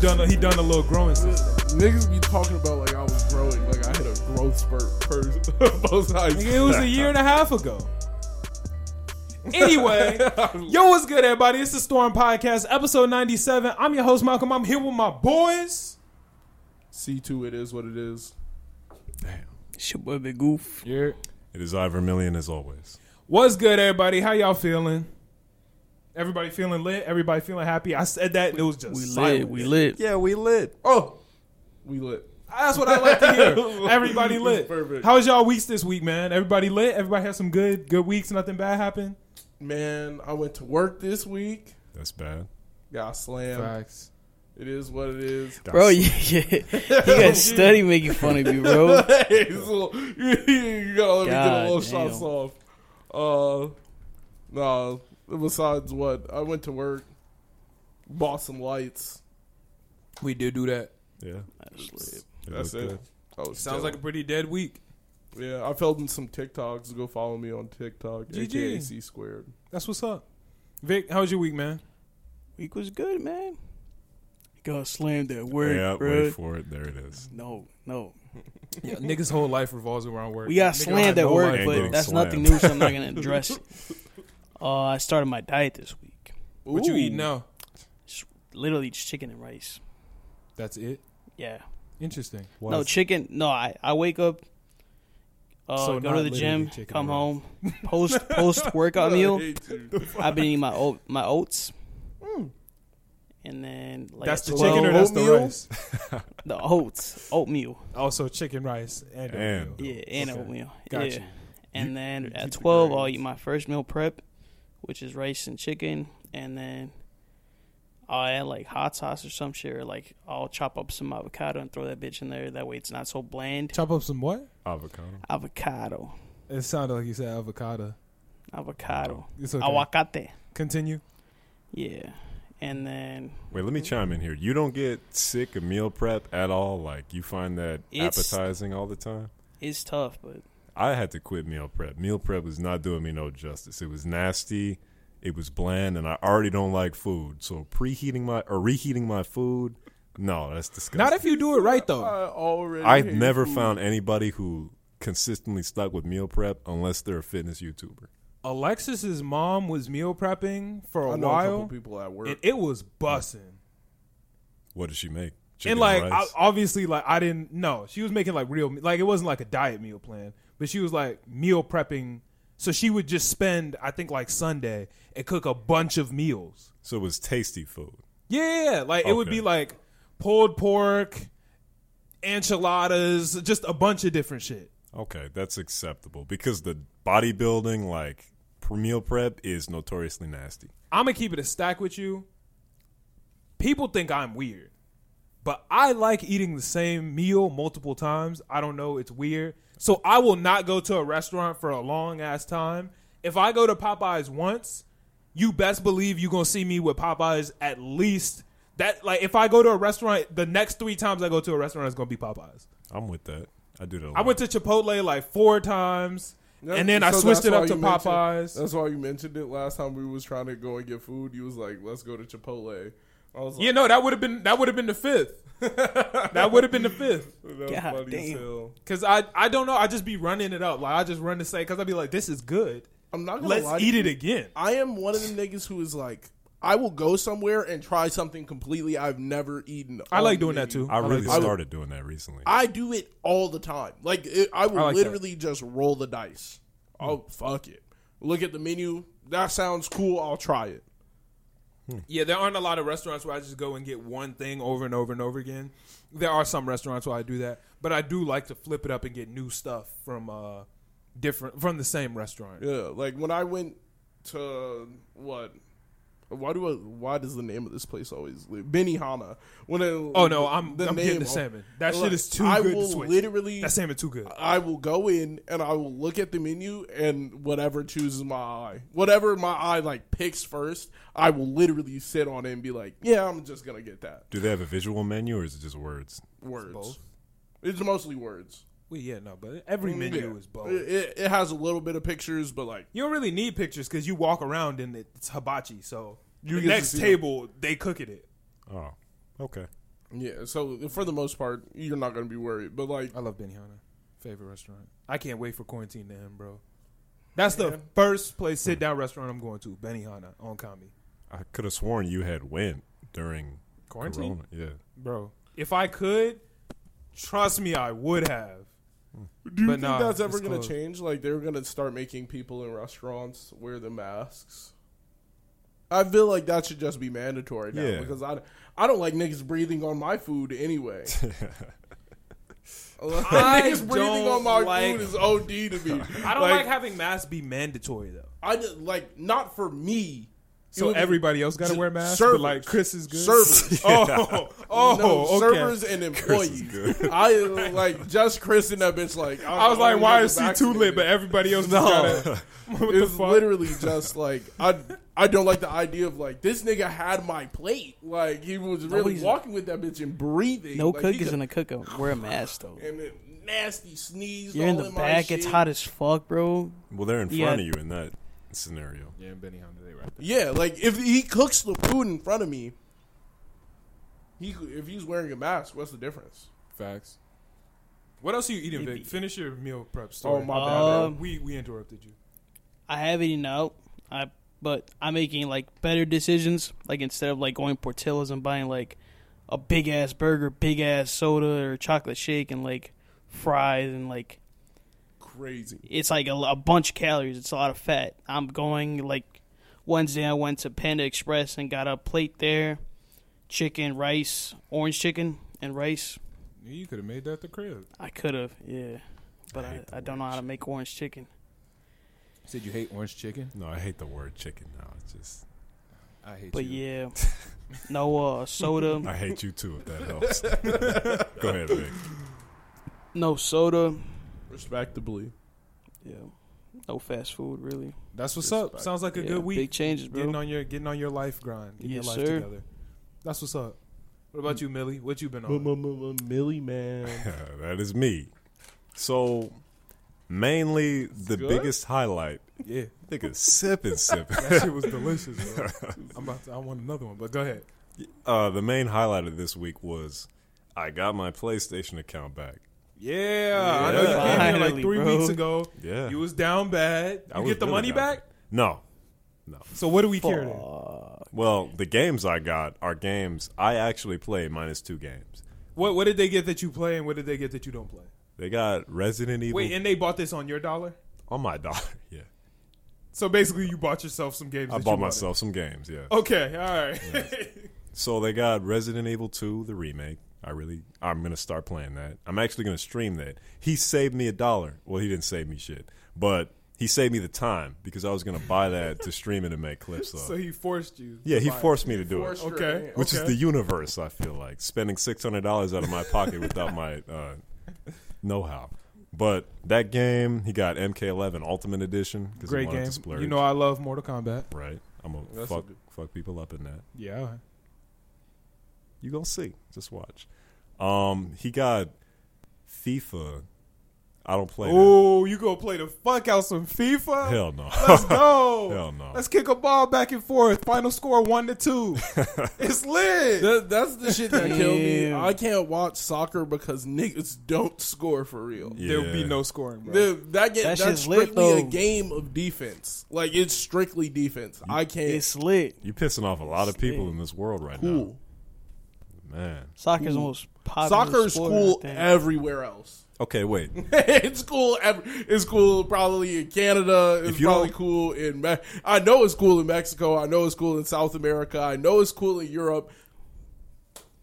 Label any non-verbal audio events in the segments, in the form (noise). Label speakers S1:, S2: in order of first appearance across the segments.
S1: done. A, he done a little growing system.
S2: Niggas be talking about like I was growing, like I had a growth spurt per (laughs) post high.
S1: Nigga, it was a year and a half ago. (laughs)
S2: (laughs)
S3: (laughs)
S1: Anyway, yo, what's good, everybody? It's the Storm Podcast, episode 97. I'm your host, Malcolm. I'm here with my boys.
S2: C two, it is what it is.
S3: It's your boy Big Goof.
S1: Yeah.
S4: It is Ivermillion as always.
S1: What's good, everybody? How y'all feeling? Everybody feeling lit? Everybody feeling happy? I said that, and it was just
S3: We
S1: silent.
S3: lit. We lit.
S4: Yeah, we lit.
S2: Oh, we lit.
S1: That's what I like to (laughs) hear. Everybody lit.
S2: Perfect.
S1: How was y'all weeks this week, man? Everybody lit. Everybody had some good, good weeks. Nothing bad happened.
S2: Man, I went to work this week.
S4: That's bad.
S2: Got slammed.
S1: Facts.
S2: It is what it
S1: (laughs)
S2: is. (laughs)
S3: Bro, (laughs) yeah, yeah. You
S4: (laughs)
S3: got study making fun of me, bro.
S2: Hey, so- (laughs) you gotta let me get a
S3: God
S2: little
S3: damn.
S2: shots off. Uh, no. Besides what, I went to work, bought some lights.
S1: We did do that.
S4: Yeah.
S2: That's
S4: looked
S2: it. I was
S1: Sounds like a pretty dead week.
S2: chilling. yeah. I filmed some TikToks. Go follow me on TikTok.
S1: GG.
S2: AKA C squared.
S1: That's what's up. Vic, how was your week, man?
S3: Week was good, man. Got slammed at
S4: good.
S3: work,
S4: Yeah,
S3: bro.
S4: wait for it. There it is.
S3: no, no.
S1: Yeah, niggas' whole life revolves around work.
S3: We got
S1: Nigga
S3: slammed
S1: don't
S3: at
S1: have no
S3: work,
S1: life,
S3: but
S1: bro.
S4: Getting
S3: that's
S4: slammed.
S3: nothing new, so I'm not
S4: (laughs)
S3: gonna address it. Uh, I started my diet this week.
S1: what you
S2: Ooh.
S1: eating now?
S3: Just literally just chicken and rice.
S1: That's it.
S3: Yeah.
S1: Interesting.
S3: No chicken. No, I, I wake up. Uh,
S1: So
S3: go to
S1: not
S3: the
S1: literally
S3: gym,
S1: chicken
S3: come
S1: and rice. (laughs)
S3: home, post post workout
S2: I
S3: meal.
S2: hate you.
S3: I've been eating my oat, my oats, and then like
S1: Hmm. that's the
S3: at
S1: chicken or
S3: 12,
S1: that's the
S2: oatmeal?
S1: rice?
S3: the oats, oatmeal.
S1: Also chicken, rice, and,
S4: And-
S1: oatmeal.
S3: Yeah, and
S1: Oh, Okay.
S3: oatmeal.
S1: Gotcha.
S3: Yeah. And then
S2: you keep
S3: at
S2: the
S3: 12, I'll
S2: grains.
S3: eat my first meal prep, which is rice and chicken. And then I'll add like hot sauce or some shit, or like I'll chop up some avocado and throw that bitch in there. That way it's not so bland.
S1: Chop up some what?
S4: Avocado.
S3: Avocado.
S1: It sounded like you said avocado.
S3: Avocado.
S1: It's okay.
S3: Aguacate.
S1: Continue.
S3: Yeah. And then
S4: Wait, let me chime in here. You don't get sick of meal prep at all. Like you find that
S3: It's-
S4: appetizing all the time.
S3: it's tough, but
S4: I had to quit meal prep. Meal prep was not doing me no justice. It was nasty. It was bland, and I already don't like food. So preheating my or reheating my food, no, that's disgusting.
S1: Not if you do it right
S2: I
S1: though.
S2: already.
S4: I've
S2: hate
S4: never
S2: food.
S4: found anybody who consistently stuck with meal prep unless they're a fitness YouTuber.
S1: Alexis's mom was meal prepping for a
S2: I know a couple
S1: while,
S2: people at work.
S1: and it was bussing.
S4: What does she make? Chicken
S1: And like, I,
S4: rice?
S1: obviously, like I didn't know she was making like real, like it wasn't like a diet meal plan, but she was like meal prepping. So she would just spend, I think, like Sunday and cook a bunch of meals.
S4: so it was tasty food.
S1: Yeah, yeah, yeah. like it would
S4: Okay.
S1: be like pulled pork, enchiladas, just a bunch of different shit.
S4: Okay, that's acceptable because the bodybuilding like pr- meal prep is notoriously nasty.
S1: I'm gonna keep it a stack with you. People think I'm weird, but I like eating the same meal multiple times. I don't know, it's weird. So I will not go to a restaurant for a long ass time. If I go to Popeyes once, you best believe you gonna see me with Popeyes at least that. Like if I go to a restaurant, the next three times I go to a restaurant is gonna be Popeyes.
S4: I'm with that. I do that. a
S1: I
S4: lot.
S1: went to Chipotle like four times,
S2: That-
S1: and then I
S2: so
S1: switched
S2: that's
S1: it
S2: why
S1: up to
S2: you mentioned-
S1: Popeyes.
S2: That's why you mentioned it last time we was trying to go and get food. You was like, "Let's go to Chipotle." I was like,
S1: you know that would have been that would have been the fifth. (laughs) that would have been the fifth.
S2: "That was
S3: God
S2: funny as
S3: damn.
S2: hell."
S1: Cause I I don't know. I just be running it up. Like I just run to say. Cause I be like, this is good.
S2: I'm not gonna lie
S1: Let's
S2: to
S1: eat
S2: you.
S1: it again.
S2: I am one of them niggas who is like, I will go somewhere and try something completely I've never eaten.
S1: I like
S2: on
S1: doing
S2: the
S1: that
S2: menu.
S1: too.
S4: I really
S1: like
S4: started doing that recently.
S2: I do it all the time. Like it, I will
S1: I like that.
S2: literally just roll the dice. Oh fuck it! Look at the menu. That sounds cool. I'll try it.
S1: Yeah, there aren't a lot of restaurants where I just go and get one thing over and over and over again. There are some restaurants where I do that, but I do like to flip it up and get new stuff from uh different from the same restaurant.
S2: Yeah, like when I went to what? Why do I, why does the name of this place always live? Benihana? When I,
S1: Oh no, I'm I'm getting
S2: name
S1: the
S2: of-
S1: salmon. That
S2: like,
S1: shit is too
S2: I
S1: good
S2: will
S1: to switch.
S2: literally.
S1: that salmon too good.
S2: I will go in and I will look at the menu and whatever chooses my eye, whatever my eye like picks first, I will literally sit on it and be like, yeah, I'm just gonna get that.
S4: do they have a visual menu or is it just words?
S2: Words.
S1: both.
S2: It's mostly words.
S1: Well, yeah, no, but every menu
S2: Yeah.
S1: is bold.
S2: It, it, it has a little bit of pictures, but like
S1: You don't really need pictures because you walk around and it's hibachi. So
S2: You
S1: the
S2: get to
S1: next
S2: see them.
S1: table, they cook it.
S4: Oh, okay.
S2: Yeah, so for the most part, you're not gonna be worried. But like,
S1: I love Benihana. Favorite restaurant. I can't wait for quarantine to end, bro. That's the
S2: Yeah.
S1: first place sit down restaurant I'm going to. Benihana on Kami.
S4: I could have sworn you had went during
S1: Quarantine?
S4: Corona. Yeah.
S1: Bro, if I could, trust me, I would have. Hmm.
S2: do you
S1: But
S2: think
S1: nah,
S2: that's ever
S1: it's
S2: gonna
S1: closed.
S2: change? Like, they're gonna start making people in restaurants wear the masks. I feel like that should just be mandatory now
S4: Yeah.
S2: because I, I don't like niggas breathing on my food
S1: (laughs)
S2: anyway.
S1: I
S2: niggas breathing
S1: don't
S2: on my
S1: like-
S2: food is OD to me.
S1: (laughs) I don't like, having masks be mandatory though.
S2: I just, like not for me. It
S1: So
S2: would be-
S1: everybody else got to
S2: Ju-
S1: wear masks,
S2: servers.
S1: but like Chris is good. (laughs)
S2: Servers.
S1: Oh, oh,
S2: no,
S1: okay.
S2: servers and employees. I like just Chris and that bitch. Like
S1: I was like, why
S2: I'm
S1: is C two
S2: vaccinated.
S1: lit, but everybody else
S4: No.
S1: just (laughs) gotta. What the
S2: It's
S1: fuck?
S2: literally just like I. I don't like the idea of like this nigga had my plate. Like he was really
S3: Nobody's-
S2: walking with that bitch and breathing.
S3: No
S2: like, he
S3: cook is
S2: just-
S3: gonna cook 'em. Wear a mask though.
S2: And it nasty sneeze.
S3: You're in
S2: all
S3: the
S2: my
S3: back. It's
S2: shit.
S3: hot as fuck, bro.
S4: Well, they're in front
S3: Yeah.
S4: of you in that scenario.
S1: Yeah, and Benihana, they right there.
S2: Yeah, like if he cooks the food in front of me, he if he's wearing a mask, what's the difference?
S1: Facts. What else are you eating, Vic? Finish your meal prep story.
S2: Oh, my bad,
S1: Uh,
S3: man.
S1: we we interrupted you.
S3: I have it out. I but I'm making like better decisions. Like instead of like going Portillo's and buying like a big ass burger, big ass soda or chocolate shake and like fries and like
S2: Crazy.
S3: it's like a, a bunch of calories. It's a lot of fat. I'm going like Wednesday. I went to Panda Express and got a plate there, chicken, rice, orange chicken, and rice.
S1: You could have made that the crib.
S3: I could have, yeah, but
S4: I
S3: I,
S4: hate the
S3: I, don't know how to make orange chicken.
S1: Said you hate orange chicken.
S4: No, I hate the word chicken now. It's just
S1: I hate.
S3: But yeah, no
S2: (laughs)
S3: uh, soda,
S4: I hate you too. If that helps.
S1: (laughs)
S4: Go ahead, Vic.
S3: no soda.
S2: Respectably.
S3: Yeah, no fast food really.
S1: That's what's
S2: Respect.
S1: up. Sounds like a
S3: Yeah,
S1: good
S3: Big
S1: week.
S3: changes,
S1: Getting
S3: bro.
S1: on your getting on your life grind. Getting
S3: Yes,
S1: your life
S3: sir.
S1: together. That's what's up. What about you, Millie? What you been on?
S2: Millie
S1: (laughs)
S2: man.
S4: Uh, that is me. So, mainly the
S2: Good?
S4: biggest highlight.
S1: Yeah,
S4: Nigga, sipping, sipping.
S1: (laughs) that shit was delicious. (laughs) Bro. I'm about to, I want another one, but go ahead.
S4: Uh, the main highlight of this week was I got my PlayStation account back.
S1: Yeah, I know you came here like
S3: Finally,
S1: three
S3: bro.
S1: weeks ago.
S4: Yeah.
S1: You was down bad.
S4: I
S1: You
S4: was
S1: get the
S4: really
S1: money
S4: down
S1: back.
S4: bad. No.
S1: So what do we care? then?
S4: Well, the games I got are games I actually play minus two games.
S1: What what did they get that you play, and what did they get that you don't play?
S4: They got Resident Evil
S1: Wait, and they bought this on your dollar.
S4: on my (laughs) dollar. Yeah.
S1: So basically, you bought yourself some games.
S4: I
S1: that you
S4: bought
S1: wanted.
S4: myself some games, yeah.
S1: Okay, all right. (laughs)
S4: So they got Resident Evil 2, the remake. I really, I'm gonna start playing that. I'm actually gonna stream that. He saved me a dollar. Well, he didn't save me shit, but he saved me the time because I was gonna buy that to stream it and make clips
S1: (laughs)
S4: of.
S1: so he forced you.
S4: yeah, he
S1: to buy
S4: forced me to do it,
S2: Forced-
S1: Okay,
S4: which is
S1: okay.
S4: the universe. I feel like spending six hundred dollars out of my pocket without my
S1: (laughs)
S4: uh, know-how. But that game, he got MK11 Ultimate Edition because he
S1: great
S4: wanted
S1: game.
S4: to splurge.
S1: You know, I love Mortal Kombat.
S4: right? I'm gonna
S2: That's
S4: fuck,
S2: a good-
S4: fuck people up in that.
S1: Yeah.
S4: You gonna see. Just watch. Um, he got FIFA. I don't play. that.
S1: Oh, you gonna play the fuck out some FIFA?
S2: (laughs)
S4: Hell no.
S1: Let's go.
S4: Hell no.
S1: Let's kick a ball back and forth. Final score one to
S4: (laughs)
S1: two. it's lit.
S2: That, that's the shit that killed me.
S3: Damn.
S2: I can't watch soccer because niggas don't score for real.
S4: Yeah.
S1: There'll be no scoring, bro.
S2: The- that game,
S3: That
S2: that's
S3: shit's lit,
S2: strictly a
S3: though.
S2: game of defense. Like it's strictly defense. I can't.
S3: It's lit.
S4: (laughs) You pissing off a lot of people in this world right
S2: cool.
S4: now, man.
S3: Soccer's
S2: Cool.
S3: most popular.
S2: Soccer is
S3: sport, I
S2: cool
S3: think.
S2: everywhere else. (laughs)
S4: Okay, wait.
S2: it's cool. ev- It's cool probably in Canada. It's
S4: If you
S2: probably
S4: don't-
S2: cool in. Me- I know it's cool in Mexico. I know it's cool in South America. I know it's cool in Europe.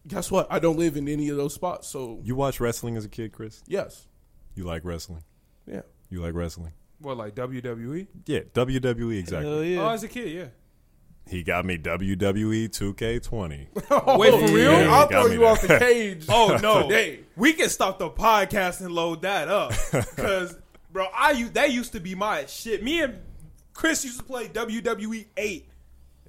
S2: Guess what? I don't live in any of those spots. So
S4: You watch wrestling as a kid, Chris?
S2: yes,
S4: You like wrestling?
S2: yeah. (laughs)
S4: You like wrestling?
S1: What like WWE?
S4: Yeah, WWE exactly.
S3: Hell
S1: Oh,
S3: yeah.
S1: as a kid, yeah.
S4: He got me E WWE 2K20.
S2: (laughs)
S1: Wait, for
S2: Oh,
S1: real?
S4: Yeah,
S2: I'll
S4: you got
S2: throw
S4: me
S2: you
S4: there.
S2: off the cage.
S1: (laughs) Oh
S2: (laughs)
S1: no,
S2: Today.
S1: we can stop the podcast and load that
S2: (laughs)
S1: up because, bro, I u- that used to be my shit. Me and Chris used to play WWE eight,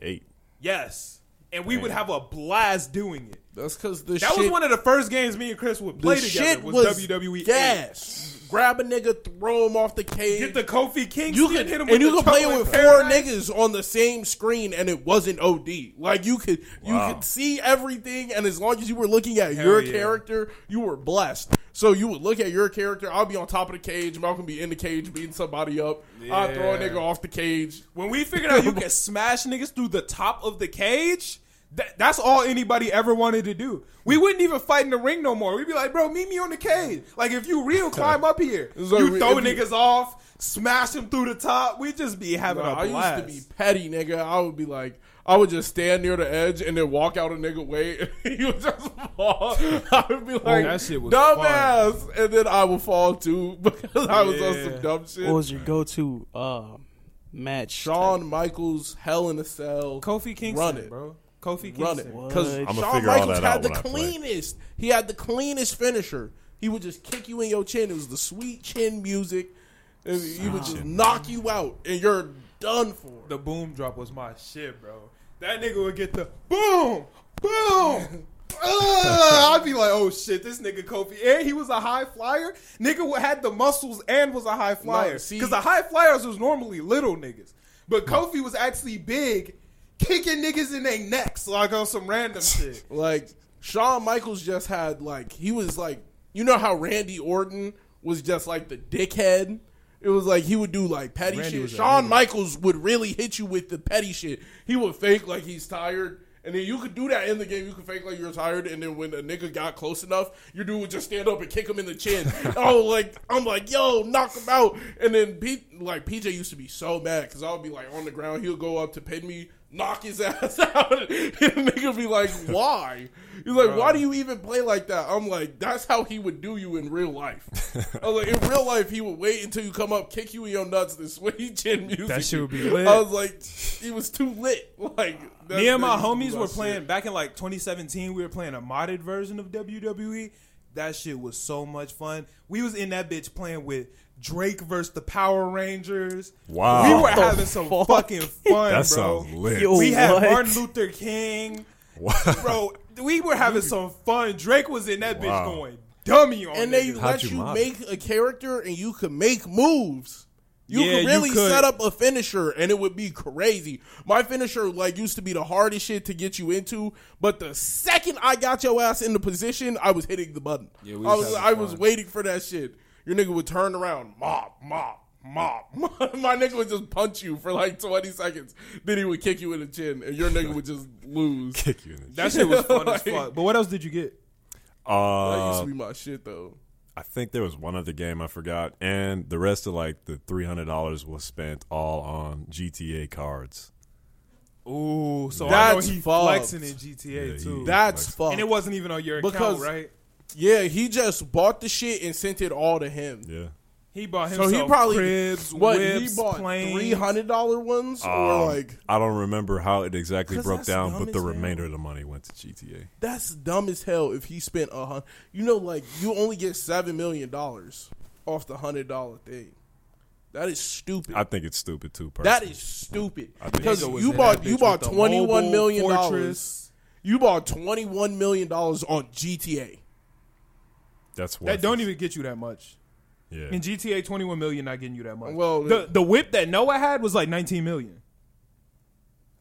S4: Eight. (laughs)
S1: yes, and we would have a blast doing it.
S2: That's because the
S1: That
S2: shit.
S1: was one of the first games me and Chris would
S2: the
S1: play together.
S2: shit
S1: was, WWE. eight.
S2: Yes. E. Grab a nigga, throw him off the cage.
S1: Get the Kofi Kingston.
S2: you could,
S1: hit him
S2: and
S1: with
S2: you
S1: the
S2: could play it
S1: choke
S2: with
S1: and
S2: four
S1: paralyze.
S2: niggas on the same screen, and it wasn't OD. Like you could,
S4: Wow.
S2: you could see everything, and as long as you were looking at your
S1: yeah.
S2: character, you were blessed. So you would look at your character. I'll be on top of the cage. Malcolm be in the cage, beating somebody up. I throw a
S1: Yeah.
S2: nigga off the cage.
S1: When we
S2: (laughs)
S1: figured out you can smash niggas through the top of the cage, that, that's all anybody ever wanted to do. We wouldn't even fight in the ring no more. We'd be like, bro, meet me on the cage. Like, if you
S2: (laughs)
S1: real, climb up here.
S2: It's like
S1: you
S2: we-
S1: throw
S2: if you-
S1: niggas off, smash them through the top. We'd just be having
S2: Nah,
S1: a
S2: I
S1: blast.
S2: used to be petty, nigga. I would be like, I would just stand near the edge and then walk out a nigga way, (laughs) and he would just fall. I would be like,
S1: Oh, that shit was
S2: dumbass, and then I would fall too (laughs) because I was on
S1: Yeah.
S2: some dumb Oh, shit.
S3: What was your go-to uh, match?
S2: Shawn Michaels, Hell in a Cell,
S1: Kofi Kingston,
S2: Run it.
S1: bro. Kofi
S2: run
S1: Kingston.
S2: it because
S3: What?
S4: I'ma
S2: Shawn
S4: figure all
S2: Michaels
S4: that out
S2: had the
S4: when I play.
S2: cleanest. He had the cleanest finisher. He would just kick you in your chin. It was the sweet chin music. And he would just
S4: chin.
S2: knock you out, and you're done for.
S1: The boom drop was my shit, bro. That nigga would get the boom, boom. Ugh, I'd be like, oh shit, this nigga Kofi. And he was a high flyer. Nigga wa- had the muscles and was a high flyer. Because
S2: see-
S1: the high flyers was normally little niggas. But Kofi was actually big, kicking niggas in their necks like on some random shit.
S2: Like Shawn Michaels just had like he was like you know how Randy Orton was just like the dickhead. It was like he would do like petty
S1: Randy
S2: shit.
S1: was a
S2: Shawn Michaels would really hit you with the petty shit. He would fake like he's tired. And then you could do that in the game. You could fake like you're tired, and then when a nigga got close enough, your dude would just stand up and kick him in the
S1: (laughs)
S2: chin. oh, like I'm like, yo, knock him out. And then P- like PJ used to be so mad because I would be like on the ground. He'll go up to pin me, knock his (laughs) ass out. And the nigga be like, why? He's like, why do you even play like that? I'm like, that's how he would do you in real life. I was like, in real life, he would wait until you come up, kick you in your nuts, and swing chin music.
S1: That shit would be lit.
S2: I was like, he was too lit. Like that-
S1: Me and
S2: that
S1: my
S2: used
S1: homies
S2: to be
S1: were
S2: shit.
S1: playing back in like 2017. We were playing a modded version of WWE. That shit was so much fun. We was in that bitch playing with Drake versus the Power Rangers.
S4: Wow.
S1: we were
S4: What the
S1: having some
S3: fuck?
S1: fucking fun,
S4: That
S1: bro.
S4: sounds lit.
S3: Yo.
S1: We had
S3: What?
S1: Martin Luther King,
S4: Wow.
S1: bro. We were having some fun. Drake was in that bitch
S4: Wow.
S1: going dummy on
S2: and they
S1: niggas.
S4: How'd
S2: let
S4: you
S2: you
S4: mod
S2: make a character and you could make moves. You
S1: Yeah, you
S2: could really
S1: could.
S2: set up a finisher and it would be crazy. My finisher like used to be the hardest shit to get you into, but the second I got your ass in the position, I was hitting the button.
S1: Yeah, we
S2: I
S1: was
S2: was I
S1: having
S2: was
S1: fun.
S2: waiting for that shit. Your nigga would turn around, mop, mop, mop. (laughs) My nigga would just punch you for like 20 seconds. Then he would kick you in the chin and your nigga would just lose.
S4: Kick you in the
S1: (laughs) that shit was fun (laughs) as
S2: Like-
S1: fuck. But what else did you get?
S2: That used
S4: uh,
S2: to
S1: um,
S2: be my shit though.
S4: I think there was one other game I forgot, and the rest of like the three hundred dollars was spent all on GTA cards.
S1: Ooh, so I know
S2: That's
S1: he
S2: fucked.
S1: flexing in GTA
S4: Yeah, he-
S1: too.
S2: That's
S4: Like-
S2: fucked.
S1: and it wasn't even on your account,
S2: Because-
S1: right?
S2: Yeah, he just bought the shit and sent it all to him.
S4: Yeah,
S1: He bought
S2: So
S1: himself
S2: he probably
S1: cribs,
S2: what
S1: whips,
S2: he bought
S1: planes.
S2: three hundred dollar ones
S1: Oh.
S2: or like
S4: Um, I don't remember how it exactly
S2: 'Cause
S4: broke
S2: that's
S4: down,
S2: dumb
S4: but the
S2: as hell.
S4: remainder of the money went to GTA.
S2: that's dumb as hell. If he spent a hundred, you know, like you only get seven million dollars off the hundred dollar thing. That is stupid.
S4: I think it's stupid too. Personally.
S2: that is stupid
S4: I think
S2: because
S1: Nigga was
S2: you
S1: in
S2: bought
S1: that
S2: you
S1: bitch
S2: bought
S1: with the
S2: twenty one
S1: mobile
S2: million
S1: fortress.
S2: dollars. You bought twenty one million dollars on GTA.
S4: that's worth
S1: That don't
S4: it.
S1: even get you that much.
S4: Yeah,
S1: In GTA, twenty one million not getting you that much.
S2: Well,
S1: the the whip that Noah had was like nineteen million.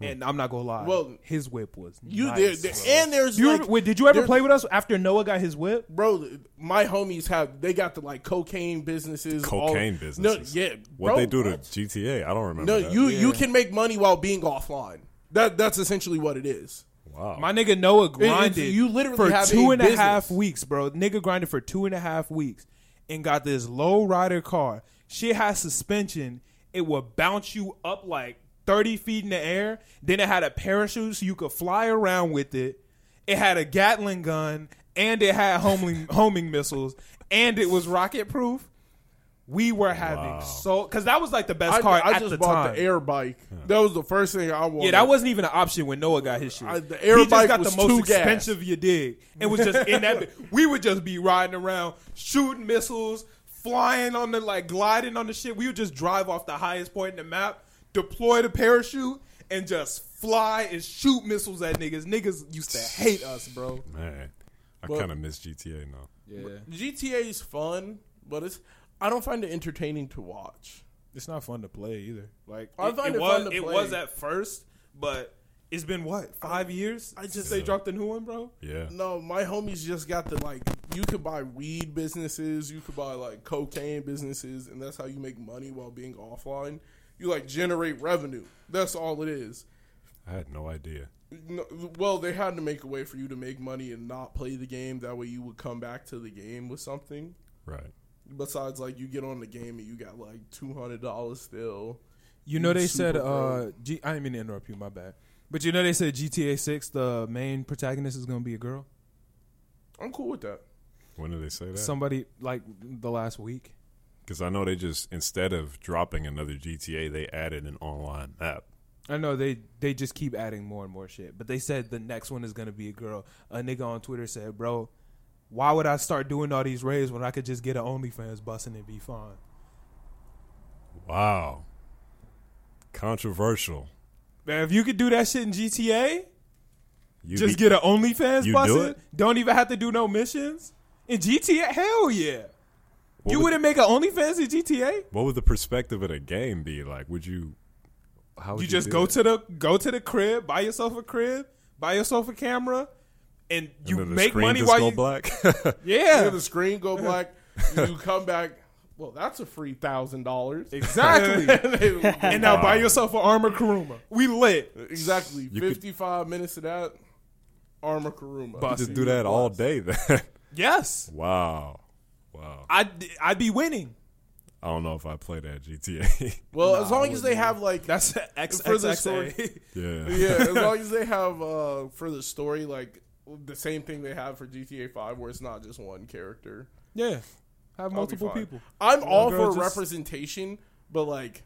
S1: And I'm not gonna lie,
S2: Well,
S1: his whip was
S2: You
S1: nice,
S2: there, there-
S1: bro.
S2: and there's
S1: Do you
S2: like,
S1: remember- wait, did you ever
S2: there-
S1: play with us after Noah got his whip?
S2: bro, my homies have they got the like cocaine businesses. all-
S4: cocaine businesses.
S2: No, yeah,
S4: what
S2: bro,
S4: they do to GTA, I don't remember.
S2: No,
S4: that.
S2: you you
S1: Yeah.
S2: can make money while being offline. That that's essentially what it is.
S4: wow.
S1: My nigga Noah grinded.
S2: you literally
S1: for
S2: have a
S1: two and a half
S2: business.
S1: weeks, bro. Nigga grinded for two and a half weeks, and got this low rider car. Shit has suspension. It will bounce you up like thirty feet in the air. Then it had a parachute so you could fly around with it. It had a Gatling gun, and it had homing homing missiles, and it was rocket proof. We were having so because that was like the best
S2: I,
S1: car
S2: I
S1: at
S2: just
S1: the
S2: bought
S1: time.
S2: the air bike. That was the first thing I wanted.
S1: Yeah, that wasn't even an option when Noah got his shit.
S2: I- the air
S1: he just
S2: bike
S1: got
S2: was
S1: the most
S2: too gas.
S1: expensive you dig, and was just
S2: (laughs)
S1: in that. bi- we would just be riding around, shooting missiles, flying on the like gliding on the shit. We would just drive off the highest point in the map, deploy the parachute, and just fly and shoot missiles at niggas. Niggas used to hate us, bro.
S4: Man, I
S2: Well-
S4: kind of miss GTA now.
S1: Yeah,
S2: GTA is fun, but it's I don't find it entertaining to watch.
S1: it's not fun to play either. Like
S2: I
S1: it,
S2: find
S1: it
S2: it
S1: was,
S2: fun to
S1: it
S2: play.
S1: was at first, but it's been what five years?
S2: I just-
S1: since they dropped the new one, bro.
S4: Yeah,
S2: No, my homies just got the like. You could buy weed businesses, you could buy like cocaine businesses, and that's how you make money while being offline. You like generate revenue. That's all it is.
S4: I had no idea.
S2: No, well, they had to make a way for you to make money and not play the game. That way, you would come back to the game with something.
S4: Right.
S2: Besides, like you get on the game and you got like two hundred dollars still.
S1: You know they
S2: Super
S1: said uh
S2: bro.
S1: G- I didn't mean to interrupt you, my bad. But you know they said GTA Six, the main protagonist is gonna be a girl.
S2: I'm cool with that.
S4: When did they say that?
S1: Somebody like the last week.
S4: Because I know they just instead of dropping another GTA, they added an online map.
S1: I know they they just keep adding more and more shit. But they said the next one is gonna be a girl. A nigga on Twitter said, "Bro, why would I start doing all these raids when I could just get an OnlyFans busting and be fine?"
S4: Wow. Controversial.
S1: Man, if you could do that shit in GTA,
S4: You
S1: just
S4: be-
S1: get an OnlyFans
S4: you do
S1: busting.
S4: it?
S1: Don't even have to do no missions in GTA. Hell yeah!
S4: what
S1: you
S4: would-
S1: wouldn't make an OnlyFans in GTA.
S4: What would the perspective of the game be like? Would you? How would
S1: you
S4: you,
S1: just
S4: do
S1: go
S4: it?
S1: to the go to the crib, buy yourself a crib, buy yourself a camera, and
S4: And
S1: you
S4: then the
S1: make
S4: screen
S1: money
S4: just
S1: while
S4: go
S1: you
S4: (laughs) black.
S2: You
S1: yeah
S2: know, the screen go black. you come back. Well, that's a free thousand dollars. (laughs)
S1: exactly. (laughs) and now buy yourself an armor Karuma. We lit.
S2: Exactly.
S4: You could-
S2: 55 minutes of that. Armor Karuma.
S1: Bust.
S4: just do that all day. Then. (laughs)
S1: Yes,
S4: wow. Wow.
S1: I'd I'd be winning.
S4: I don't know if I play that GTA.
S2: Well, as long as they have like
S1: That's (laughs) X
S2: For
S1: X
S2: the
S1: X A.
S4: (laughs)
S2: (laughs)
S4: yeah.
S2: yeah, as long as they have uh for the story like the same thing they have for GTA 5 where it's not just one character.
S1: (laughs) Yeah, have
S2: I'll be
S1: multiple
S2: fine.
S1: people.
S2: I'm all
S1: girl,
S2: for
S1: just-
S2: representation, but like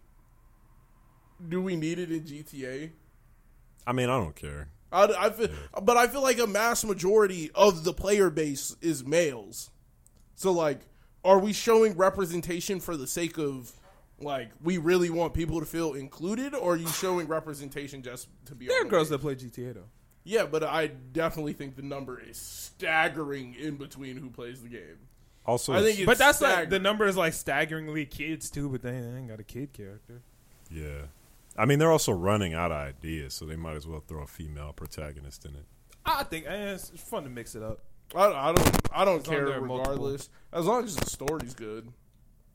S2: do we need it in GTA?
S4: I mean, I don't care.
S2: I, I feel, but I feel like a mass majority of the player base is males. So like, are we showing representation for the sake of like we really want people to feel included, or are you showing representation just to be?
S1: There are girls
S2: overweight?
S1: that play GTA though.
S2: yeah, but I definitely think the number is staggering in between who plays the game.
S4: Also,
S2: I think it's
S1: but that's like the
S2: staggering.
S1: number is like staggeringly kids too. But they ain't got a kid character.
S4: yeah. I mean, they're also running out of ideas, so they might as well throw a female protagonist in it.
S1: I think eh, it's fun to mix it up.
S2: I, I don't I don't
S1: As long as
S2: care
S1: there are multiple.
S2: regardless as long as the story's good.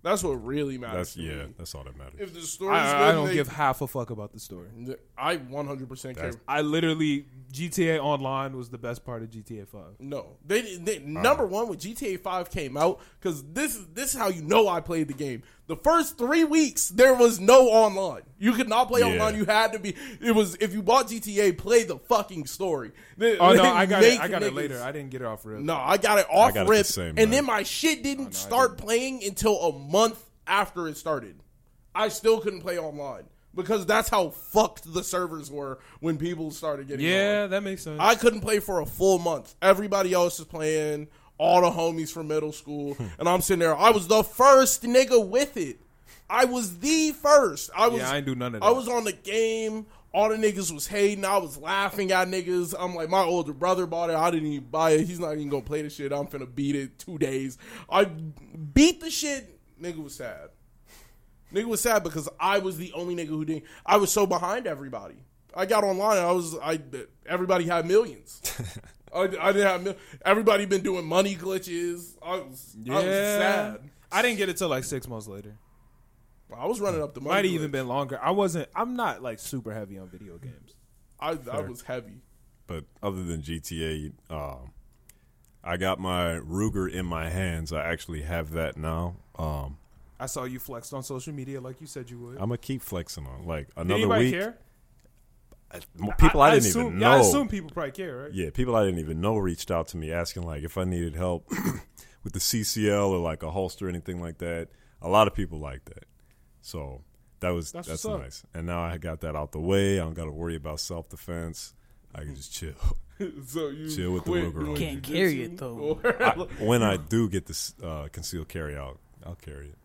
S2: That's what really matters.
S4: That's
S2: to
S4: yeah.
S2: me.
S4: That's all that matters.
S2: If the story's good,
S1: I, I don't
S2: they-
S1: give half a fuck about the story.
S2: I 100% care.
S4: That's-
S1: I literally GTA Online was the best part of
S2: (laughs)
S1: GTA Five.
S2: No, they, they number one when GTA Five came out because this is this is how you know I played the game. The first three weeks there was no online. You could not play
S4: Yeah.
S2: online. You had to be. It was if you bought GTA, play the fucking story. They-
S1: Oh no,
S2: they
S1: I got it.
S2: make
S1: I got it
S2: niggas-
S1: later. I didn't get it off real.
S2: no, I got it off
S4: got it the
S2: rip,
S4: same
S2: and then
S4: night.
S2: my shit didn't
S1: Oh,
S2: start playing until a month after it started. I still couldn't play online because that's how fucked the servers were when people started getting. on.
S1: Yeah, that makes sense.
S2: I couldn't play for a full month. Everybody else is playing, all the homies from middle school,
S1: Hmm.
S2: and I'm sitting there. I was the first nigga with it. I was the first. I was
S1: yeah, I didn't do none of that.
S2: I was on the game. All the niggas was hating. I was laughing at niggas. I'm like, my older brother bought it. I didn't even buy it. He's not even gonna play the shit. I'm finna beat it two days. I beat the shit. Nigga was sad. Nigga was sad because I was the only nigga who didn't. I was so behind everybody. I got online. I was. I everybody had
S1: (laughs)
S2: millions. I, I didn't have. mil- Everybody been doing money glitches. I was. I was sad.
S1: I didn't get it till like six months later.
S2: I was running up the money.
S1: Might have even
S2: glitch.
S1: been longer. I wasn't. I'm not like super heavy on video games.
S2: I, I was heavy.
S4: but other than GTA, um, I got my Ruger in my hands. I actually have that now. Um,
S1: I saw you flexed on social media like you said you would.
S4: I'm gonna keep flexing on like
S1: Did
S4: another
S1: anybody
S4: week.
S1: care?
S4: Well, People I, didn't
S1: assume,
S4: even
S1: yeah,
S4: know.
S1: I assume people probably care, right?
S4: Yeah, people I didn't even know reached out to me asking like if I needed help (clears throat) with the CCL or like a holster or anything like that. A lot of people like that. So that was
S1: That's
S4: that's,
S1: what's up.
S4: nice. And now I got that out the way. I don't gotta worry about self defense. I can just
S1: (laughs)
S4: chill.
S2: so you
S4: Chill with the
S2: quit
S4: Ruger on.
S2: doing
S3: Can't carry
S2: jujitsu?
S3: it, though.
S2: (laughs) Or-
S4: (laughs) I- when I do get this uh, concealed carry out, I'll carry it.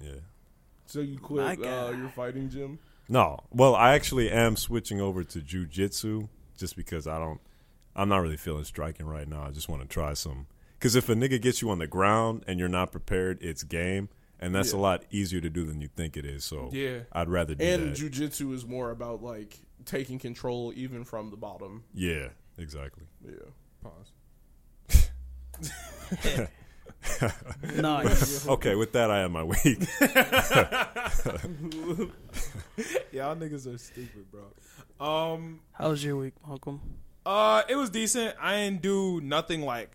S4: Yeah.
S2: so you quit
S3: My
S2: uh,
S3: God.
S2: your fighting gym?
S4: No. Well, I actually am switching over to jujitsu just because I don't. I'm not really feeling striking right now. I just want to try some. Because if a nigga gets you on the ground and you're not prepared, it's game, and that's a lot easier to do than you think it is. So
S1: Yeah.
S4: I'd rather do
S2: And
S4: that.
S2: jujitsu is more about like taking control even from the bottom.
S4: yeah, exactly.
S2: Yeah.
S1: Pause.
S2: (laughs)
S3: Nice.
S4: Okay, with that, I am my
S1: (laughs)
S4: week.
S1: Y'all niggas are stupid, bro. Um,
S3: How's your week, Malcolm?
S1: Uh, it was decent. I didn't do nothing like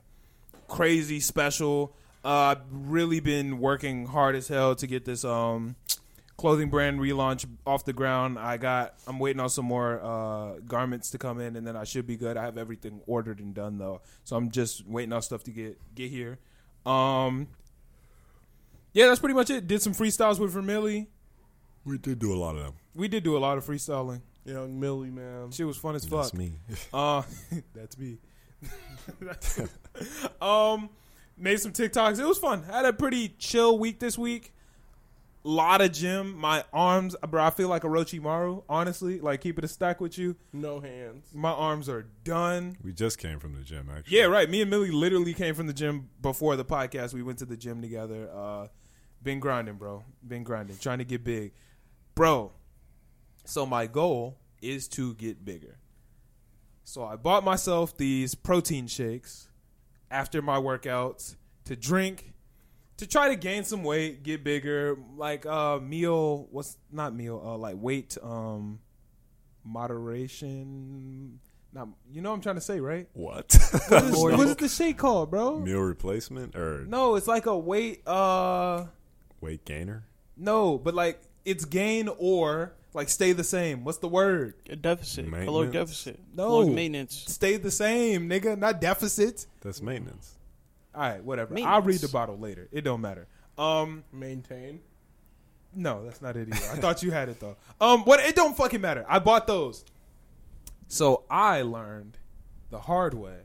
S1: crazy special. Uh, I've really been working hard as hell to get this um clothing brand relaunch off the ground. I got. I'm waiting on some more uh garments to come in, and then I should be good. I have everything ordered and done though, so I'm just waiting on stuff to get get here. Um. Yeah, that's pretty much it. Did some freestyles with Vermilly.
S4: we did do a lot of them.
S1: We did do a lot of freestyling.
S2: Young Millie, man.
S1: Shit was fun as fuck.
S4: That's me.
S1: Uh, (laughs) that's me. um, made some TikToks. It was fun. had a pretty chill week this week. Lot of gym. My arms, bro. I feel like a Orochimaru. Honestly, like keep it a stack with you.
S2: No hands.
S1: My arms are done.
S4: We just came from the gym, actually.
S1: Yeah, right. Me and Millie literally came from the gym before the podcast. We went to the gym together. Uh, been grinding, bro. Been grinding, trying to get big, bro. So my goal is to get bigger. So I bought myself these protein shakes after my workouts to drink to try to gain some weight, get bigger, like uh meal what's not meal, uh like weight um moderation. Not you know what I'm trying to say, right?
S4: What?
S1: What is, what is the shake called, bro?
S4: (laughs) Meal replacement or
S1: No, it's like a weight. Uh,
S4: weight gainer?
S1: no, but like it's gain or like stay the same. What's the word?
S3: A deficit. Caloric
S4: Maintenance.
S3: deficit.
S1: No.
S3: Caloric maintenance.
S1: Stay the same, nigga. Not deficit.
S4: That's maintenance.
S1: All right, whatever. I'll
S3: Maintenance.
S1: read the bottle later. It don't matter. Um,
S2: Maintain.
S1: no, that's not it either. I thought you had it though. Um, what? It don't fucking matter. I bought those. So I learned the hard way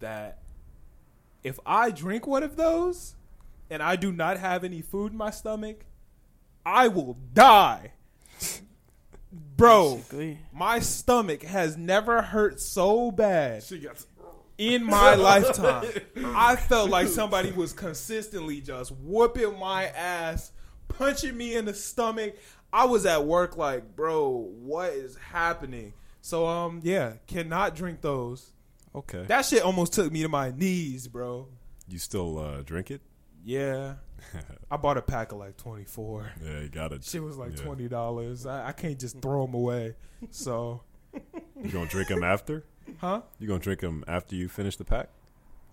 S1: that if I drink one of those and I do not have any food in my stomach, I will die.
S3: (laughs)
S1: Bro,
S3: Basically.
S1: my stomach has never hurt so bad
S2: She got.
S1: in my lifetime. I felt like somebody was consistently just whooping my ass, punching me in the stomach. I was at work like, bro, what is happening? So um, yeah, cannot drink those.
S4: Okay.
S1: That shit almost took me to my knees, bro.
S4: you still uh, drink it? (laughs)
S1: Yeah, I bought a pack of like twenty four.
S4: Yeah, you got it.
S1: Shit was like
S4: Yeah.
S1: twenty dollars. I, I can't just throw them away. So,
S4: You gonna drink them after?
S1: huh?
S4: You gonna drink them after you finish the pack?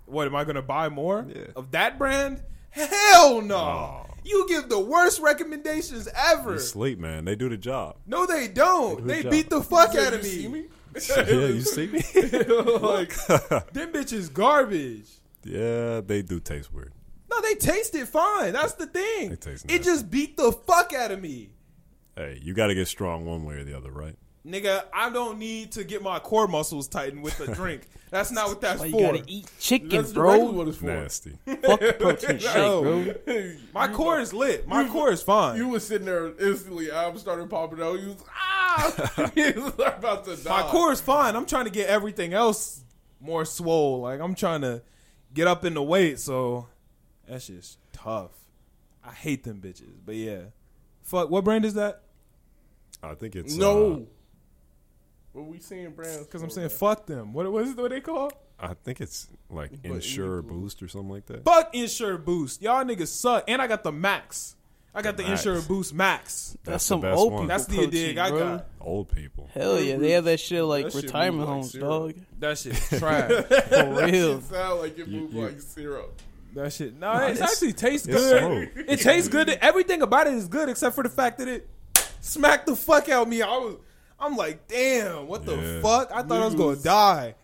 S1: What am I gonna buy more
S4: Yeah.
S1: of that brand? Hell no!
S4: Aw.
S1: You give the worst recommendations ever.
S4: You sleep, man. They do
S1: (laughs)
S4: the job.
S1: No, they don't.
S4: Good
S1: They
S4: job.
S1: beat the fuck
S2: Yeah,
S1: out
S2: you
S1: of
S2: see
S1: me.
S2: me?
S4: yeah, you see
S1: (laughs)
S4: me?
S1: like
S3: (laughs)
S1: them bitches garbage.
S4: (laughs) yeah, they do taste weird.
S1: No, they taste it fine. That's the thing.
S4: They taste
S1: it
S4: nasty.
S1: just beat the fuck out of me.
S4: Hey, you got to get strong one way or the other, right?
S1: Nigga, I don't need to get my core muscles tightened with
S4: (laughs)
S1: a drink. That's not what that's
S3: Why you
S1: for.
S3: gotta eat chicken,
S2: That's
S3: bro?
S4: Oh,
S2: bro. what it's for.
S4: Nasty.
S3: Fuck the
S1: (laughs)
S3: protein shake,
S1: No.
S3: bro.
S1: My core is lit. My core is fine.
S2: You was sitting there instantly. I started popping out. You was
S1: (laughs)
S3: (laughs)
S2: ah. (laughs) you was about to die.
S1: My core is fine. I'm trying to get everything else more swole. Like I'm trying to get up in the weight, so that's just tough. I hate them bitches. But yeah. Fuck, what brand is that?
S4: I think it's uh,
S2: No. what we seeing brands?
S1: Because I'm
S2: for,
S1: saying
S2: man?
S1: fuck them. What what is what they call?
S4: uh, I think it's like
S2: But
S4: Insure
S2: equal.
S4: Boost or something like that.
S1: Fuck Insure Boost. Y'all niggas suck. And I got the Max. I got the,
S4: Max.
S1: Insure Boost Max.
S4: That's
S3: That's
S4: the
S3: some
S4: best
S3: old
S4: one.
S3: people
S1: That's the
S3: protein,
S1: dig I
S3: bro.
S1: got.
S4: Old people.
S3: Hell yeah, they have that shit like
S2: That shit
S3: retirement
S2: move like
S3: homes,
S2: syrup.
S3: dog.
S1: That shit (laughs) trash.
S3: For
S2: (laughs) That
S3: real.
S2: shit sound like it
S4: You-
S2: moved
S4: you-
S2: like syrup.
S1: that shit. No, it actually tastes
S4: It's
S1: good.
S4: smooth.
S1: It tastes good. Everything about it is good except for the fact that it smacked the fuck out me. I was, I'm like, damn, what the
S4: Yeah.
S1: fuck? I thought I was gonna
S2: Noodles.
S1: die.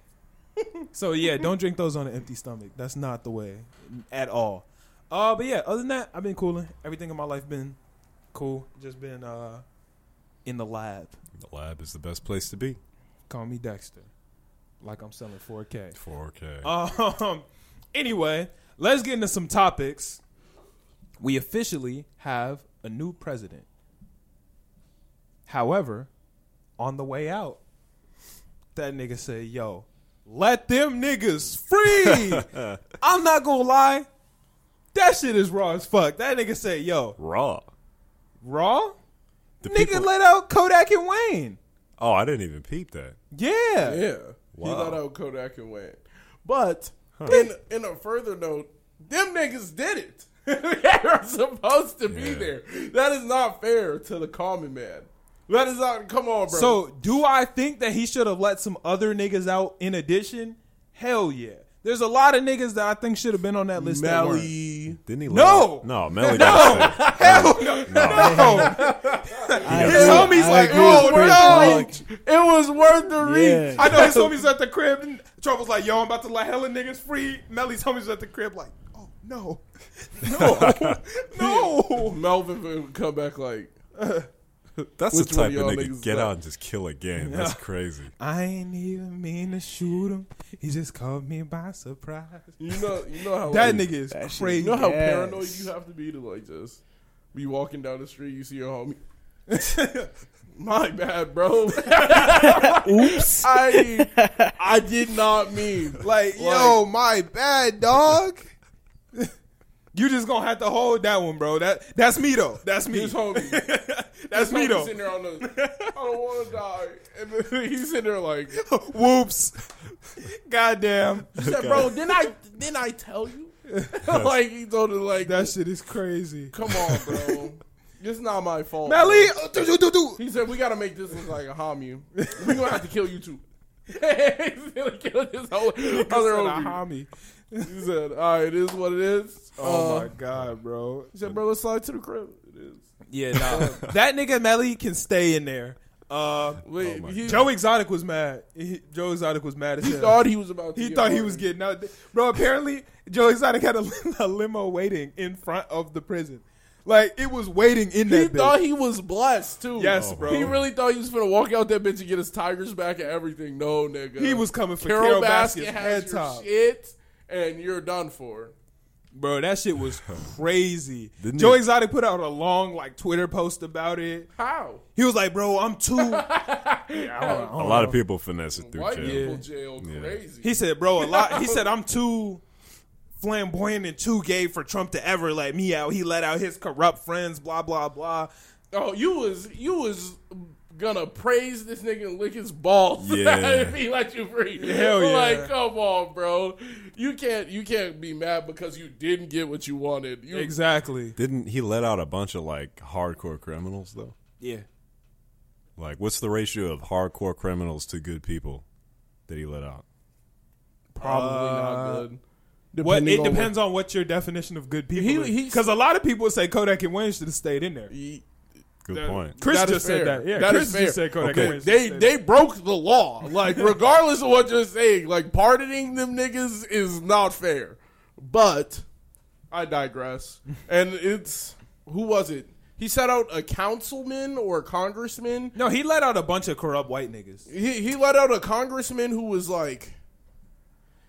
S1: so yeah, don't drink those on an empty stomach. That's not the way at all. Uh, but yeah, other than that, I've been cooling. Everything in my life been cool. Just been uh, in the lab.
S4: The lab is the best place to be.
S1: Call me Dexter, like I'm selling 4K.
S4: 4K.
S1: Um. (laughs) Anyway, let's get into some topics. We officially have a new president. However, on the way out, that nigga said, "Yo, let them niggas
S4: (laughs)
S1: free." I'm not gonna lie, that shit is raw as fuck. That nigga said, "Yo,
S4: Raw.
S1: raw."
S4: The
S1: nigga
S4: people-
S1: let out Kodak and Wayne.
S4: Oh, I didn't even peep that.
S1: Yeah.
S2: Yeah. He
S4: Wow.
S2: let out Kodak and Wayne. But in in a further note, them niggas did it. (laughs) they are supposed to be
S4: Yeah.
S2: there. That is not fair to the common man. That is not come on, bro.
S1: So, do I think that he should have let some other niggas out in addition? Hell yeah. There's a lot of niggas that I think should have been on that list. that
S2: (laughs)
S1: weren't.
S2: Melly
S4: Didn't he?
S1: No!
S4: let- no,
S1: No!
S4: Melly. got sick.
S1: Hell no. no.
S3: I
S1: Oh. His
S3: agree-
S1: homies
S3: I
S1: like,
S3: agree with
S1: oh, we're
S3: Chris
S1: out.
S3: Rock.
S2: It was worth the reach.
S1: I (laughs) know his homies at the crib. And Trouble's like, yo, I'm about to let hella niggas free. Melly's homies at the crib like, oh, no. No. no.
S2: Melvin would come back like
S4: That's
S2: Which
S4: the
S2: one of
S4: type of
S2: y'all
S4: nigga
S2: niggas
S4: get
S2: left?
S4: out and just kill
S1: (laughs)
S4: a game. That's crazy.
S1: I ain't even mean to shoot him. He just caught me by surprise.
S2: you know you know how
S1: That nigga is
S3: That shit-
S1: crazy.
S2: you know how
S3: Yes.
S2: paranoid you have to be to like just be walking down the street, you see your homie. (laughs) My bad,
S1: (laughs)
S2: bro.
S3: Oops.
S2: I I did not mean
S1: (laughs) Like, yo, my bad, dog. (laughs) you just gonna have to hold that one, bro. That that's me though. That's me.
S2: his homie.
S1: that's
S2: His
S1: me
S2: homie (laughs)
S1: though.
S2: Sitting there on the, I don't want to die, and then he's sitting there like,
S1: Whoops. Goddamn.
S2: said, bro, didn't I didn't I tell
S1: (laughs)
S2: you? (laughs) like he told her like,
S1: That shit is crazy.
S2: come on, bro, it's not my fault.
S1: Melly,
S2: bro."
S1: uh, do, do, do, do.
S2: He said, "We gotta make this look like a homie. We gonna have to kill you too." (laughs) He's gonna kill this whole other
S1: Said a
S2: homie.
S1: homie.
S2: He said, "All right, it is what it is."
S1: Oh
S2: Uh,
S1: my god, bro.
S2: He said, "Bro, let's slide to the crib." It is.
S1: Yeah, nah. (laughs) that nigga Melly can stay in there. Uh,
S2: Wait,
S4: my
S2: he,
S1: Joe Exotic was mad. He, Joe Exotic was mad as
S2: Oh he
S1: hell.
S2: thought he was about. To
S1: He
S2: get
S1: thought he was
S2: murdered.
S1: getting out. Bro, apparently Joe Exotic had a, (laughs) a limo waiting in front of the prison. Like it was waiting in
S2: He
S1: that.
S2: thought
S1: bitch.
S2: he was blessed too.
S1: Yes, bro.
S2: He really thought he was gonna walk out that bitch and get his tigers back and everything. No, nigga.
S1: He was coming for
S2: Carol,
S1: Carol
S2: Baskin,
S1: Basket's head
S2: has your
S1: top.
S2: shit, and you're done for.
S1: Bro, that
S2: (laughs)
S1: shit was crazy.
S4: Didn't
S1: Joe
S4: he-
S1: Exotic put out a long like Twitter post about it.
S2: How?
S1: He was like, "Bro, I'm too."
S2: (laughs)
S1: Yeah, I don't- I
S4: A
S1: don't
S4: lot
S1: know.
S4: of people finesse it through
S2: White
S4: jail.
S2: people jail
S4: Yeah.
S2: crazy.
S1: He said, "Bro, a lot." He said, "I'm too flamboyant and too gay for Trump to ever let me out." He let out his corrupt friends. Blah blah blah.
S2: Oh, you was you was gonna praise this nigga and lick his balls (laughs)
S4: Yeah.
S2: if he let you free.
S1: Hell yeah.
S2: Like, come on, bro. You can't you can't be mad because you didn't get what you wanted. You,
S1: Exactly.
S4: Didn't he let out a bunch of like hardcore criminals though?
S1: Yeah.
S4: Like, what's the ratio of hardcore criminals to good people that he let out?
S2: Probably not good.
S1: What
S2: Depending
S1: it
S2: on what-
S1: depends on what your definition of good people.
S2: He- he's-
S1: Because a lot of people say Kodak and Wayne should have stayed in there.
S2: Ye-
S4: Good
S1: That-
S4: point.
S1: Chris
S2: That is
S1: just said
S2: fair.
S1: that. Yeah,
S2: That
S1: Chris
S2: is
S1: just
S2: fair.
S1: said Kodak
S4: Okay.
S1: and Wayne. should
S2: They
S1: stay
S2: they broke the law. Like regardless of what you're saying, like pardoning them niggas is not fair. But I digress. And it's who was it? He set out a councilman or a congressman.
S1: No, he let out a bunch of corrupt white niggas.
S2: He he let out a congressman who was like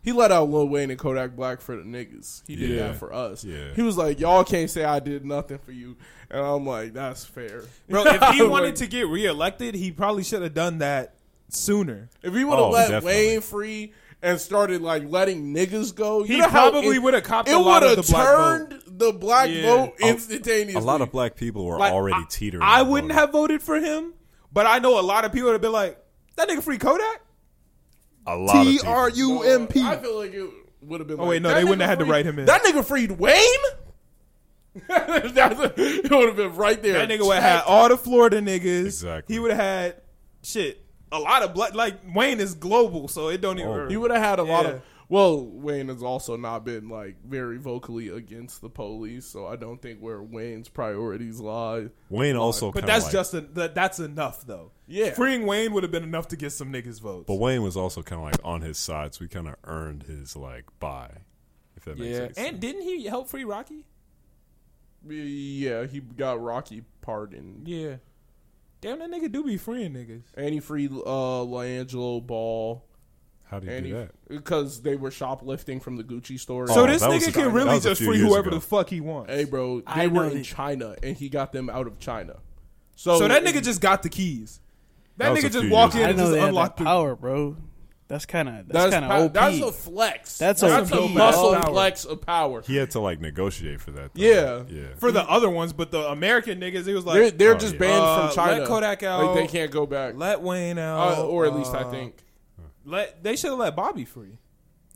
S2: he let out Lil Wayne and Kodak Black for the niggas. He did
S4: Yeah.
S2: that for us.
S4: Yeah.
S2: He was like, Y'all can't say I did nothing for you and I'm like, That's fair.
S1: Bro, if he (laughs)
S2: Like,
S1: wanted to get reelected, he probably should have done that sooner.
S2: If he would have
S4: Oh,
S2: let
S4: definitely.
S2: Wayne free and started like letting niggas go, you
S1: He
S2: know how
S1: probably
S2: it-
S1: would've copped
S2: It
S1: a lot of
S2: would've
S1: the black vote.
S2: turned the black
S1: Yeah.
S2: vote
S4: A-
S2: instantaneously.
S4: A lot of black people were
S1: Like,
S4: already
S1: I-
S4: teetering.
S1: I
S4: on
S1: wouldn't
S4: voting.
S1: have voted for him, but I know a lot of people would have been like, "That nigga free Kodak."
S4: a lot of
S1: T
S4: people.
S1: R U M P.
S2: I feel like it would have been.
S1: Oh,
S2: like,
S1: wait, no,
S2: that
S1: they wouldn't
S2: nigga
S1: have had to
S2: freed-
S1: write him in.
S2: That nigga freed Wayne. (laughs) That's a- it would have been right there.
S1: That nigga would have had all the Florida niggas.
S4: Exactly.
S1: He would have had shit. A lot of black. Like Wayne is global, so it don't even.
S4: Oh.
S2: He would have had a lot
S1: Yeah.
S2: of. Well, Wayne has also not been like very vocally against the police, so I don't think where Wayne's priorities lie.
S4: Wayne also,
S1: But
S4: kinda
S1: that's
S4: like-
S1: just a, that, that's enough though.
S2: Yeah.
S1: freeing Wayne would have been enough to get some niggas votes.
S4: But Wayne was also kind of like on his side, so he kind of earned his like buy, if that makes sense.
S1: and didn't he help free Rocky?
S2: Yeah, he got Rocky pardoned.
S1: Yeah. Damn, that nigga do be freeing niggas.
S2: And he freed uh, LaAngelo Ball.
S4: How do you
S2: And
S4: do
S2: he,
S4: that?
S2: because they were shoplifting from the Gucci store.
S1: So
S4: Oh,
S1: this
S4: that was
S1: nigga
S4: a-
S1: can
S4: that
S1: really
S4: was a
S1: just
S4: few
S1: free
S4: years
S1: whoever
S4: ago.
S1: the fuck he wants.
S2: hey, bro, they
S3: I
S2: were
S3: know
S2: in
S3: that-
S2: China, and he got them out of China. So,
S1: so that nigga just got the keys. That,
S4: That was a
S1: nigga just
S4: few
S1: walked in
S4: years
S3: I
S1: and
S3: know
S1: just
S3: they have that
S1: unlocked the
S3: power, bro. That's kind of that's,
S2: that's
S3: kind
S2: pow-
S3: of OP.
S2: That's a flex.
S3: That's
S2: that's
S1: OP.
S2: a muscle
S1: Power.
S2: flex of power.
S4: He had to like negotiate for that. Though.
S2: Yeah.
S4: yeah.
S1: for the other ones, but the American niggas, it was like
S2: They're,
S1: let,
S2: they're
S4: Oh,
S2: just
S4: yeah.
S2: banned
S1: Uh,
S2: from China.
S1: let Kodak out.
S2: Like they can't go back,
S1: Wayne out,
S2: Uh, or at least I
S1: uh,
S2: think.
S1: let they should have let Bobby free.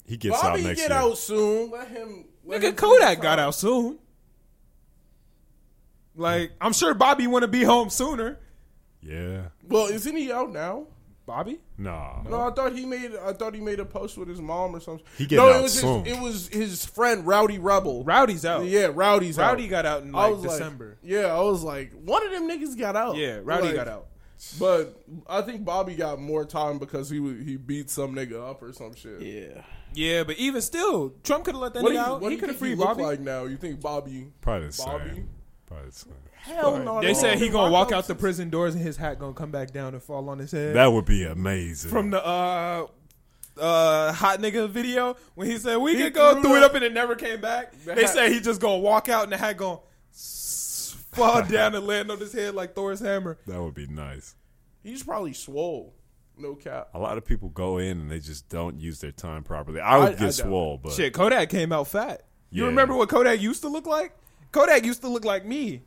S4: he gets
S2: Bobby
S4: out next
S2: get
S4: year.
S2: out soon. Let him. Let him
S1: Nigga, Kodak got out soon. Like I'm sure Bobby want to be home sooner.
S4: Yeah,
S2: Well, isn't he out now?
S1: Bobby,
S4: nah.
S2: No, I thought he made. I thought he made a post with his mom or something.
S4: He getting
S2: no,
S4: out
S2: it was
S4: soon.
S2: His, it was his friend Rowdy Rebel.
S1: Rowdy's out.
S2: Yeah, Rowdy's out.
S1: Rowdy got out in
S2: I
S1: like
S2: was like-
S1: December.
S2: yeah, I was like, one of them niggas got out.
S1: yeah, Rowdy
S2: Like,
S1: got out.
S2: But I think Bobby got more time because he wa- he beat some nigga up or some shit.
S3: yeah,
S1: Yeah, but even still, Trump could have let that
S2: What do
S1: nigga
S2: you,
S1: out.
S2: what
S1: he
S2: do you
S1: could have
S2: think he
S1: freed
S2: look
S1: Bobby.
S2: like now? You think Bobby?
S4: Probably the same.
S2: Bobby?
S4: Probably the same.
S2: Hell no.
S1: They
S2: no,
S1: said
S2: no, no,
S1: he gonna
S2: Bobby
S1: walk
S2: Bobby
S1: out the
S2: said-
S1: prison doors and his hat gonna come back down and fall on his head.
S4: That would be amazing.
S1: from the uh uh hot nigga video when he said we
S2: He
S1: could go
S2: threw
S1: threw, it
S2: the-
S1: up and it never came back. They
S2: hat.
S1: say he just gonna walk out and the hat gonna s- fall (laughs) down and land on his head like Thor's hammer.
S4: that would be nice.
S2: he's probably swole. No cap.
S4: A lot of people go in and they just don't use their time properly. I would
S2: I
S4: get
S2: doubt
S4: swole, but
S1: Shit, Kodak came out fat. You
S4: Yeah.
S1: remember what Kodak used to look like? Kodak used to look like me.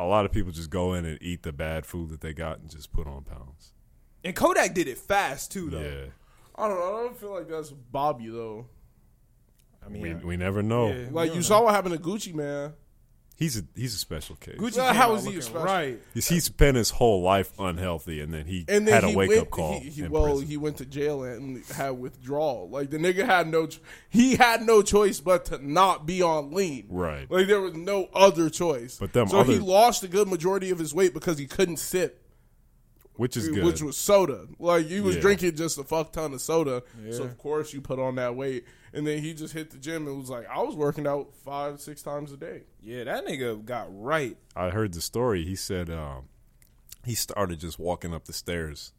S4: a lot of people just go in and eat the bad food that they got and just put on pounds.
S1: And Kodak did it fast too though.
S4: Yeah,
S2: I don't know. I don't feel like that's Bobby though.
S1: I
S4: we,
S1: mean
S4: we never know.
S1: Yeah. We
S2: Like
S1: don't
S2: you
S1: know.
S2: saw what happened to Gucci man.
S4: He's a he's a special case.
S1: Gucci
S2: Well,
S1: came
S2: how
S1: out
S2: is he
S1: looking
S2: special?
S1: right.
S4: He's, he's spent his whole life unhealthy, and then he
S2: And then
S4: had a
S2: he
S4: wake
S2: went,
S4: up call.
S2: He, he,
S4: in
S2: well,
S4: prison.
S2: Oh, he went to jail and had withdrawal. Like the nigga had no, ch- he had no choice but to not be on lean.
S4: Right.
S2: Like there was no other choice.
S4: But them
S2: so he
S4: other-
S2: lost a good majority of his weight because he couldn't sip,
S4: which is good.
S2: which was soda. Like he was
S4: Yeah.
S2: drinking just a fuck ton of soda. So of course you put on that weight. And then he just hit the gym and was like, I was working out five, six times a day.
S1: Yeah, that nigga got right.
S4: I heard the story. He said um, he started just walking up the stairs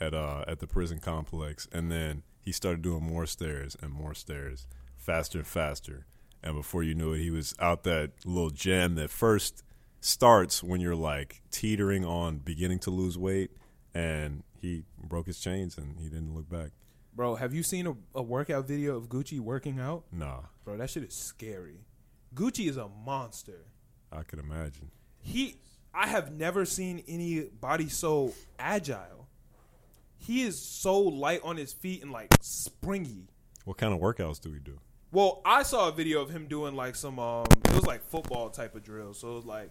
S4: at uh, at the prison complex, and then he started doing more stairs and more stairs, faster and faster. And before you knew it, he was out that little jam that first starts when you're like teetering on beginning to lose weight. And he broke his chains and he didn't look back.
S1: Bro, have you seen a, a workout video of Gucci working out?
S4: Nah,
S1: Bro, that shit is scary. Gucci is a monster.
S4: I could imagine.
S1: He, I have never seen anybody so agile. He is so light on his feet and like springy.
S4: What kind of workouts do we do?
S1: Well, I saw a video of him doing like some, um, it was like football type of drill. So it was like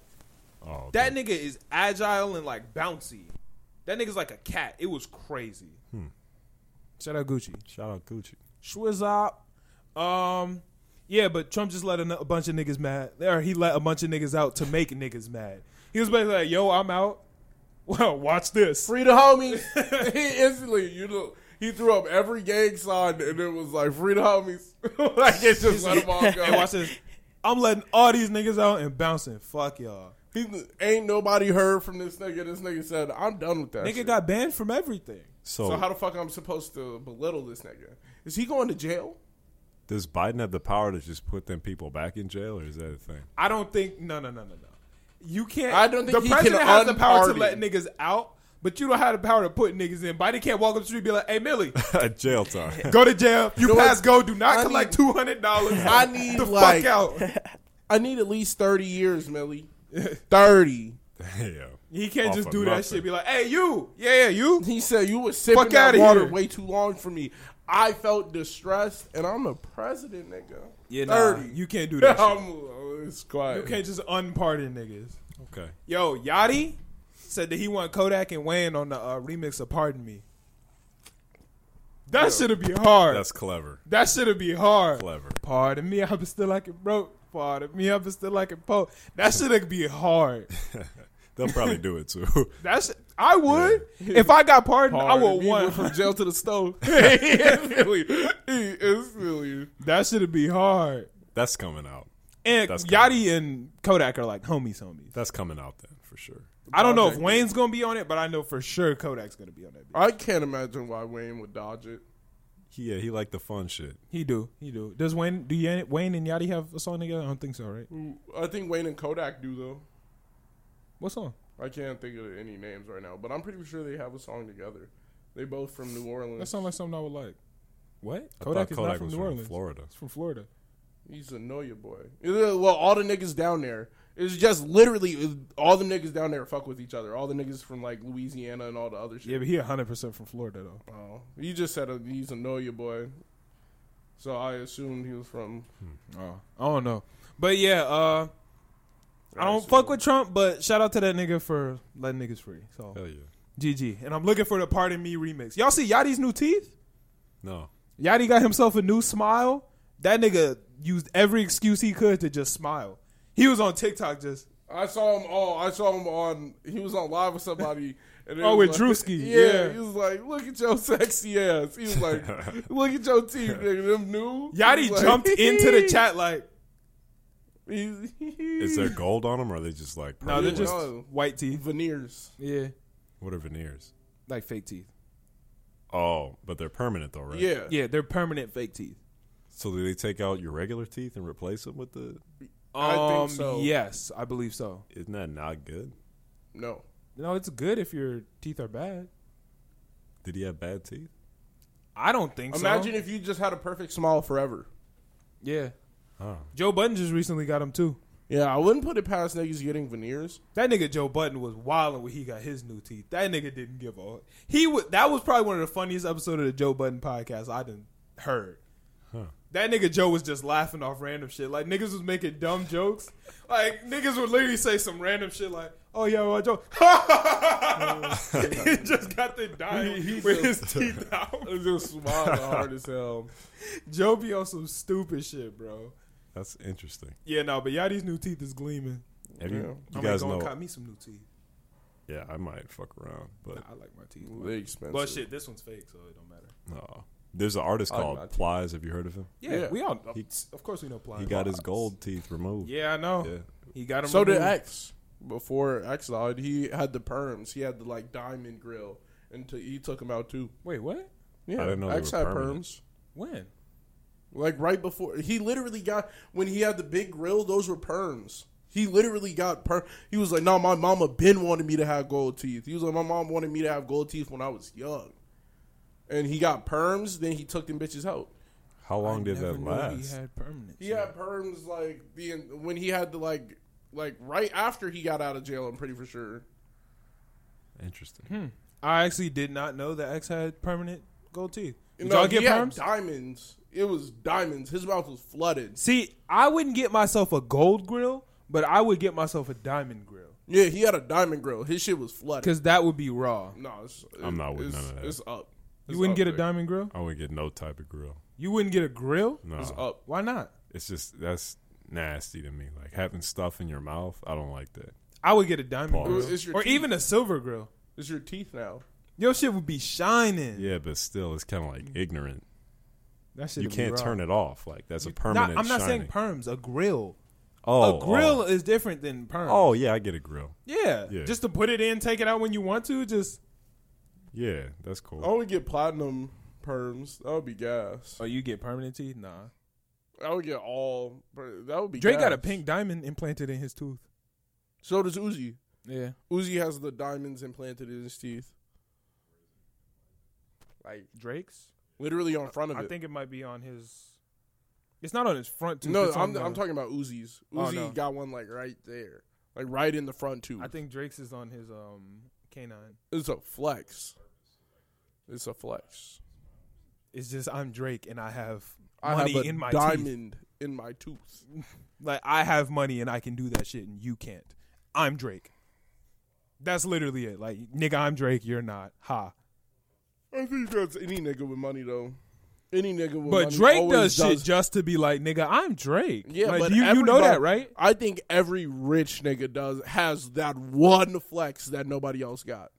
S4: Oh,
S1: that nigga is agile and like bouncy. That nigga's like a cat. It was crazy. Shout out Gucci.
S4: shout out Gucci.
S1: Schwiz up. Um, yeah, but Trump just let a, n- a bunch of niggas mad. Or he let a bunch of niggas out to make niggas mad. He was basically like, yo, I'm out. (laughs) Well, watch this.
S2: Free the
S4: (laughs)
S2: homies. he instantly, you know, he threw up every gang sign and it was like, free the homies. (laughs) like, it just let them
S4: (laughs)
S2: all go.
S1: And watch this. I'm letting all these niggas out and bouncing. Fuck y'all.
S2: He ain't nobody heard from this nigga. This nigga said, "I'm done with that."
S1: Nigga
S2: shit."
S1: got banned from everything.
S4: So,
S2: so how the fuck I'm supposed to belittle this nigga? Is he going to jail?
S4: does Biden have the power to just put them people back in jail, or is that a thing?
S1: (laughs) I don't think. No, no, no, no, no. You can't.
S2: I don't think
S1: the
S2: he can
S1: president has the power to
S2: unpardon.
S1: let niggas out, but you don't have the power to put niggas in. Biden can't walk up the street and be like, "Hey, Millie,
S4: jail time.
S1: (laughs)
S4: (laughs)
S1: go to jail.
S2: (laughs)
S1: You,
S2: know what?
S1: pass go. Do not
S2: I
S1: collect
S2: need-
S1: two hundred
S2: (laughs)
S1: dollars.
S2: I need,
S1: the
S2: like-
S1: fuck out.
S2: (laughs) I need at least thirty years,
S1: (laughs)
S2: Millie. thirty.
S4: Damn.
S1: He can't
S4: Off
S1: just
S4: of
S1: do that
S4: nothing.
S1: shit. Be like, "Hey, you, yeah,
S2: (laughs)
S1: yeah, you."
S2: He said you was sipping
S1: Fuck
S2: that
S1: outta
S2: water
S1: here.
S2: way too long for me. I felt distressed, and I'm the president, nigga.
S1: Yeah,
S2: thirty.
S1: You can't do that.
S2: (laughs)
S1: shit.
S2: I'm, oh, it's quiet.
S1: You can't just unpardon niggas.
S4: Okay.
S1: Yo, Yachty said that he want Kodak and Wayne on the uh, remix of "Pardon Me." That should be hard.
S4: That's clever.
S1: that should be hard.
S4: Clever.
S1: Pardon me, I'm still like it broke. Pardon me, I'm still like it poke. That should be hard.
S4: They'll probably do it too. (laughs)
S1: That's
S2: (laughs)
S1: I would if I got pardoned. I
S2: Pardon
S1: would
S2: me, went
S1: want.
S2: from jail to the
S1: (laughs)
S2: stove. instantly, instantly.
S1: That should be hard.
S4: That's coming out.
S1: And
S4: That's
S1: Yachty and Kodak are like homies, homies.
S4: That's coming out then for sure.
S1: I don't know if
S2: Kodak-
S1: Wayne's gonna be on it, but I know for sure Kodak's gonna be on that. bitch.
S2: I can't imagine why Wayne would dodge it.
S4: He, yeah, he liked the fun shit.
S1: He do, he do. Does Wayne? Do Yan- Wayne and Yachty have a song together? I don't think so, right?
S2: I think Wayne and Kodak do though.
S1: What song?
S2: I can't think of any names right now, but I'm pretty sure they have a song together. They both from New Orleans.
S1: That sounds like something I would like. What?
S4: I
S1: Kodak
S4: thought
S1: is
S4: Kodak
S1: not from
S4: was
S1: New
S4: from
S1: Orleans.
S4: Florida.
S1: It's from Florida.
S2: He's a know your boy. Yeah, Well, all the niggas down there. It's just literally all the niggas down there fuck with each other. All the niggas from like Louisiana and all the other shit.
S1: Yeah, but he 100% from Florida, though.
S2: Oh, you just said uh he's a know your boy, so I assumed he was from.
S1: Oh, I don't know. But yeah, uh, I don't
S2: assumed-
S1: fuck with Trump, but shout out to that nigga for letting niggas free. So,
S4: Hell yeah.
S1: GG. And I'm looking for the Pardon Me remix. Y'all see Yachty's new teeth?
S4: No.
S1: Yachty got himself a new smile. That nigga used every excuse he could to just smile. He was on TikTok just.
S2: I saw him. Oh, I saw him on. He was on live with
S1: (laughs)
S2: somebody. And it
S1: Oh,
S2: was
S1: with
S2: like-
S1: Drewski, yeah.
S2: he was like, "Look at your sexy ass." He was
S1: (laughs)
S2: like, "Look at your teeth, nigga. Them new."
S1: Yachty
S2: He was like,
S1: jumped
S2: (laughs)
S1: into the chat like,
S2: He's-
S4: Is
S1: (laughs)
S4: there gold on them, or are they just like
S1: no, they're
S4: permanent?
S1: just
S2: No.
S1: white teeth.
S2: (laughs) veneers?
S1: Yeah,
S4: what are veneers?
S1: like fake teeth.
S4: Oh, but they're permanent though, right?
S2: Yeah.
S1: Yeah, they're permanent fake teeth.
S4: So do they take out your regular teeth and replace them with the?
S2: I think
S1: Um,
S2: so.
S1: Yes, I believe so.
S4: Isn't that not good?
S2: No.
S1: No, it's good if your teeth are bad.
S4: Did he have bad teeth?
S1: I don't think so.
S2: Imagine if you just had a perfect smile forever.
S1: Yeah.
S4: Oh.
S1: Joe Button just recently got him too.
S2: Yeah, I wouldn't put it past niggas getting veneers.
S1: That nigga Joe Button was wilding when he got his new teeth. That nigga didn't give a. He was that was probably one of the funniest episodes of the Joe Button podcast I done heard. That nigga Joe was just laughing off random shit. Like niggas was making dumb jokes. Like niggas would literally say some random shit like, "Oh yeah,
S2: (laughs)
S1: well, Joe." (laughs) he just got the dying with
S2: (laughs)
S1: his teeth out.
S2: Just smile hard as hell.
S1: Joe be on some stupid shit, bro.
S4: That's interesting.
S1: Yeah, no, but y'all these new teeth is gleaming.
S4: Have
S2: Yeah.
S4: you, you
S1: I'm
S4: guys
S1: gonna
S4: know?
S1: cop me some new teeth.
S4: yeah, I might fuck around, but
S1: I like my teeth.
S2: They expensive.
S1: But shit, this one's fake, so it don't matter.
S4: no. There's an artist
S2: I like
S4: called
S2: my teeth.
S4: Plies. Have you heard of him?
S1: Yeah,
S2: Yeah.
S1: we all.
S4: He-
S1: of course, we know Plies.
S4: He got his gold teeth removed.
S1: Yeah, I know.
S4: Yeah.
S1: He got him.
S2: So did
S1: removed.
S2: X. Before X died, he had the perms. He had the like diamond grill, and t- he took him out too.
S1: Wait, what?
S2: Yeah,
S4: I didn't know they
S2: X
S4: were
S2: had
S4: permanent.
S2: perms.
S1: When?
S2: Like right before, he literally got when he had the big grill. Those were perms. He literally got perm. He was like, "No, my mama been wanted me to have gold teeth." He was like, "My mom wanted me to have gold teeth when I was young," and he got perms. Then he took them bitches out.
S4: How long
S1: I
S4: did
S1: never
S4: that
S1: knew
S4: last?
S1: He had permanent.
S2: He had perms like the when he had the like like right after he got out of jail. I'm pretty for sure.
S4: Interesting.
S1: I actually did not know that X had permanent gold teeth. Did
S2: No,
S1: y'all get
S2: he had
S1: perms?
S2: diamonds. It was diamonds. His mouth was flooded.
S1: See, I wouldn't get myself a gold grill, but I would get myself a diamond grill
S2: Yeah, he had a diamond grill. His shit was flooded.
S1: because that would be raw.
S2: No, it's,
S4: I'm not with
S2: it's,
S4: none of that.
S2: It's up.
S1: You
S2: It's
S1: wouldn't
S2: up
S1: get a
S2: there.
S1: diamond grill.
S4: I would get no type of grill.
S1: You wouldn't get a grill.
S4: No,
S2: It's up.
S1: Why not?
S4: it's just that's nasty to me. Like having stuff in your mouth, I don't like that.
S1: I would get a diamond
S4: Pause.
S1: grill,
S2: It's your
S1: or
S2: teeth.
S1: even a silver grill.
S2: It's your teeth now.
S1: Your shit would be shining.
S4: Yeah, but still, it's kind of
S1: Mm.
S4: like ignorant.
S1: That shit.
S4: You can't turn it off. Like that's a
S1: Not,
S4: permanent.
S1: I'm not
S4: shining.
S1: saying perms. A grill.
S4: oh,
S1: a grill
S4: Oh.
S1: is different than perm.
S4: Oh, yeah, I get a grill.
S1: yeah.
S4: Yeah.
S1: Just to put it in, take it out when you want to. Just
S4: Yeah, that's cool.
S2: I would get platinum perms. That would be gas.
S1: oh, you get permanent teeth? Nah.
S2: I would get all. per- That would be.
S1: Drake got a
S2: gas.
S1: pink diamond implanted in his tooth.
S2: So does Uzi.
S1: Yeah.
S2: Uzi has the diamonds implanted in his teeth,
S1: Like Drake's.
S2: literally on front of
S1: I
S2: it.
S1: think it might be on his. It's not on his front tooth.
S2: no,
S1: it's on
S2: I'm,
S1: the-
S2: I'm talking about Uzi's.
S1: Oh,
S2: Uzi
S1: no.
S2: got one like right there, like right in the front tooth.
S1: I think Drake's is on his um canine.
S2: it's a flex. It's a flex.
S1: It's just I'm Drake and I have
S2: I
S1: money
S2: have a
S1: in my teeth.
S2: diamond in my tooth.
S1: Like I have money and I can do that shit and you can't. I'm Drake. That's literally it. Like nigga, I'm Drake. You're not. Ha.
S2: I think that's any nigga with money though. Any nigga with money.
S1: But Drake
S2: always
S1: does, shit just to be like, nigga, I'm Drake.
S2: Yeah,
S1: Like,
S2: but
S1: you, you know that,
S2: everybody-
S1: right?
S2: I think every rich nigga does has that one flex that nobody else got.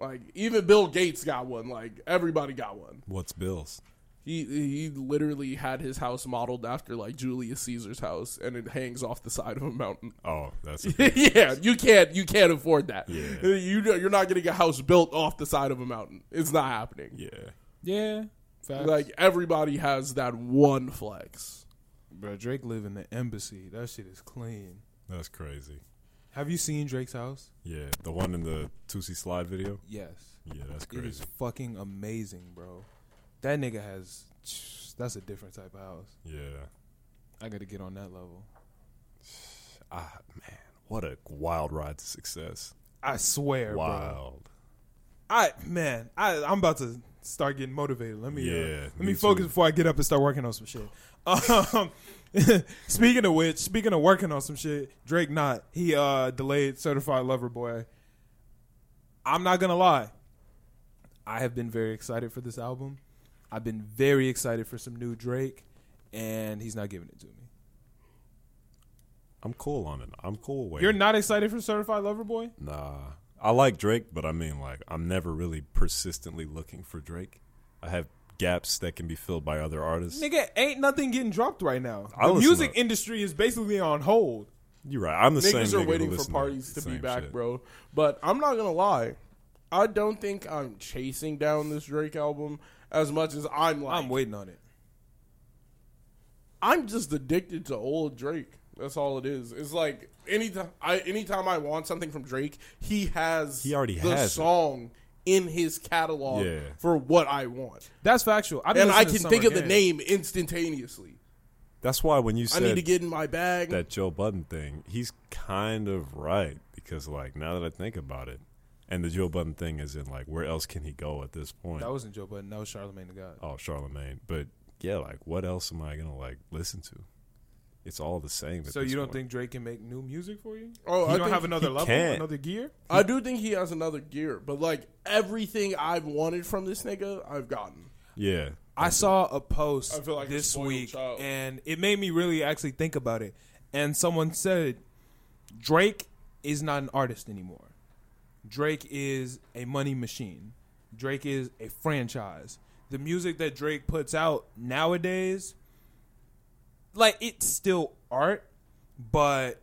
S2: Like even Bill Gates got one. Like everybody got one.
S4: What's Bill's?
S2: He he literally had his house modeled after like Julius Caesar's house, and it hangs off the side of a mountain. (laughs)
S4: Oh, that's
S1: (laughs)
S2: yeah, you can't you can't afford that.
S4: Yeah.
S2: You you're not getting a house built off the side of a mountain. It's not happening.
S4: yeah.
S1: Yeah.
S2: Like everybody has that one flex.
S1: bro, Drake live in the embassy. That shit is clean.
S4: That's crazy.
S1: Have you seen Drake's house?
S4: Yeah, the one in the Tootsie Slide video.
S1: Yes.
S4: Yeah, that's
S1: It
S4: crazy.
S1: is fucking amazing, bro. That nigga has. That's a different type of house.
S4: Yeah.
S1: I got to get on that level.
S4: Ah, man, what a wild ride to success.
S1: I swear, bro.
S4: Wild.
S1: I man, I I'm about to start getting motivated. Let me uh,
S4: Yeah,
S1: let
S4: me
S1: me, focus
S4: too.
S1: before I get up and start working on some shit. Um, (laughs) speaking of which, speaking of working on some shit, Drake not he uh delayed Certified Lover Boy. I'm not gonna lie, I have been very excited for this album. I've been very excited for some new Drake, and he's not giving it to me.
S4: I'm cool on it. I'm cool with
S1: You're
S4: it.
S1: not excited for Certified Lover Boy?
S4: Nah. I like Drake, but I mean, like, I'm never really persistently looking for Drake. I have gaps that can be filled by other artists.
S1: Nigga, ain't nothing getting dropped right now.
S4: I
S1: The
S4: listen
S1: music
S4: to-
S1: industry is basically on hold.
S4: You're right. I'm the same.
S2: Niggas
S4: nigga
S2: are
S4: who
S2: waiting for
S4: listen
S2: parties to, be
S4: same
S2: back,
S4: shit.
S2: bro. But I'm not gonna lie, I don't think I'm chasing down this Drake album as much as I'm like
S1: I'm waiting on it.
S2: I'm just addicted to old Drake. That's all it is. It's like anytime I anytime I want something from Drake, he has
S4: He already
S2: the
S4: has it.
S2: song in his catalog
S4: Yeah.
S2: for what I want,
S1: That's factual. I've been
S2: and I
S1: listening
S2: can
S1: to
S2: think
S1: Summer
S2: of the
S1: Games.
S2: name instantaneously.
S4: That's why when you
S2: I
S4: said
S2: need to get in my bag.
S4: that Joe Budden thing, he's kind of right because, like, now that I think about it, and the Joe Budden thing is in like, where else can he go at this point?
S1: That wasn't Joe Budden. That was Charlemagne the God.
S4: oh, Charlemagne. But yeah, like, what else am I gonna like listen to? It's all the same. At
S1: so
S4: this
S1: you don't
S4: point.
S1: think Drake can make new music for you?
S2: Oh,
S1: you
S2: I
S1: don't
S2: think
S1: have another
S4: he
S1: level,
S4: can.
S1: another gear.
S2: I do think he has another gear, but like everything I've wanted from this nigga, I've gotten.
S4: Yeah,
S1: I saw a post
S2: I feel like a
S1: this
S2: spoiled
S1: week,
S2: child.
S1: and it made me really actually think about it. And someone said, Drake is not an artist anymore. Drake is a money machine. Drake is a franchise. The music that Drake puts out nowadays, like it's still art, but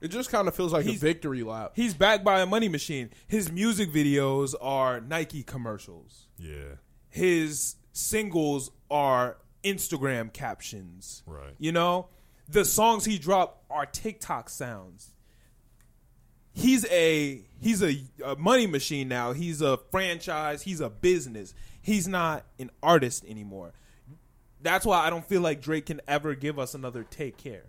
S2: It just kind of feels like
S1: He's-
S2: a victory lap.
S1: He's backed by a money machine. His music videos are Nike commercials.
S4: yeah,
S1: His singles are Instagram captions.
S4: Right.
S1: You know, the songs he dropped are TikTok sounds. He's a he's a, a money machine now. He's a franchise. He's a business. He's not an artist anymore. That's why I don't feel like Drake can ever give us another Take Care.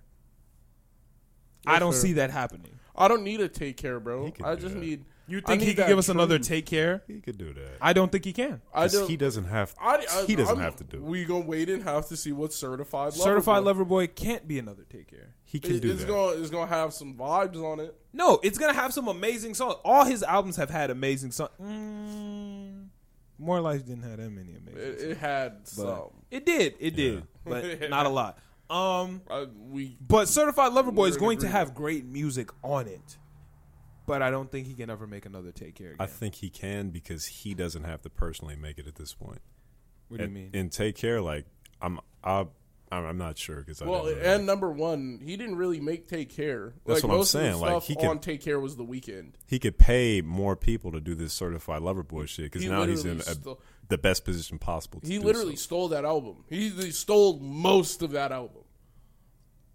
S1: I don't
S2: sir.
S1: see that happening.
S2: I don't need a take care, bro.
S4: can
S2: I
S4: do
S2: just
S4: that.
S2: need.
S1: You
S2: I
S1: think he
S2: need
S1: could
S2: that
S1: give us another
S2: truth.
S1: take care?
S4: he could do that.
S1: I don't think he can.
S2: I
S4: 'Cause
S2: don't.
S4: he doesn't have.
S2: I, I,
S4: he doesn't
S2: I'm-
S4: have to do. it.
S2: We gonna wait and have to see what certified lover
S1: Certified
S2: boy-
S1: Lover Boy can't be another take care.
S4: He can
S2: It,
S4: do
S2: it's
S4: that.
S2: gonna it's gonna have some vibes on it.
S1: No, it's gonna have some amazing songs. All his albums have had amazing songs. Mm, More Life didn't have that many amazing.
S2: It,
S1: songs.
S2: it had some.
S1: But it did, it did,
S2: (laughs)
S1: but not a lot. Um,
S2: I, we
S1: but Certified Lover Boy
S2: We're
S1: is
S2: in
S1: going to
S2: agreement.
S1: have great music on it. But I don't think he can ever make another take care. Again.
S4: I think he can because he doesn't have to personally make it at this point.
S1: what do you
S4: and,
S1: mean?
S4: and take care. Like I'm, I, I'm, I'm not sure because
S2: well,
S4: I didn't really-
S2: and number one, he didn't really make take care. like,
S4: That's what I'm
S2: most Of
S4: saying,
S2: the
S4: like,
S2: stuff
S4: he can-
S2: on take care was the weekend.
S4: he could pay more people to do this certified lover boy shit because
S2: He
S4: now he's in
S2: literally
S4: a,
S2: sto-
S4: the best position possible. To
S2: He
S4: do
S2: literally
S4: so.
S2: stole that album. He, he stole most of that album.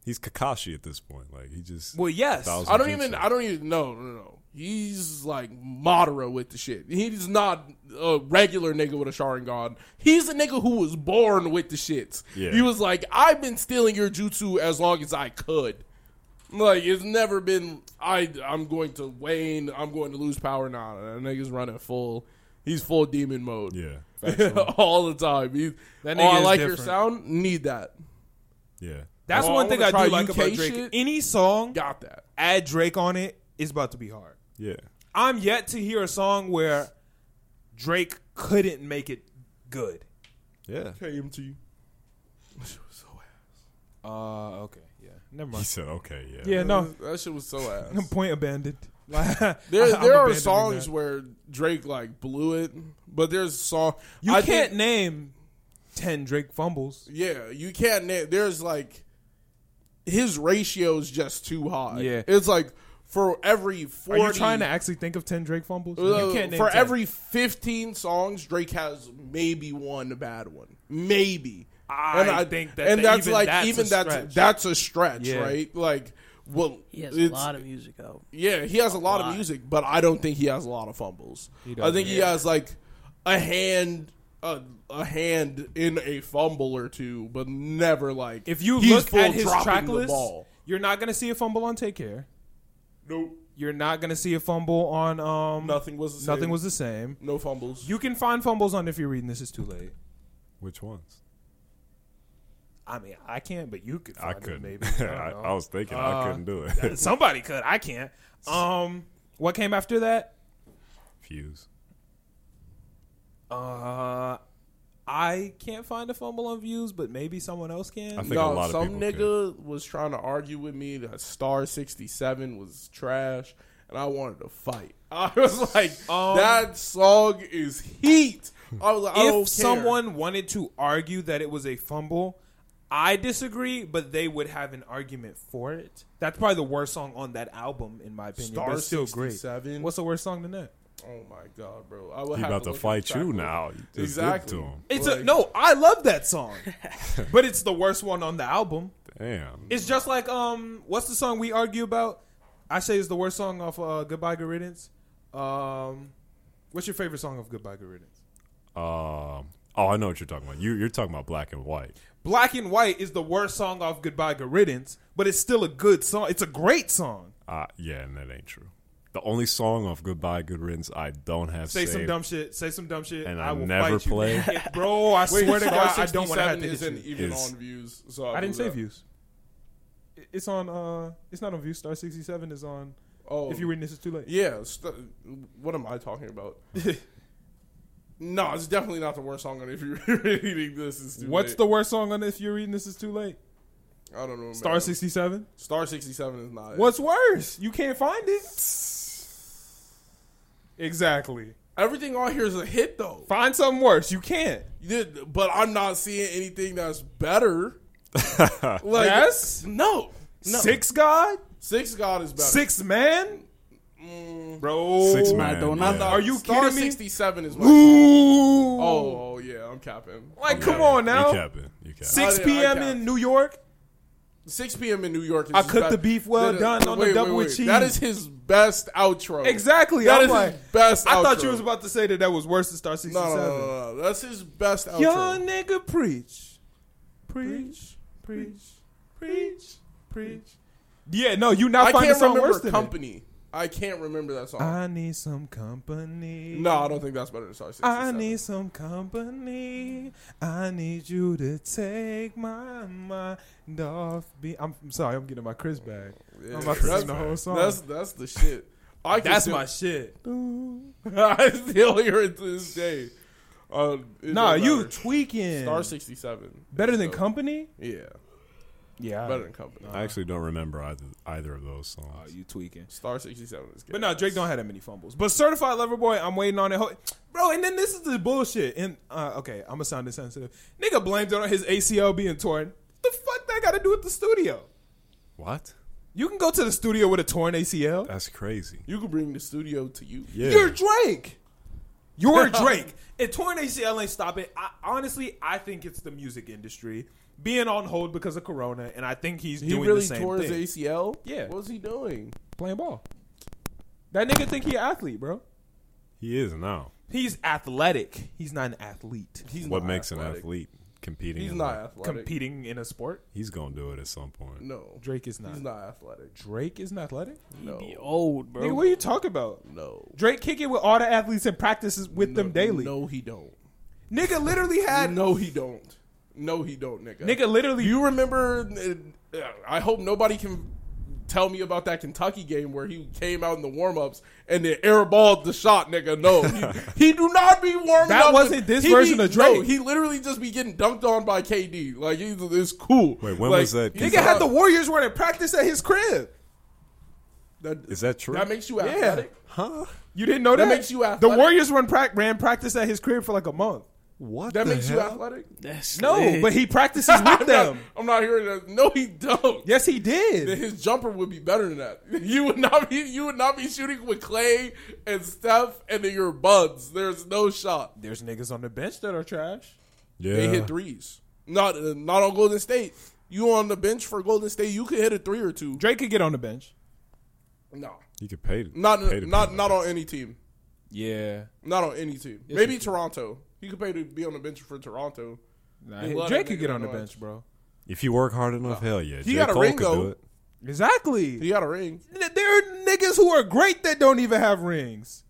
S4: he's Kakashi at this point. Like he just
S1: Well, yes.
S4: Thousand-
S2: I don't
S4: think
S2: even.
S4: so.
S2: I don't even. No, no, no. He's like Madara with the shit. He's not a regular nigga with a Sharingan. He's a nigga who was born with the shits.
S4: Yeah.
S2: He was like, I've been stealing your jutsu as long as I could. Like it's never been. I I'm going to wane. I'm going to lose power now. Nah, that nigga's running full. He's full demon mode. (laughs)
S4: yeah,
S2: all the time. He,
S1: That
S2: oh,
S1: nigga
S2: I
S1: is
S2: like your
S1: different.
S2: sound. Need that.
S4: yeah.
S1: That's
S2: Oh, I
S1: one thing
S2: wanna try
S1: I do like
S2: UK
S1: about Drake.
S2: shit.
S1: Any song,
S2: Got that.
S1: add Drake on it, it's about to be hard.
S4: yeah.
S1: I'm yet to hear a song where Drake couldn't make it good.
S4: Yeah,
S2: KMT.
S1: Uh, okay, yeah, never
S4: He
S1: mind.
S4: said, "Okay,
S2: (laughs)
S4: yeah,
S1: Yeah, no,
S2: That shit was so ass.
S1: point abandoned. Like,
S2: (laughs) There,
S1: I'm
S2: there are
S1: abandoning
S2: songs
S1: that.
S2: where Drake like blew it, but there's song
S1: you
S2: I
S1: can't
S2: Think,
S1: name ten Drake fumbles.
S2: yeah, you can't. na- There's like his ratio's just too high.
S1: Yeah.
S2: it's like for every
S1: Are
S2: forty.
S1: you trying to actually think of ten Drake fumbles?
S2: uh,
S1: you can't name
S2: for
S1: 10.
S2: every fifteen songs, Drake has maybe one bad one, maybe.
S1: I think that the- even that's a stretch.
S2: that's a stretch,
S1: Yeah.
S2: right? Like Well,
S3: He has a
S2: it's-
S3: lot of music out.
S2: Yeah, he has a lot,
S3: lot.
S2: of music, but I don't think he has a lot of fumbles. I
S1: doesn't,
S2: think he has like a hand, a, a hand in a fumble or two, but never like
S1: If you
S2: he's
S1: look
S2: full
S1: at his
S2: dropping
S1: track
S2: the
S1: list,
S2: ball.
S1: you're not gonna see a fumble on Take Care.
S2: Nope,
S1: You're not gonna see a fumble on um
S2: nothing was the same.
S1: nothing was the same.
S2: no fumbles.
S1: You can find fumbles on if you're reading this is too late.
S4: Which ones?
S1: I mean, I can't, but you could.
S4: I
S1: Find
S4: couldn't.
S1: Them,
S4: (laughs)
S1: maybe
S4: I,
S1: I don't
S4: I
S1: know.
S4: was thinking I couldn't do it.
S1: Somebody could. I can't. Um, what came after that?
S4: (laughs) Fuse.
S1: Uh, I can't find a fumble on views, but maybe someone else can.
S4: I think a
S2: no,
S4: lot of
S2: some
S4: people
S2: nigga was trying to argue with me that Star sixty seven was trash, and I wanted to fight. (laughs) I was like,
S1: Um,
S2: that song is heat. I was like, I don't care.
S1: if someone wanted to argue that it was a fumble, I disagree, but they would have an argument for it. That's probably the worst song on that album, in my opinion.
S2: Star
S1: but it's still great.
S2: 67.
S1: What's the worst song than that?
S2: Oh my god, bro! I would
S4: He
S2: have
S4: about to
S2: look at
S4: fight
S2: the track
S4: you
S2: list.
S4: now. You just did
S2: exactly.
S4: to him.
S1: It's a
S2: Like,
S1: no. I love that
S4: (laughs)
S1: song, but it's the worst one on the album.
S4: Damn.
S1: It's just like um, what's the song we argue about? I say it's the worst song off uh, "Goodbye Good Riddance." Um, what's your favorite song of "Goodbye Good Riddance"?
S4: Um, oh, I know what you're talking about. You, you're talking about black and white.
S1: "Black and White" is the worst song off "Goodbye Good Riddance," but it's still a good song. It's a great song.
S4: Uh, yeah, and that ain't true. The only song off "Goodbye, Good Riddance" I don't have
S1: Say some
S4: saved,
S1: dumb shit. Say some dumb shit.
S4: And
S1: I
S4: I
S1: will
S4: never
S1: fight you.
S4: play.
S2: (laughs)
S1: Yeah, bro. I
S2: Wait,
S1: swear to
S2: Star
S1: God, I don't want to have
S2: 67
S1: to hit
S2: isn't
S1: you.
S2: even
S4: Is-
S2: on views. So
S1: I didn't
S2: blew
S1: say
S2: that.
S1: views. It- It's on. uh It's not on View Star sixty seven. Is on.
S2: Oh,
S1: If you're reading this, it's too late.
S2: yeah. St- what am I talking
S1: (laughs)
S2: about? no, it's definitely not the worst song. on If you're (laughs) reading this, is too
S1: What's
S2: late.
S1: the worst song on If You're Reading This Is Too Late?
S2: I don't know.
S1: Star
S2: man.
S1: 67?
S2: Star sixty seven is not. it.
S1: What's worse? You can't find it. Exactly.
S2: everything on here is a hit though.
S1: Find something worse. You can't.
S2: You did- but I'm not seeing anything that's better.
S4: (laughs)
S2: Like
S1: Yes?
S2: no, no.
S1: Six God?
S2: Six God is better.
S1: Six Man?
S2: Mm,
S1: Bro.
S4: Six
S3: I
S4: man.
S3: don't-
S4: yeah.
S3: I
S2: no,
S1: Are you
S2: Star
S1: kidding me?
S2: sixty seven is my.
S1: Ooh.
S2: Oh, oh yeah, I'm capping.
S1: Like,
S4: Yeah,
S1: come on
S4: you-
S1: now.
S4: You capping. You capping.
S1: 6
S2: I- I
S1: p.m.
S2: can't.
S1: in New York?
S2: 6 p.m. in New York. Is
S1: I
S2: his
S1: cooked
S2: best-
S1: the beef well done on the double with cheese.
S2: That is his best outro.
S1: Exactly.
S2: That
S1: I'm
S2: is
S1: like-
S2: his best.
S1: I
S2: outro.
S1: thought you was about to say that that was worse than Star
S2: No, no,
S1: 67.
S2: no, no, no. That's his best outro.
S1: Young nigga preach. Preach. Preach. Preach. Preach. Yeah, no, you not
S2: I
S1: finding
S2: can't
S1: something worse
S2: remember
S1: than it.
S2: company. I can't remember that song.
S1: I need some company.
S2: no, I don't think that's better than Star 67.
S1: I need some company. I need you to take my mind off me. I'm, I'm sorry, I'm getting my Chris back.
S2: Yeah,
S1: I'm about to
S2: that's,
S1: sing the whole song.
S2: that's
S1: That's,
S2: that's the shit. I can still, (laughs)
S1: my shit.
S2: I still hear it to this day. Uh, it
S1: Nah,
S2: don't
S1: you
S2: matter.
S1: tweaking.
S2: Star 67.
S1: Better than
S2: So,
S1: company?
S2: Yeah,
S1: Yeah.
S2: better than company.
S4: I actually don't remember either either of those songs.
S1: Oh, you tweaking.
S2: Star 67 is good.
S1: But no, Drake don't have that many fumbles. But certified lover boy, I'm waiting on it. Ho- Bro, and then this is the bullshit. And uh, okay, I'm gonna sound insensitive. Nigga blames it on his ACL being torn. The fuck that got to do with the studio?
S4: what?
S1: You can go to the studio with a torn ACL.
S4: That's crazy.
S2: You could bring the studio to you.
S4: Yeah.
S1: You're Drake.
S2: (laughs)
S1: You're Drake. And torn ACL ain't stopping. I, honestly, I think it's the music industry being on hold because of Corona, and I think he's
S2: He
S1: doing
S2: really
S1: the same
S2: tore
S1: thing.
S2: his ACL.
S1: Yeah.
S2: What was he doing?
S1: Playing ball. That nigga think he an athlete, bro.
S4: He is now.
S1: He's athletic. He's not an athlete.
S2: He's
S4: what
S2: not
S4: makes an
S2: athletic.
S4: athlete competing?
S2: He's
S4: in
S2: not
S4: that?
S2: athletic.
S1: competing in a sport.
S4: He's gonna do it at some point.
S2: No,
S1: Drake is
S2: he's
S1: not.
S2: not athletic.
S1: Drake isn't athletic.
S2: No,
S3: He be old, bro.
S1: Nigga, what are you talking about?
S2: no.
S1: Drake kicking with all the athletes and practices with
S2: No,
S1: them daily.
S2: No, he don't.
S1: Nigga literally had.
S2: No, he don't. No, he don't, nigga.
S1: Nigga literally.
S2: you remember? uh, I hope nobody can tell me about that Kentucky game where he came out in the warm-ups and then airballed the shot, nigga. No,
S1: (laughs)
S2: he, he do not be warming
S1: That
S2: up.
S1: wasn't this
S2: he
S1: version
S2: be,
S1: of Drake.
S2: No, he literally just be getting dunked on by KD. Like he's it's cool.
S4: Wait, when
S2: Like,
S4: was that?
S2: he's
S1: nigga had
S2: up.
S1: the Warriors running practice at his crib.
S2: That,
S4: Is that true?
S2: that makes you athletic.
S4: huh?
S1: You didn't know that?
S2: That makes you
S1: The
S2: athletic?
S1: Warriors run prac- ran practice at his crib for like a month.
S4: What?
S2: That
S4: the
S2: makes you
S4: hell?
S2: athletic.
S3: That's
S1: No,
S3: lit.
S1: but
S2: (laughs)
S1: he practices
S2: I'm not-
S1: with them.
S2: I'm not hearing that. No, he don't.
S1: Yes, he did.
S2: His jumper would be better than that. (laughs) You would not be. You would not be shooting with Clay and Steph and then your buds. There's no shot.
S1: There's niggas on the bench that are trash.
S4: Yeah.
S2: They hit threes. Not uh, not on Golden State. You on the bench for Golden State, you could hit a three or two.
S1: Drake could get on the bench.
S2: No,
S4: You could pay to
S2: not
S4: pay to
S2: not
S4: be
S2: not on any team.
S1: Yeah,
S2: Not on any team. Maybe Toronto. He could pay to be on the bench for Toronto. Well, that
S1: Drake could
S2: nigga
S1: get on the
S2: don't know.
S1: bench, bro.
S4: If you work hard enough, hell yeah. He
S2: got a
S4: Cole
S2: ring,
S4: could
S2: though.
S4: do it.
S1: Exactly.
S2: He got a ring.
S1: N- There are niggas who are great that don't even have rings,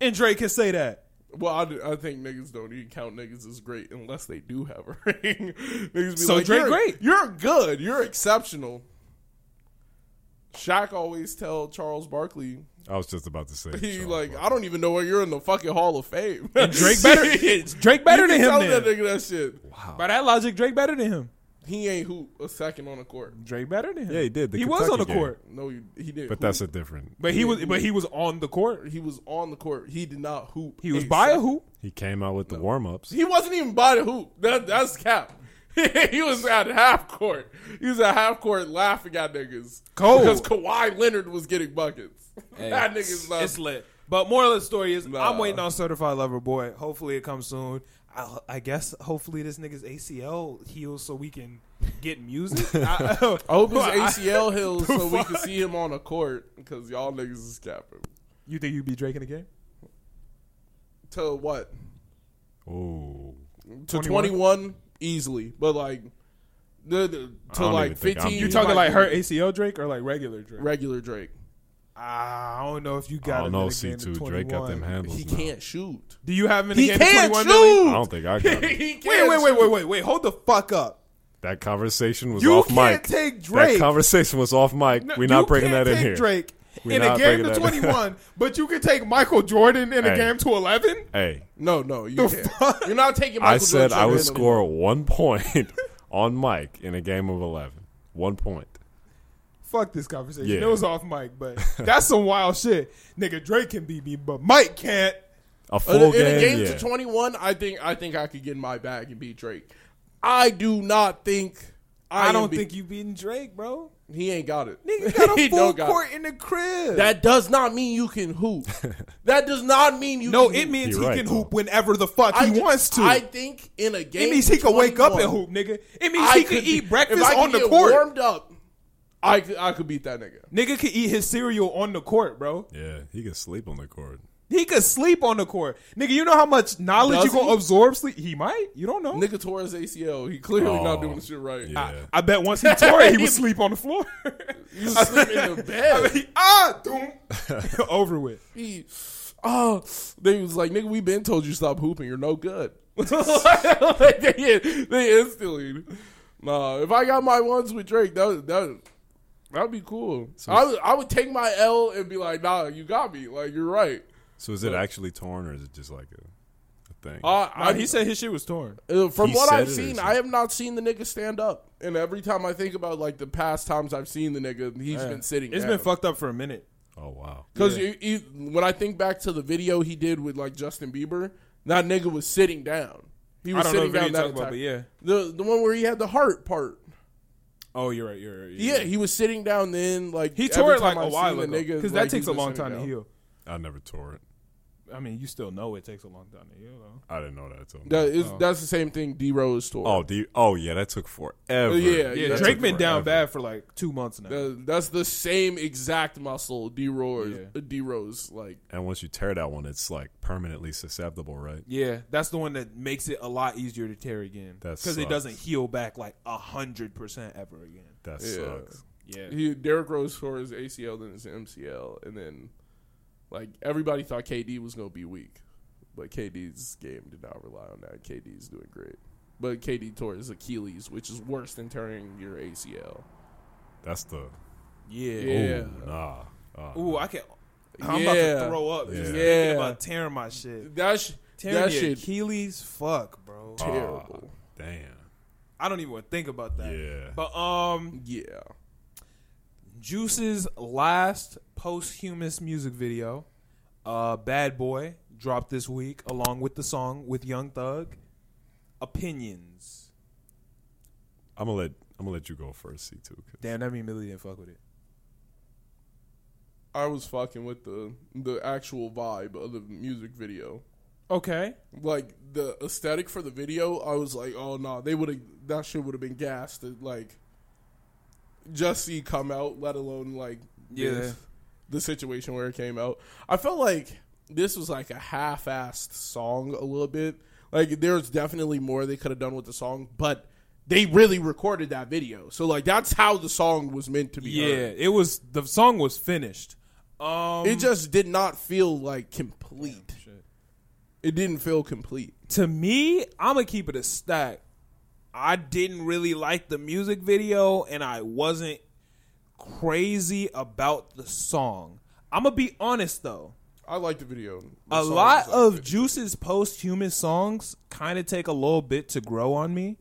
S1: and Drake can say that.
S2: Well, I, do- I think niggas don't even count niggas as great unless they do have a (laughs) ring. niggas be
S1: So
S2: like,
S1: Drake
S2: you're,
S1: great."
S2: You're good. You're exceptional. Shaq always tell Charles Barkley, (laughs)
S4: I was just about to say.
S2: he
S4: Charles
S2: like,
S4: Barkley.
S2: I don't even know where you're in the fucking Hall of Fame.
S1: Drake
S2: (laughs)
S1: better. (laughs) Drake better
S2: you
S1: than
S2: can
S1: him.
S2: tell
S1: Then.
S2: that nigga that shit.
S1: By that logic, Drake better than him.
S2: He ain't hoop a second on the court.
S1: Drake better than him.
S4: Yeah, he did. The
S1: he was
S4: Kentucky
S1: on the
S4: game.
S1: court,
S2: No, he, he didn't.
S4: But that's a different.
S1: but he was but he was on the court.
S2: he was on the court. He did not hoop.
S1: He was by a
S2: second.
S1: hoop.
S4: He came out with the warm ups.
S2: He wasn't even by the hoop. That, that's cap. (laughs) he was at half court. He was at half court laughing at niggas.
S1: Cold.
S2: Because Kawhi Leonard was getting buckets. that nigga's not.
S1: It's lit. But moral of the story is,
S2: Nah.
S1: I'm waiting on Certified Lover Boy. Hopefully, it comes soon. I, I guess hopefully this nigga's ACL heals so we can get
S4: (laughs)
S1: music. I, (laughs) oh,
S2: I hope his ACL heals so we can see him on a court because y'all niggas is capping.
S1: you think you'd be Drake in the game?
S2: To what?
S4: Oh,
S2: To
S1: 21?
S2: 21? Easily. But like, the, the,
S4: I
S2: to
S4: don't
S2: like
S4: even think I'm
S2: 15.
S4: You
S1: You talking
S2: might
S1: like her
S2: be
S1: ACL Drake or like regular Drake?
S2: Regular Drake.
S1: I don't know if you
S4: I
S1: got. him
S4: don't
S1: in
S4: know.
S1: the
S4: C
S1: game to
S4: two Drake got them
S1: 21.
S4: handles.
S2: He
S4: now.
S2: can't shoot.
S1: Do you have him in the
S2: He
S1: game?
S2: can't
S1: to 21, Billy?
S4: I
S2: shoot!
S4: don't think I
S2: (laughs)
S4: got it.
S2: He can't
S1: Wait, wait, wait,
S2: shoot.
S1: wait, wait, wait. Hold the fuck up.
S4: that conversation was
S1: You
S4: off
S1: can't
S4: mic.
S1: take
S4: That
S1: Drake.
S4: conversation was off mic.
S1: No,
S4: We're not
S1: you
S4: bringing
S1: can't
S4: that in
S1: take
S4: here.
S1: Drake
S4: We
S1: in a
S4: not
S1: game
S4: bringing
S1: to
S4: that in.
S1: 21, but you can take Michael Jordan in a
S4: Hey.
S1: game to 11.
S4: Hey,
S2: No, no, you
S1: The
S2: can't.
S1: fuck?
S2: You're not taking. Michael
S4: I said
S2: Jordan
S4: I would
S2: in the-
S4: score one point (laughs) on mic in a game of eleven. One point.
S1: Fuck this conversation.
S4: Yeah.
S1: It was off mic,
S4: (laughs)
S1: but that's some wild shit. Nigga, Drake can beat me, but Mike can't.
S4: A
S2: In,
S4: full
S2: in
S4: game.
S2: a game
S4: yeah.
S2: to 21, I think I think I could get in my bag and beat Drake. I do not think. I,
S1: I
S2: am
S1: don't
S2: be-
S1: think you beating Drake, (laughs) bro.
S2: he ain't got it.
S1: Nigga
S2: (laughs)
S1: got
S2: He
S1: a full
S2: don't got it.
S1: court in the crib.
S2: That does not mean you can
S1: (laughs)
S2: hoop. that does not mean you.
S1: no,
S2: can
S1: it
S2: hoop.
S1: means
S4: You're
S1: he
S4: right,
S1: can
S4: though.
S1: hoop whenever the fuck
S2: I
S1: he
S2: ju-
S1: wants to.
S2: I think in a game,
S1: it means he
S2: to
S1: can wake up and
S2: 21,
S1: hoop, nigga. It means
S2: I
S1: he can
S2: could
S1: eat
S2: be-
S1: breakfast
S2: if I could
S1: on the
S2: get
S1: court.
S2: Warmed up, I could, I could beat that nigga.
S1: Nigga could eat his cereal on the court, bro.
S4: yeah, he could sleep on the court.
S1: He could sleep on the court. Nigga, you know how much knowledge
S2: Does
S1: you going
S2: he?
S1: to absorb sleep? He might. You don't know.
S2: Nigga tore his ACL. He clearly not
S4: Oh,
S2: doing the shit right.
S4: Yeah.
S1: I bet once he tore it, he would sleep on the floor.
S2: (laughs) You sleep in
S1: (laughs)
S2: the bed.
S1: I mean, ah, doom. (laughs) Over with. (laughs)
S2: he, oh, they was like, nigga, we been told you stop hooping. You're no good. like, they, they instantly. Nah, if I got my ones with Drake, that would- that would- that'd be cool. I would, I would take my L and be like, nah, you got me. Like you're right.
S4: So is it actually torn or is it just like a, a thing?
S1: Oh.
S2: I, I,
S1: he said his shit was torn.
S2: uh, from
S4: He
S2: what
S4: said
S2: I've
S4: it or
S2: seen, I
S4: something.
S2: have not seen the nigga stand up. And every time I think about like the past times I've seen the nigga, he's been sitting.
S1: It's
S2: down.
S1: been fucked up for a minute.
S4: oh wow.
S2: Because when I think back to the video he did with like Justin Bieber, that nigga was sitting down. He
S1: I
S2: was
S1: don't know
S2: sitting
S1: if you
S2: down that
S1: talking about,
S2: entire-
S1: but yeah.
S2: The the one where he had the heart part.
S1: Oh, you're right. You're right. you're
S2: Yeah,
S1: right.
S2: he was sitting down then. Like
S1: he
S2: every
S1: tore it
S2: time
S1: like
S2: I've
S1: a
S2: seen
S1: while
S2: the
S1: ago
S2: nigga,
S1: because
S2: like,
S1: that takes
S2: he
S1: a
S2: was
S1: long
S2: sitting
S1: time to
S2: down.
S1: heal.
S4: I never tore it.
S1: I mean, you still know it takes a long time to heal. Though.
S4: I didn't know that until now.
S2: That
S1: Oh.
S2: is, That's the same thing D Rose tore.
S4: Oh, do you, oh yeah, that took forever.
S2: Uh, yeah,
S1: Yeah,
S2: That
S1: Drake
S4: took
S1: been down
S4: forever.
S1: bad for like two months now.
S2: The- that's the same exact muscle D Rose.
S1: Yeah.
S2: uh, D Rose like
S4: And once you tear that one, it's like permanently susceptible, right?
S1: yeah, that's the one that makes it a lot easier to tear again
S4: That
S1: because it
S4: sucks.
S1: doesn't heal back like hundred percent ever again.
S4: That
S2: Yeah.
S4: sucks.
S1: Yeah,
S2: he Derrick Rose tore his ACL then his MCL and then like everybody thought KD was gonna be weak, but KD's game did not rely on that. KD's doing great, but KD tore his Achilles, which is worse than tearing your ACL.
S4: That's the
S1: yeah.
S2: Yeah,
S4: ooh, nah. Uh,
S1: Ooh, I can. I'm about
S2: Yeah.
S1: to throw up. Just
S4: Yeah.
S1: thinking about tearing my shit.
S2: that sh-
S1: Tearing
S2: that
S1: the
S2: shit
S1: Achilles, fuck, bro.
S2: terrible.
S4: damn.
S1: I don't even want to think about that.
S4: Yeah.
S1: But um,
S2: yeah,
S1: Juice's last posthumous music video, uh, "Bad Boy," dropped this week along with the song with Young Thug. Opinions.
S4: I'm gonna let I'm gonna let you go first, C two.
S1: Damn, that mean Millie didn't fuck with it.
S2: I was fucking with the the actual vibe of the music video.
S1: Okay.
S2: like the aesthetic for the video, I was like, oh no, they would have that shit would have been gassed. Like just see come out, let alone like
S1: Yeah.
S2: this- the situation where it came out. I felt like this was like a half-assed song a little bit. Like there's definitely more they could have done with the song, but they really recorded that video, so like that's how the song was meant to be.
S1: Yeah,
S2: heard.
S1: it was the song was finished. Um,
S2: it just did not feel like complete.
S1: shit.
S2: It didn't feel complete.
S1: to me, I'm gonna keep it a stack. I didn't really like the music video, and I wasn't crazy about the song. I'm gonna be honest though.
S2: I like the video.
S1: a lot of Juice's posthumous songs kind of take a little bit to grow on me.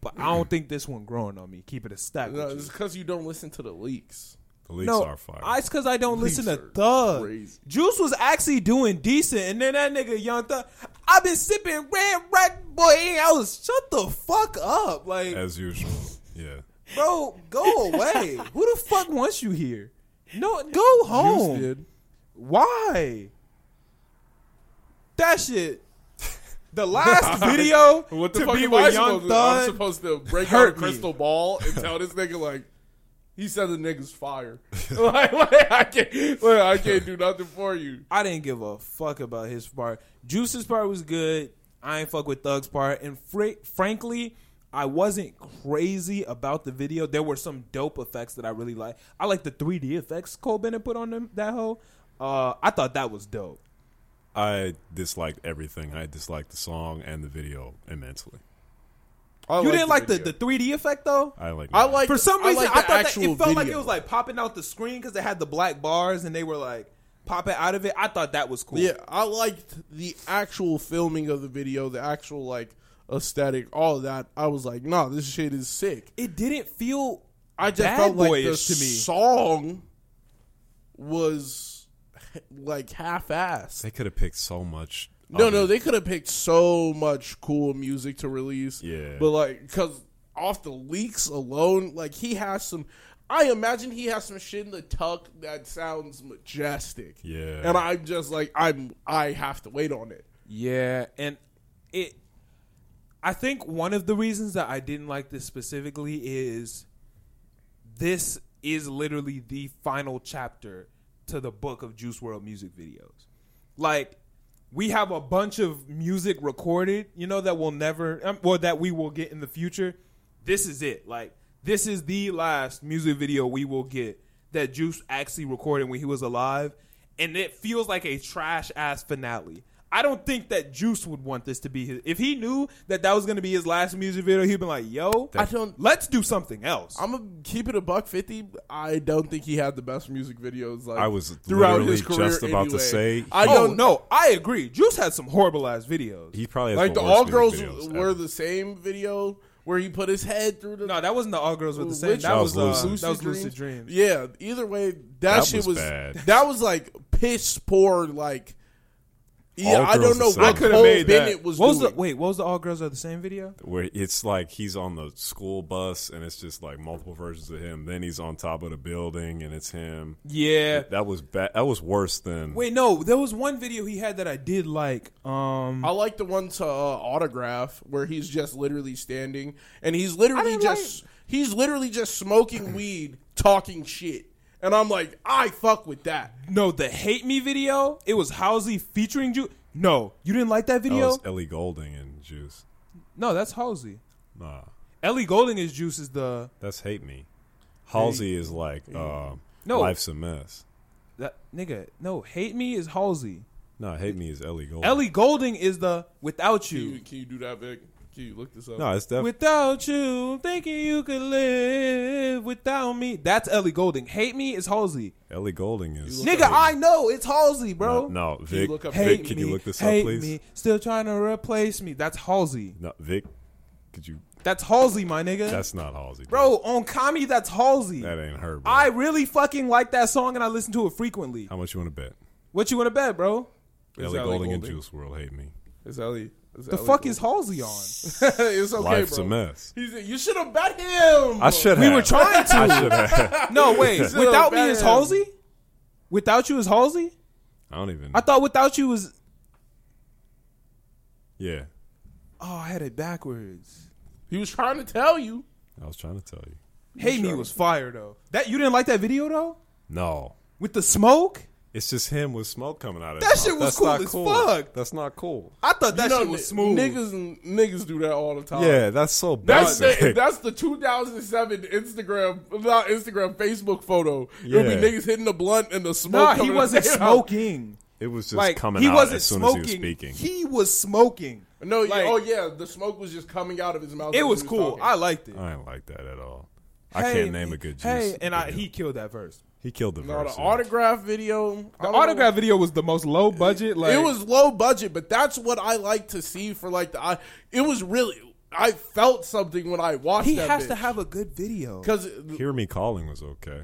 S1: But I
S2: (clears throat)
S1: don't think this one growing on me. Keep it a stack. with
S2: no,
S1: you.
S2: it's because you don't listen to the leaks.
S4: The leaks
S1: No,
S4: are fire.
S1: I- it's because I don't listen to
S2: are
S1: Thug.
S2: crazy.
S1: Juice was actually doing decent, and then that nigga Young Thug, I've been sipping red rat boy. I was shut the fuck up, like
S4: as usual. Yeah.
S1: bro,
S2: (laughs)
S1: go away. Who the fuck wants you here? No, go home.
S2: Juice did.
S1: Why? That shit.
S2: (laughs)
S1: The last video
S2: What the
S1: to
S2: fuck
S1: be
S2: am I
S1: with Young
S2: supposed to, I'm
S1: Thug.
S2: supposed (laughs) to break out a
S1: hurt me.
S2: crystal ball and tell this nigga like he said the nigga's
S1: (laughs)
S2: fire. like, like, I can't, like, I can't do nothing for you.
S1: I didn't give a fuck about his part. Juice's part was good. I ain't fuck with Thug's part. And fr- frankly, I wasn't crazy about the video. There were some dope effects that I really like. I like the 3D effects Cole Bennett put on them, that hoe. Uh, I thought that was dope.
S4: I disliked everything. I disliked the song and the video immensely.
S2: I
S1: you didn't like the,
S2: video.
S1: the 3D effect though?
S4: I like
S2: I like
S1: For some reason,
S2: like the
S1: I, thought that it
S2: actual
S1: felt like it
S2: video.
S1: was like popping out the screen because they had the black bars and they were like popping out of it. I thought that was cool.
S2: Yeah, I liked the actual filming of the video, the actual like aesthetic, all of that. I was like, nah, this shit is sick.
S1: It didn't feel.
S2: I just
S1: Bad
S2: felt like the
S1: boyish to me.
S2: song was like half-assed.
S4: (laughs) They could have picked so much.
S2: No,
S4: other-
S2: no, they could have picked so much cool music to release.
S4: Yeah.
S2: But, like, because off the leaks alone, like, he has some. I imagine he has some shit in the tuck that sounds majestic.
S4: Yeah.
S2: And I'm just like, I'm. I have to wait on it.
S1: Yeah, and it. I think one of the reasons that I didn't like this specifically is this is literally the final chapter to the book of Juice World music videos. Like we have a bunch of music recorded, you know, that will never, um, well, that we will get in the future. This is it. Like this is the last music video we will get that Juice actually recorded when he was alive, and it feels like a trash ass finale. I don't think that Juice would want this to be his. If he knew that that was going to be his last music video, he'd been like, "Yo,
S2: I don't-
S1: Let's do something else."
S2: I'm going to keep it a buck 50. I don't think he had the best music videos. Like,
S4: I was
S2: throughout
S4: literally
S2: his career
S4: just about to
S2: anyway.
S4: say-
S2: I
S1: oh,
S2: don't know.
S1: no, I agree. Juice had some horrible ass videos.
S4: He probably has
S2: Like, the
S4: worst
S2: All
S4: music
S2: Girls
S4: videos
S2: were
S4: ever.
S2: the same video where he put his head through the
S1: no, that wasn't the all girls with the same.
S2: Which
S1: That was,
S4: was
S1: uh,
S4: Lucid
S1: that was lucid dreams.
S2: Yeah. Either way, that,
S4: That
S2: shit
S4: was
S2: was
S4: bad.
S2: that was like piss poor. Like, yeah,
S4: All
S2: I don't
S4: girls
S2: know
S4: are
S2: what
S4: sound
S2: Cole
S4: bad.
S1: made that.
S2: Bennett was
S1: what was
S2: doing.
S1: the wait? What was the all girls are the same video?
S4: where it's like he's on the school bus and it's just like multiple versions of him. Then he's on top of the building and it's him.
S1: Yeah.
S4: That was bad. That was worse than
S1: Wait, no, there was one video he had that I did like. Um,
S2: I like the one to uh, autograph where he's just literally standing and he's literally
S1: didn't
S2: just he's literally just
S4: (clears throat)
S2: smoking weed, talking shit. And I'm like, I fuck with that.
S1: no, the hate me video. It was Halsey featuring Juice. No, you didn't like that
S4: that
S1: video.
S4: was Ellie Golding and Juice.
S1: no, that's Halsey.
S4: Nah,
S1: Ellie Golding is Juice is the
S4: that's hate me. Halsey is like uh,
S1: No.
S4: life's a mess.
S1: that nigga. No, hate me is Halsey.
S4: No, hate me is Ellie Golding.
S1: Ellie Golding is the without you.
S2: can you do that, Vic? Can you look this up?
S4: No, it's definitely
S1: Without you, thinking you could live without me. That's Ellie Golding. Hate me is Halsey.
S4: Ellie Golding is
S1: Nigga, I know it's Halsey, bro.
S4: No, no Vic.
S2: look up-
S4: Vic,
S1: Hate
S4: can
S1: me,
S4: you look this
S1: hate
S4: up, please?
S1: Me, still trying to replace me. That's Halsey.
S4: No, Vic, could you?
S1: That's Halsey, my nigga.
S4: That's not Halsey, dude.
S1: bro, on Kami, that's Halsey.
S4: That ain't her. Bro.
S1: I really fucking like that song and I listen to it frequently.
S4: How much you want to bet?
S1: What you want to bet, bro?
S2: Ellie
S4: Ellie Golding and
S2: Goulding.
S4: Juice World hate me.
S2: It's Ellie. It's
S1: The
S2: Ellie
S1: fuck
S2: Golding.
S1: is Halsey on?
S4: (laughs)
S2: (laughs) it's okay,
S4: Life's
S2: bro.
S4: a mess.
S2: He's, you should have bet him.
S4: I should.
S1: We
S4: have.
S1: were trying to.
S4: (laughs) I
S1: (laughs)
S4: should have.
S1: No, wait.
S2: Still
S1: Without me is
S2: bad.
S1: Halsey? Without you is Halsey?
S4: I don't even.
S1: I thought without you was.
S4: yeah.
S1: Oh, I had it backwards.
S2: He was trying to tell you.
S4: I was trying to tell you.
S1: Hate Me was fire though. That you didn't like that video though
S4: No.
S1: with the smoke.
S4: It's just him with smoke coming out of
S1: That
S4: his
S1: shit
S4: mouth.
S1: was
S4: That's
S1: cool
S4: not
S1: as fuck.
S4: That's not cool.
S1: I thought that
S2: You know,
S1: shit was
S2: n-
S1: smooth.
S2: Niggas, niggas do that all the time.
S1: Um,
S4: Yeah, that's so
S2: That's
S4: basic.
S2: the, (laughs) that's the 2007 Instagram, not Instagram, Facebook photo. It'll
S4: Yeah.
S2: be niggas hitting the blunt and the smoke.
S1: nah, he
S2: coming
S1: wasn't
S2: out.
S1: smoking.
S4: (laughs) it was just
S1: Like
S4: coming
S1: he
S4: out
S1: wasn't
S4: as soon
S1: smoking.
S4: as he was speaking.
S1: He was smoking.
S2: No, yeah,
S1: Like-
S2: oh yeah, the smoke was just coming out of his mouth.
S1: It
S2: as he
S1: was cool.
S2: talking.
S1: I liked it.
S4: I didn't like that at all.
S1: Hey,
S4: I can't name a good juice.
S1: Hey, and I,
S4: video.
S1: he killed that verse.
S4: he killed the
S2: no, the
S4: verse. yeah.
S2: autograph video. I
S1: The
S2: don't
S1: autograph video was the most low budget.
S2: know.
S1: Like
S2: it was low budget, but that's what I like to see for like the. I, it was really. I felt something when I watched.
S1: He
S2: that
S1: has to have a good video.
S2: because
S4: Hear Me Calling was okay.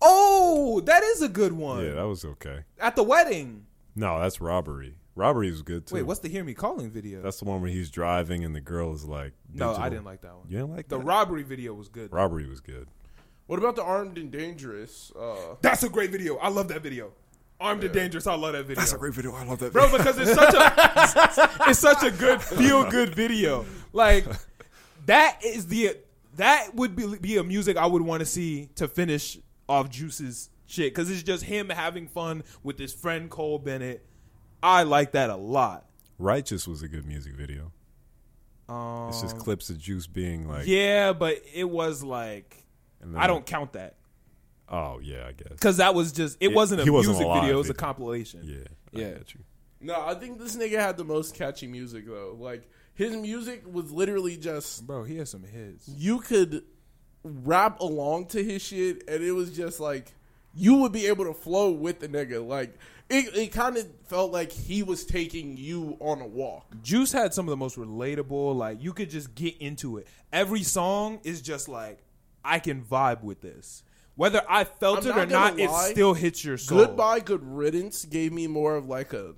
S1: Oh, that is a good one.
S4: Yeah, that was okay.
S1: At the wedding.
S4: No, that's Robbery. Robbery was good too.
S1: Wait, what's the "Hear Me Calling" video?
S4: That's the one where he's driving and the girl is like.
S1: no, I
S4: digital.
S1: didn't like that one.
S4: You didn't like
S1: The
S4: that?
S1: robbery video was good.
S4: Robbery was good.
S2: what about the armed and dangerous? Uh,
S1: That's a great video. I love that video. Armed and dangerous. I love that video.
S4: video. I love that.
S1: bro, because it's such
S4: (laughs)
S1: a it's such a good feel good video. Like that is the that would be be a music I would want to see to finish off Juice's shit because it's just him having fun with his friend Cole Bennett. I like that a lot.
S4: Righteous was a good music video.
S1: Um,
S4: It's just clips of Juice being like.
S1: yeah, but it was like
S4: and then-
S1: I don't count that
S4: Oh yeah, I guess.
S1: because that was just it,
S4: It-
S1: wasn't a
S4: he wasn't
S1: music
S4: alive
S1: video. It was a
S4: either.
S1: compilation.
S4: Yeah.
S1: Yeah.
S4: I got you.
S2: no, I think this nigga had the most catchy music though. Like his music was literally just
S1: Bro, he has some hits.
S2: you could rap along to his shit, and it was just like you would be able to flow with the nigga. Like it, it kind of felt like he was taking you on a walk.
S1: Juice had some of the most relatable, like you could just get into it. Every song is just like I can vibe with this. Whether I
S2: I'm
S1: felt it
S2: not
S1: or not,
S2: gonna
S1: it
S2: lie.
S1: still hits your soul.
S2: Goodbye, Good Riddance gave me more of like a.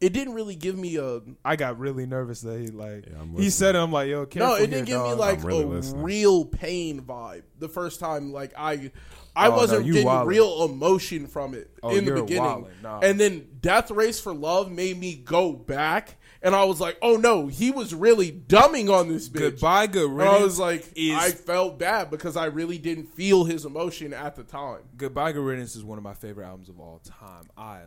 S2: It didn't really give me a.
S1: I got really nervous that he like
S4: Yeah, I'm
S1: he said it, I'm like, yo,
S2: No,
S1: careful
S2: it didn't
S1: here,
S2: give me
S1: dog.
S2: like
S4: really
S2: a
S4: listening.
S2: real pain vibe the first time. Like I, I
S1: Oh, no,
S2: wasn't
S1: you
S2: getting
S1: wildin'.
S2: real emotion from it
S1: Oh,
S2: in the
S1: you're
S2: beginning.
S1: wildin', nah.
S2: And then Death Race for Love made me go back, and I was like, oh no, he was really dumbing on this bitch.
S1: Goodbye, good
S2: And I
S1: riddance.
S2: was like,
S1: is-
S2: I felt bad because I really didn't feel his emotion at the time.
S1: Goodbye, good riddance is one of my favorite albums of all time. I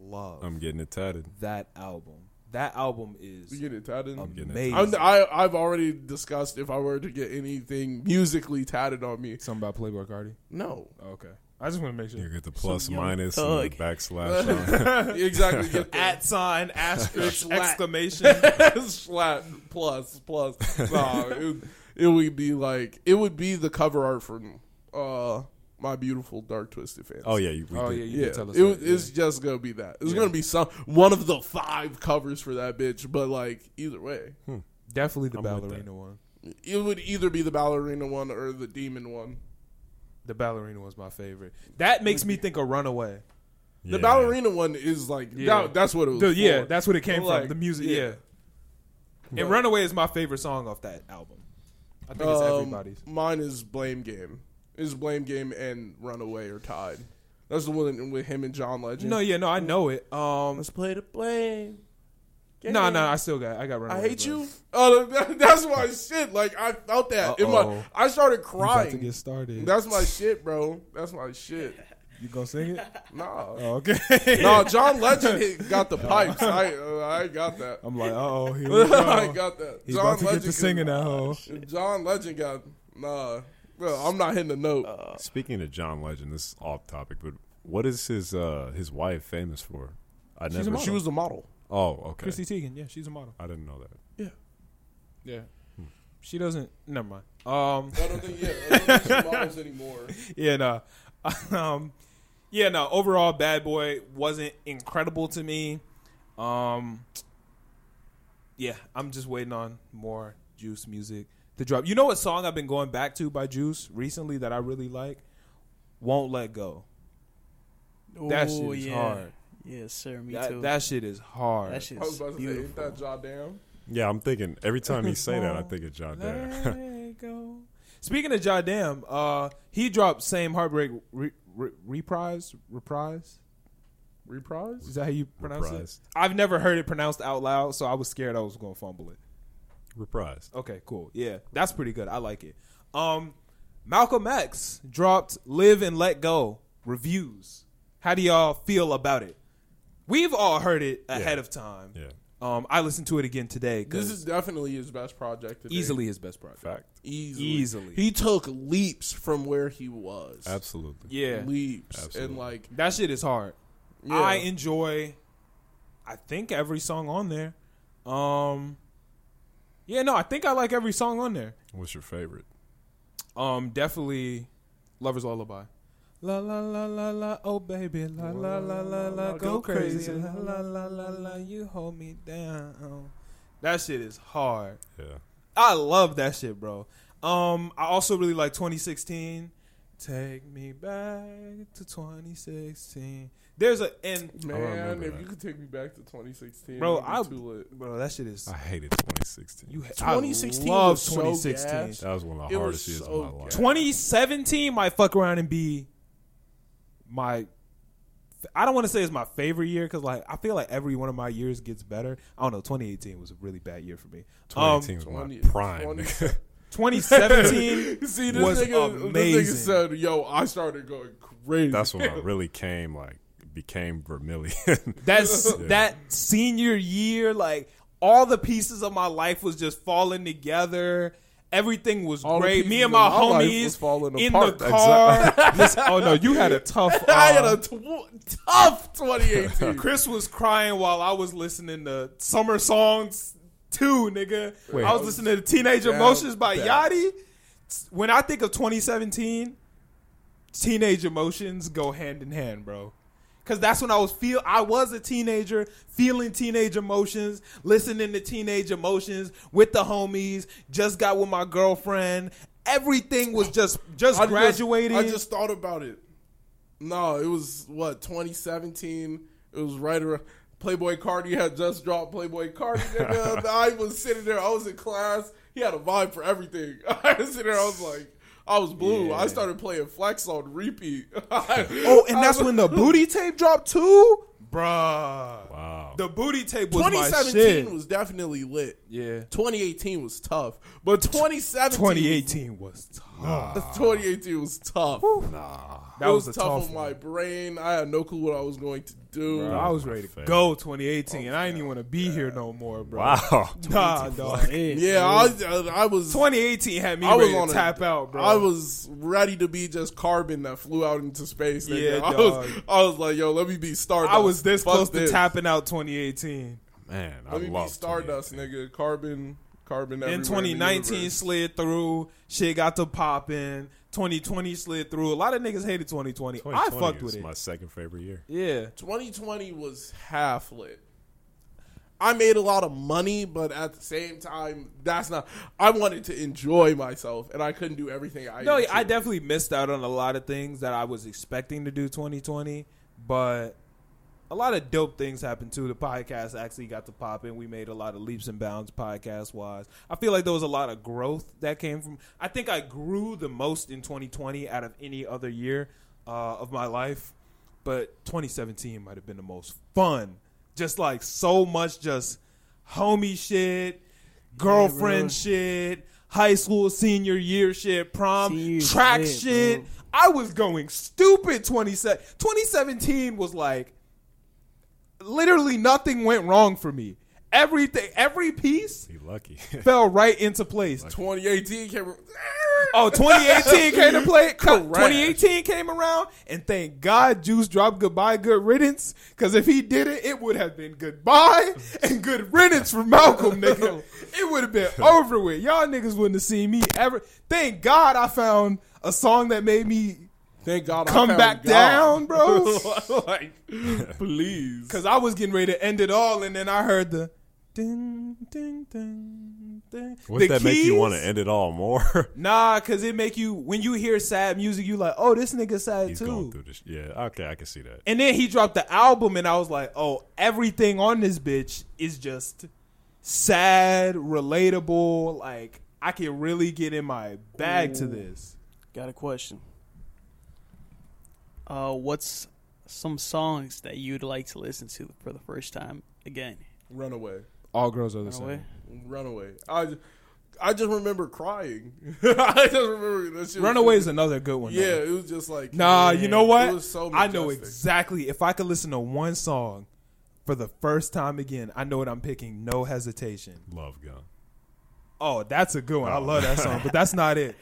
S1: love
S4: I'm getting it tatted.
S1: that album. That album is
S2: You get it, Tad?
S4: getting it.
S1: amazing.
S2: I'm, I, I've already discussed if I were to get anything musically tatted on me.
S1: Something about Playboy Cardi. Oh,
S2: No,
S1: Okay, I just want to make
S4: You
S1: sure.
S4: get the plus,
S3: young
S4: minus, and the
S3: thug.
S1: (laughs)
S4: backslash.
S2: (laughs) exactly. Get the-
S1: At sign, asterisk,
S2: Slap.
S1: exclamation. (laughs)
S2: Slap plus plus. No, it, it would be like it would be the cover art from uh my beautiful dark twisted fantasy.
S4: oh yeah, you, we
S1: Oh
S4: did.
S1: yeah, you
S2: yeah.
S1: can tell us.
S2: it,
S1: that, yeah.
S2: It's just gonna be that. It's gonna be some one of the five covers for that bitch. But like either way,
S1: Definitely the
S4: I'm with
S1: ballerina
S4: that.
S1: one.
S2: it would either be the ballerina one or the demon one.
S1: The ballerina was my favorite. That makes me think of Runaway.
S2: The
S4: Yeah.
S2: ballerina one is like
S1: Yeah.
S2: that, that's what it was.
S1: The- yeah,
S2: for.
S1: that's what it came
S2: Like,
S1: from. The music, yeah.
S2: yeah.
S1: And Runaway is my favorite song off that album. I think it's
S2: Um,
S1: everybody's.
S2: Mine is Blame Game. Is Blame Game and Runaway are tied. That's the one with him and John Legend.
S1: No, yeah, no, I know it. Um,
S2: let's play the blame.
S1: no, no, I still got, I got
S2: I
S1: Runaway.
S2: hate
S1: bro.
S2: you. Oh, (laughs) that, that's my shit. Like I felt that in my.
S1: Uh-oh.
S2: I started
S1: You about to
S2: crying.
S1: get started.
S2: That's my shit, bro. That's my (laughs) shit.
S1: you gonna sing it?
S2: Nah,
S1: Oh, okay.
S2: nah. John Legend hit- got
S1: (laughs)
S2: the pipes. I, uh, I ain't got that.
S1: I'm like,
S2: (laughs)
S1: oh, here we
S2: I
S1: go.
S2: got that.
S1: He's about to get
S2: Legend
S1: to singing that hoe.
S2: could- (laughs) John Legend got nah. Bro, I'm not hitting the note.
S4: Speaking of John Legend, this is off topic, but what is his uh his wife famous for? I
S1: a
S4: never.
S1: model.
S2: she was the model.
S4: oh,
S1: (laughs)
S4: okay.
S1: Chrissy Teigen, yeah, she's a model.
S4: I didn't know that.
S1: Yeah, she doesn't. Never mind. Um,
S2: I don't think yeah. I don't think she
S1: (laughs)
S2: models anymore.
S1: yeah, no. (laughs) Um, yeah, no. Overall, Bad Boy wasn't incredible to me. Um, yeah, I'm just waiting on more Juice music to drop. You know what song I've been going back to by Juice recently that I really like? Won't Let Go. That shit
S3: Ooh,
S1: is hard.
S3: Yes, Oh, sir. Me
S1: That,
S3: too.
S1: that shit is hard.
S2: I
S3: That
S2: was
S3: shit's
S2: about to say, ain't
S3: beautiful.
S2: that John Damn?
S4: Yeah, I'm thinking every time you
S1: (laughs)
S4: say that, I think of John
S1: Let
S4: Dare. (laughs)
S1: it go. (laughs) Speaking of Jadam, uh, he dropped Same Heartbreak re- re- Reprise? Reprise? Reprise? Is that how you pronounce
S4: Reprise.
S1: it? I've never heard it pronounced out loud, so I was scared I was going to fumble it.
S4: reprised.
S1: Okay, cool. Yeah, that's pretty good. I like it. Um, Malcolm X dropped "Live and Let Go" reviews. How do y'all feel about it? We've all heard it ahead of time.
S4: Yeah.
S1: Um, I listened to it again today. 'cause
S2: This is definitely his best project. Today.
S1: easily his best project.
S4: Fact.
S2: easily.
S1: Easily.
S2: He took leaps from where he was.
S4: Absolutely.
S1: Yeah,
S2: Leaps
S4: Absolutely.
S2: and like
S1: that shit is hard.
S2: Yeah.
S1: I enjoy, I think every song on there. Um, yeah, no, I think I like every song on there.
S4: What's your favorite?
S1: Um, definitely Lover's Lullaby. La la la la la, oh baby, la la la la la, go crazy, la la la la la, you hold me down. That shit is hard.
S4: Yeah.
S1: I love that shit, bro. Um, I also really like 2016. Take me back to 2016. There's a and
S2: man,
S4: remember
S2: if
S4: that.
S2: you could take me back to 2016,
S1: Bro,
S2: it'd be
S1: I-
S2: too lit.
S1: bro, that shit is
S4: I hated 2016.
S1: you.
S2: 2016
S1: I love
S2: was so
S1: 2016.
S2: gas.
S4: that was one of the
S2: It
S4: hardest
S2: was
S4: years
S2: so
S4: of my life.
S1: 2017 might fuck around and be my I don't want to say it's my favorite year because like I feel like every one of my years gets better. I don't know. 2018 was a really bad year for me. Um,
S4: 2018 was my
S2: 20
S4: prime.
S2: 20
S4: nigga.
S2: (laughs)
S1: 2017
S2: See, (laughs) this
S1: was
S2: nigga,
S1: amazing.
S2: this nigga said, "Yo, I started going crazy."
S4: That's
S1: (laughs)
S4: when I really came like became vermilion.
S2: (laughs)
S1: That's that senior year. Like all the pieces of my life was just falling together. Everything was
S2: All the
S1: great. Me
S2: pieces
S1: and my,
S2: of my life was
S1: homies
S2: falling
S1: in
S2: apart. (laughs)
S1: the car. Listen- oh no, you (laughs) had a tough.
S2: I had
S1: uh,
S2: a tw- tough 2018.
S1: (laughs) Chris was crying while I was listening to summer songs too, nigga. I was listening to Teenage Emotions by
S2: bad.
S1: Yachty. When I think of 2017, teenage emotions go hand in hand, bro. Cause that's when I was feel I was a teenager, feeling teenage emotions, listening to teenage emotions with the homies, just got with my girlfriend. Everything was just just
S2: I just-
S1: graduating.
S2: I just, thought about it. No, it was what 2017. It was right around Playboy Cardi had just dropped Playboy Cardi. nigga. I was sitting there. I was in class. He had a vibe for everything. (laughs) I was sitting there. I was like, I was blue. I started playing Flex on repeat. (laughs)
S1: oh, and that's when the booty tape dropped too, bruh.
S4: wow.
S1: The booty tape was
S2: 2017 was definitely lit.
S1: yeah.
S2: 2018 was tough, but 2017,
S1: 2018 was tough.
S2: 2018 was tough.
S1: That
S2: it
S1: was,
S2: was,
S1: a
S2: tough,
S1: tough,
S2: on
S1: one.
S2: my brain. I had no clue what I was going to do.
S1: Bro, I was ready to
S4: Fair.
S1: go 2018, and I didn't even want to be here no more, bro.
S4: (laughs) Wow.
S1: Nah, dog.
S2: Yeah, I, I I was.
S1: 2018 had me
S2: I was
S1: ready
S2: on
S1: to
S2: a-
S1: tap out, bro.
S2: I was ready to be just carbon that flew out into space.
S1: Yeah,
S2: nigga. (laughs) I
S1: dog.
S2: was. I was like, yo, let me be Stardust.
S1: I was this
S2: Fuck
S1: close
S2: this.
S1: to tapping out 2018.
S4: Man, I
S2: Let me be
S4: love
S2: Stardust,
S4: 2018.
S2: nigga. Carbon, carbon. everywhere
S1: Then
S2: in the
S1: 2019
S2: universe.
S1: slid through. Shit got to popping. 2020 slid through. A lot of niggas hated 2020. I
S4: 2020
S1: fucked
S4: was
S1: with it.
S4: My second favorite year.
S1: yeah.
S2: 2020 was half lit. I made a lot of money, but at the same time, that's not. I wanted to enjoy myself, and I couldn't do everything. I
S1: No, yeah, I
S2: enjoyed.
S1: definitely missed out on a lot of things that I was expecting to do 2020, but a lot of dope things happened too. The podcast actually got to pop in. We made a lot of leaps and bounds podcast wise. I feel like there was a lot of growth that came from. I think I grew the most in 2020 out of any other year uh, of my life, but 2017 might have been the most fun. Just like so much, just homie shit, girlfriend shit, high school senior year shit, prom,
S3: Senior
S1: track
S3: shit,
S1: shit.
S3: bro.
S1: I was going stupid 27 2017 was like literally nothing went wrong for me. Everything every piece
S4: He lucky. (laughs)
S1: fell right into place.
S2: 2018 came.
S1: Oh, 2018 came to play. co-
S2: Correct.
S1: 2018 came around, and thank God Juice dropped "Goodbye, Good Riddance" because if he did it, it would have been goodbye and good riddance for Malcolm, nigga. It would have been over with. Y'all niggas wouldn't have seen me ever. Thank God I found a song that made me
S2: Thank God.
S1: come
S2: I found
S1: back
S2: God. (laughs)
S1: down, bro.
S2: like, please.
S1: Because I was getting ready to end it all, and then I heard the ding, ding, ding, ding.
S4: Would
S1: The
S4: that make you
S1: keys?
S4: want to end it all
S1: (laughs)
S4: more?
S1: Nah, cause it make you when you hear sad music, you like, oh, this nigga sad
S4: He's going
S1: too.
S4: through this. Yeah. Okay, I can see that.
S1: And then he dropped the album, and I was like, oh, everything on this bitch is just sad, relatable. Like I can really get in my bag to this.
S3: Got a question. Uh, what's some songs that you'd like to listen to for the first time again?
S2: Runaway.
S1: All girls are the
S3: Runaway.
S1: same.
S2: Runaway. I I just remember crying. (laughs) I just remember that shit was-
S1: Runaway is another good one.
S2: Yeah,
S1: though.
S2: it was just like
S1: Nah,
S2: man,
S1: you know what?
S2: It was so
S1: I know
S2: majestic.
S1: exactly. If I could listen to one song for the first time again, I know what I'm picking. No hesitation.
S4: Love gun.
S1: Oh, that's a good one. I love that song, but that's
S2: (laughs)
S1: not it.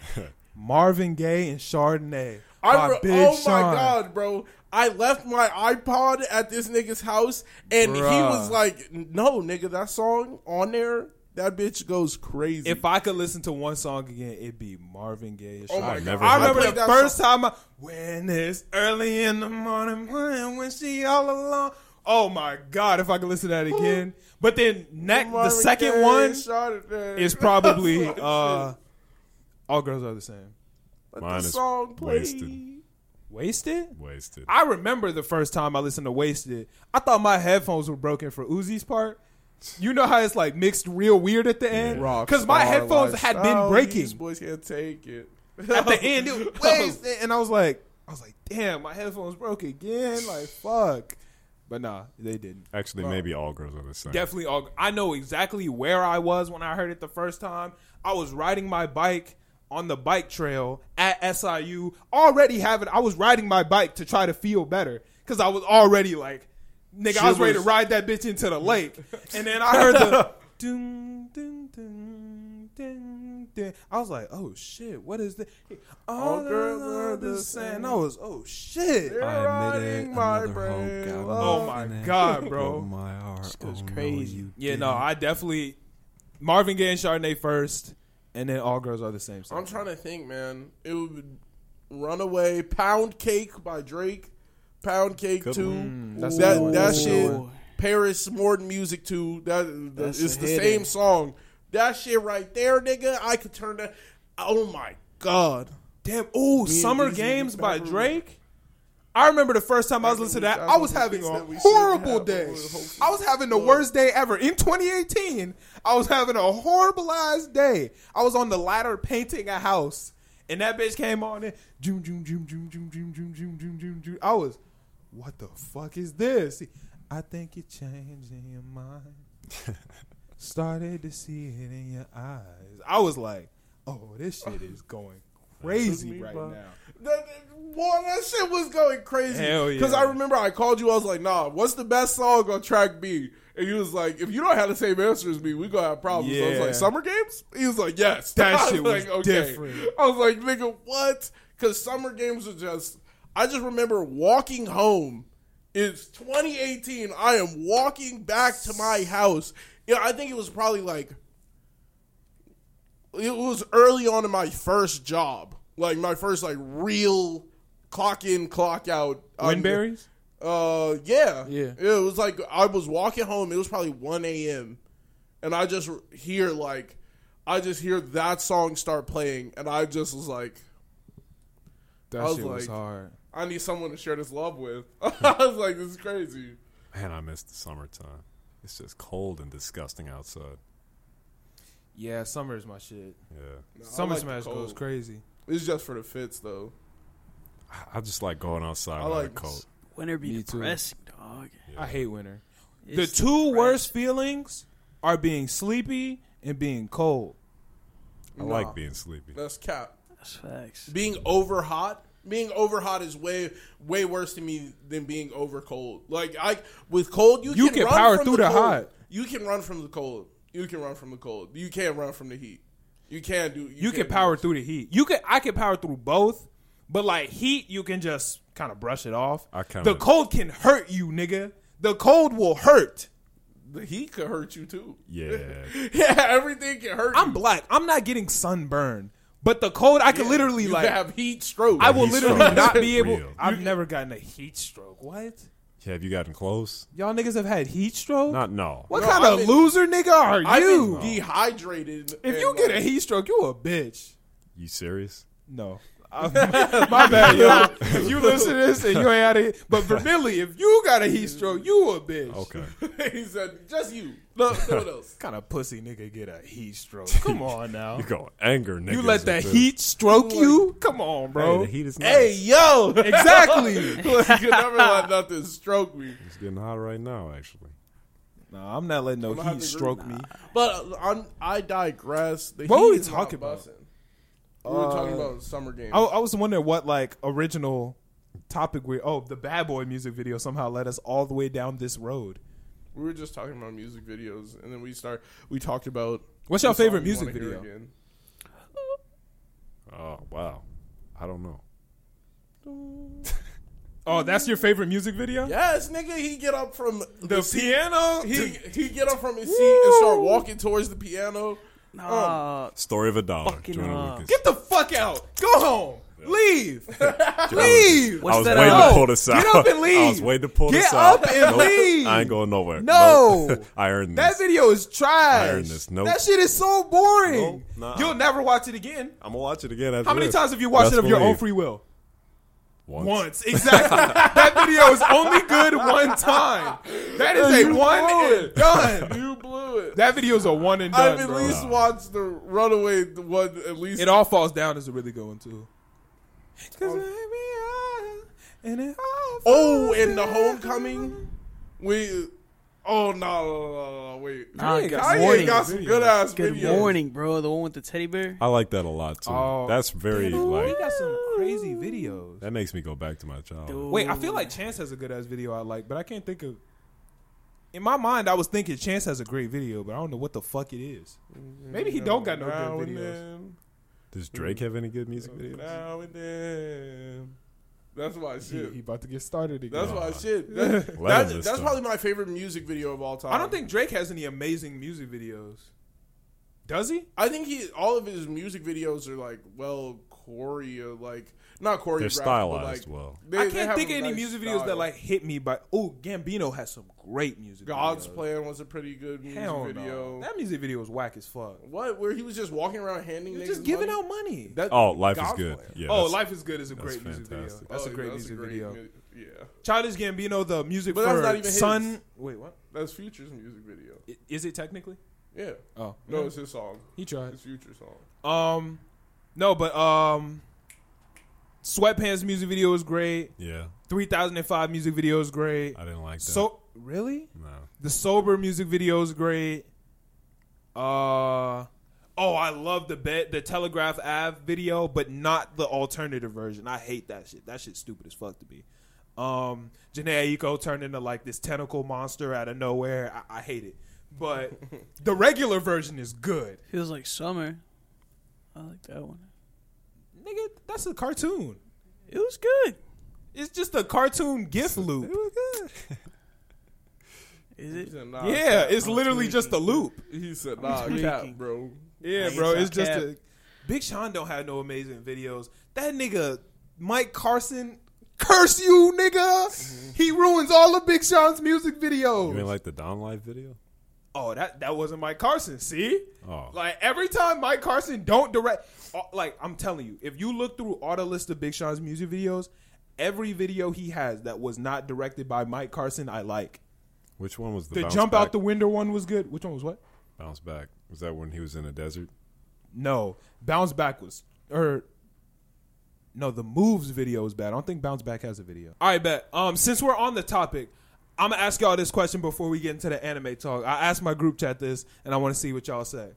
S1: Marvin Gaye and Chardonnay.
S2: I
S1: by
S2: re-
S1: Big
S2: oh my
S1: Sean.
S2: god, bro! I left my iPod at this nigga's house, and he
S1: Bruh.
S2: was like, "No, nigga, that song on there, that bitch goes crazy."
S1: If I could listen to one song again, it'd be Marvin Gaye. And
S2: Oh
S1: Chardonnay.
S2: my
S4: God. Never
S1: I
S4: heard
S1: remember
S2: that.
S1: the
S2: Played that
S1: first time. I, when it's early in the morning, when, when she all alone. Oh my god! If I could listen to that again, but then next the
S2: Marvin
S1: second
S2: Gaye
S1: one
S2: shot it, man.
S1: is probably
S2: Shit.
S1: uh, all girls are the same.
S2: Let
S4: Mine
S2: the
S4: is
S2: song play.
S4: wasted.
S1: Wasted.
S4: Wasted.
S1: I remember the first time I listened to Wasted. I thought my headphones were broken for Uzi's part. You know how it's like mixed real weird at the end?
S2: Rock
S1: Because my
S2: star
S1: headphones had been
S2: lifestyle, These (laughs)
S1: breaking
S2: boys can't take it.
S1: at the end. It was wasted. And I was like, I was like, damn, my headphones broke again. Like, fuck. But nah, they didn't.
S4: Actually, maybe all girls are the same.
S1: Definitely all. I know exactly where I was when I heard it the first time. I was riding my bike on the bike trail at SIU, already having. I was riding my bike to try to feel better because I was already like, nigga, I was ready to
S2: Shivers.
S1: ride that bitch into the lake, and then I heard (laughs) the. Dun, dun, dun, dun, dun. I was like, "Oh shit, what is this?" All, girls are the same. I was, "Oh shit!"
S2: They're riding my brain.
S1: Oh my god, bro!
S4: my heart.
S3: goes Oh, no, crazy. you
S1: Yeah, no, I definitely Marvin Gaye and Chardonnay first, and then all girls are the same.
S2: I'm trying to think, man. It would be Runaway, Pound Cake by Drake, Pound Cake
S4: Good
S2: Two.
S1: Mm, that's a
S2: that
S1: good one.
S2: that
S1: Ooh.
S2: shit. Paris Morton Music Two. That
S3: That's
S2: it's
S3: a
S2: the
S3: hit.
S2: same song. That shit right there, nigga. I could turn that. Oh my god.
S1: Damn. Ooh, Summer
S2: Weezy
S1: Games by
S2: remember-
S1: Drake. I remember the first time I was listening to that, I was having
S2: That we
S1: a
S2: should
S1: horrible
S2: have,
S1: day.
S2: but hopefully-
S1: I was having the worst day ever. In 2018, I was having a horrible ass day. I was on the ladder painting a house, and that bitch came on and zoom, zoom, zoom, zoom, zoom, zoom, zoom, zoom, zoom, zoom, zoom. I was, what the fuck is this? I think you're changing your mind. Started to see it in your eyes. I was like, oh, this shit (laughs) is going crazy right now.
S2: That, boy, that shit was going crazy.
S1: Hell yeah.
S2: Because I remember I called you. I was like, "Nah, what's the best song on track B?" And you was like, "If you don't have the same answer as me, we gonna have problems." So I was
S1: Yeah.
S2: like, "Summer games?" He was like, "Yes."
S1: That
S2: I
S1: shit was
S2: like,
S1: different.
S2: I was like, "Nigga, what?" Because summer games are just. I just remember walking home. It's 2018. I am walking back to my house. Yeah, I think it was probably like it was early on in my first job, like my first like real clock in, clock out. Um,
S1: Winberries?
S2: Uh, yeah,
S1: Yeah.
S2: It was like I was walking home. It was probably one a.m. and I just hear like I just hear that song start playing, and I just was like,
S1: That
S2: I was
S1: shit was
S2: like-
S1: hard.
S2: I need someone to share this love with. (laughs) I was like, this is crazy.
S4: Man, I miss the summertime. It's just cold and disgusting outside.
S1: Yeah, summer is my shit.
S4: Yeah.
S2: No, I
S1: Summer
S2: like the
S1: smash goes
S2: cold.
S1: crazy.
S2: It's just for the fits though.
S4: I- I just like going outside
S2: I
S4: without a
S2: like-
S4: coat.
S3: Winter be
S1: Me too.
S3: depressing, dog.
S1: I hate winter. the
S3: It's
S1: two
S3: depressing.
S1: worst feelings are being sleepy and being cold.
S4: I like being sleepy.
S2: That's cap.
S3: That's facts.
S2: being over hot being over hot is way way worse to me than being over cold like i with cold you,
S1: You can
S2: run
S1: power
S2: from
S1: through the
S2: cold.
S1: hot.
S2: you can run from the cold you can run from the cold you can't run from the heat you can do
S1: You, can
S2: can't do
S1: power
S2: this.
S1: through the heat. You can I can power through both, but like heat, you can just kind of brush it off.
S4: I kinda-
S1: the cold can hurt you, nigga. The cold will hurt.
S2: the heat could hurt you too (laughs)
S1: (laughs)
S4: Yeah.
S2: yeah everything can hurt
S1: I'm
S2: you
S1: black. I'm not getting sunburn, but the cold I can (laughs) literally
S2: you
S1: like.
S2: can have heat stroke
S1: I will
S4: Heat
S1: literally
S4: stroke
S1: not
S4: is
S1: be able.
S4: real.
S1: I've never gotten a heat stroke. What?
S4: Have you gotten close?
S1: Y'all niggas have had heat stroke?
S4: Not no.
S1: What
S2: No,
S1: kind
S2: I've
S1: of
S2: been-
S1: loser nigga are
S2: I've
S1: you?
S2: been dehydrated
S1: if
S2: and,
S1: you get a
S2: like,
S1: heat stroke, you a bitch.
S4: You serious? (laughs)
S1: No. I- (laughs) my bad, yo. If you listen to this and you ain't out of here,
S4: (laughs)
S1: but Vermilly, if you got a heat stroke, you a bitch. (laughs)
S2: (laughs)
S4: Okay.
S2: he said just you no no one else
S1: kind of pussy nigga get a heat
S4: (laughs)
S1: stroke? Come on now.
S4: You go anger, niggas.
S1: You let
S4: with
S1: that
S4: this.
S1: heat stroke you? Come on,
S4: Hey,
S1: bro.
S4: the heat is nice.
S2: hey yo (laughs)
S1: Exactly.
S4: (laughs)
S2: you can never let nothing stroke me
S4: It's getting hot right now, actually.
S1: No, I'm not letting no
S2: gonna have
S1: heat
S2: to agree.
S1: stroke me.
S2: But uh, I'm, I digress. The
S1: What
S2: heat
S1: were we
S2: is not
S1: talking about? Uh,
S2: bussin'. We were talking about summer games.
S1: I, I was wondering what like original topic we. Oh, the Bad Boy music video somehow led us all the way down this road.
S2: we were just talking about music videos, and then we start. We talked about
S1: What's your
S2: the song
S1: favorite
S2: you
S1: music
S2: wanna hear
S1: video?
S2: again.
S4: Oh wow, I don't know.
S1: Oh, that's your favorite music video?
S2: Yes, nigga, he get up from the,
S1: The
S2: seat-
S1: piano.
S2: He
S1: He
S2: he get up from his seat and start walking towards the piano.
S3: Uh,
S4: Story of a dollar.
S3: Fucking
S4: Jordan
S3: up.
S4: Lucas.
S1: get the fuck out. Go home. Leave. leave.
S4: I was
S3: that
S4: waiting
S1: out?
S4: to pull this
S1: Get
S4: out.
S1: up and
S4: (laughs) I was
S1: leave.
S4: waiting to pull
S1: Get
S4: this out.
S1: up and
S4: (laughs) Nope.
S1: leave.
S4: I ain't going nowhere.
S1: No.
S4: Nope. (laughs) I earned
S1: That
S4: this.
S1: video is trash.
S4: I earned this. Nope.
S1: That shit is so boring.
S4: Nope. Nah.
S1: You'll never watch it again.
S4: I'm gonna watch it again. After
S1: How many
S4: this.
S1: times have you watched
S4: Best
S1: it of your own
S4: believe.
S1: free will?
S4: Once.
S1: Once, exactly. that video is only good one time. That is a
S2: You
S1: one
S2: blew
S1: and
S2: it.
S1: done.
S2: (laughs) You blew it.
S1: That video is a one and done.
S2: I've at
S1: bro.
S2: least watched the Runaway the one at least.
S1: It all falls down is a really good one too.
S2: oh, and the Homecoming. We. Oh no, no, no, no, wait.
S3: Nah,
S1: Kanye
S3: good
S1: got
S2: Kanye
S3: morning.
S2: got some
S1: videos.
S2: good ass
S3: Good
S2: videos.
S3: morning, bro. The one with the teddy bear.
S4: I like that a lot too.
S1: Oh.
S4: That's very like
S1: some crazy videos.
S4: that makes me go back to my
S3: Uh,
S4: childhood.
S1: Wait, I feel like Chance has a good ass video I like, but I can't think of. In my mind, I was thinking Chance has a great video, but I don't know what the fuck it is. Maybe he don't got no
S2: Now
S1: good
S2: and
S1: videos.
S2: then,
S4: Does Drake have any good music videos?
S2: now and then. That's my
S1: He,
S2: shit.
S1: he about to get started again.
S2: That's my
S4: Nah.
S1: (laughs)
S2: shit. That-
S4: him
S2: that-
S4: this
S2: that's
S4: time.
S2: probably my favorite music video of all time.
S1: I don't think Drake has any amazing music videos. Does he?
S2: I think he all of his music videos are like well choreo like not choreographed.
S4: They're stylized
S2: but, like,
S4: well.
S2: they-
S1: I
S2: they
S1: can't
S2: have
S1: think
S2: a
S1: of any
S2: nice
S1: music videos
S2: style.
S1: that like hit me. But oh, Gambino has some great music.
S2: God's
S1: videos.
S2: Plan was a pretty good music
S1: Hell
S2: video.
S1: no. That music video was whack as fuck.
S2: What? Where he was just walking around handing
S1: You're
S2: niggas
S1: just giving
S2: money?
S1: out money.
S2: That,
S4: Oh, life is
S2: God's
S4: good.
S2: Plan.
S4: Yeah.
S1: oh,
S4: that's-
S1: Life is Good is a
S4: that's
S1: great music video.
S4: fantastic.
S2: Oh,
S1: That's a great music
S2: great
S1: video.
S2: mu- yeah,
S1: Childish Gambino, the music
S2: But
S1: for
S2: that's not even his.
S1: Sun. Wait, what?
S2: that's Future's music video.
S1: I- Is it technically?
S2: Yeah,
S1: Oh
S2: no, it's his song.
S1: he tried.
S2: It's Future song.
S1: Um, no, but um, Sweatpants music video is great.
S4: Yeah,
S1: 3005 music video is great.
S4: I didn't like that.
S1: So really,
S4: no,
S1: the sober music video is great. Uh. Oh, I love the bet the Telegraph Ave video, but not the alternative version. I hate that shit. That shit's stupid as fuck to me. Um, Janae Aiko turned into like this tentacle monster out of nowhere. I, I hate it. But the regular version is good.
S3: Feels like summer. I like that one.
S1: Nigga, that's a cartoon.
S3: It was good.
S1: It's just a cartoon gif loop.
S3: Is
S2: He
S3: it?
S2: said, nah,
S1: Yeah,
S2: cap.
S1: it's literally just a loop.
S2: He said, "Nah,
S3: tweaking.
S2: cap, bro."
S1: Yeah,
S3: Like,
S1: bro.
S3: it's
S1: It's
S3: not
S1: just
S3: cap.
S1: a Big Sean don't have no amazing videos. That nigga Mike Carson curse you, nigga. He ruins all of Big Sean's music
S4: you
S1: videos.
S4: ain't like the Don Life video.
S1: oh, that that wasn't Mike Carson. See,
S4: Oh,
S1: like every time Mike Carson don't direct, uh, like I'm telling you, if you look through all the list of Big Sean's music videos, every video he has that was not directed by Mike Carson, I like.
S4: which one was the,
S1: The
S4: bounce
S1: jump
S4: back?
S1: out the window one was good. Which one was what?
S4: bounce back? Was that when he was in the desert?
S1: No, bounce back was or no, the moves video is bad. I don't think bounce back has a video. All right, bet. Um, since we're on the topic, I'm gonna ask y'all this question before we get into the anime talk. I asked my group chat this, and I want to see what y'all say.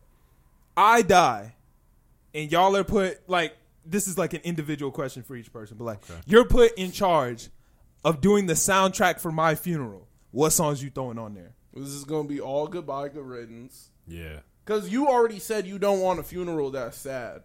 S1: I die, and y'all are put like this is like an individual question for each person, but like you're put in charge of doing the soundtrack for my funeral. What songs you throwing on there?
S2: This is gonna be all goodbye, good riddance.
S4: Yeah,
S2: Cause you already said you don't want a funeral that's sad.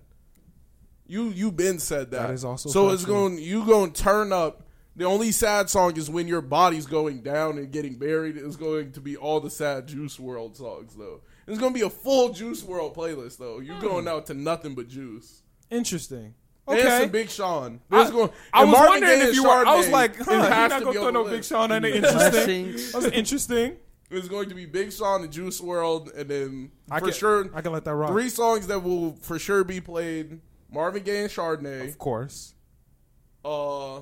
S2: You you been said that.
S1: That is also
S2: so.
S1: factual.
S2: It's going you going to turn up. The only sad song is when your body's going down and getting buried. It's going to be all the sad Juice World songs though. It's going to be a full Juice World playlist though. You
S1: Hmm.
S2: going out to nothing but Juice.
S1: Interesting.
S2: Okay. And some Big Sean.
S1: I,
S2: There's going,
S1: I
S2: and
S1: was
S2: Marvin
S1: wondering
S2: Gaye
S1: if
S2: and
S1: you were. I was
S2: Chardonnay,
S1: like,
S2: it
S1: huh, you're
S2: has
S1: not
S2: to
S1: gonna
S2: be on
S1: throw
S2: the
S1: no Big
S2: list.
S1: Sean (laughs) on it. Interesting.
S3: Blessings.
S1: That was interesting.
S2: It's going to be Big Sean and Juice World, and then
S1: I
S2: for
S1: can,
S2: sure
S1: I can let that rock.
S2: Three songs that will for sure be played: Marvin Gaye and Chardonnay.
S1: of course.
S2: Uh,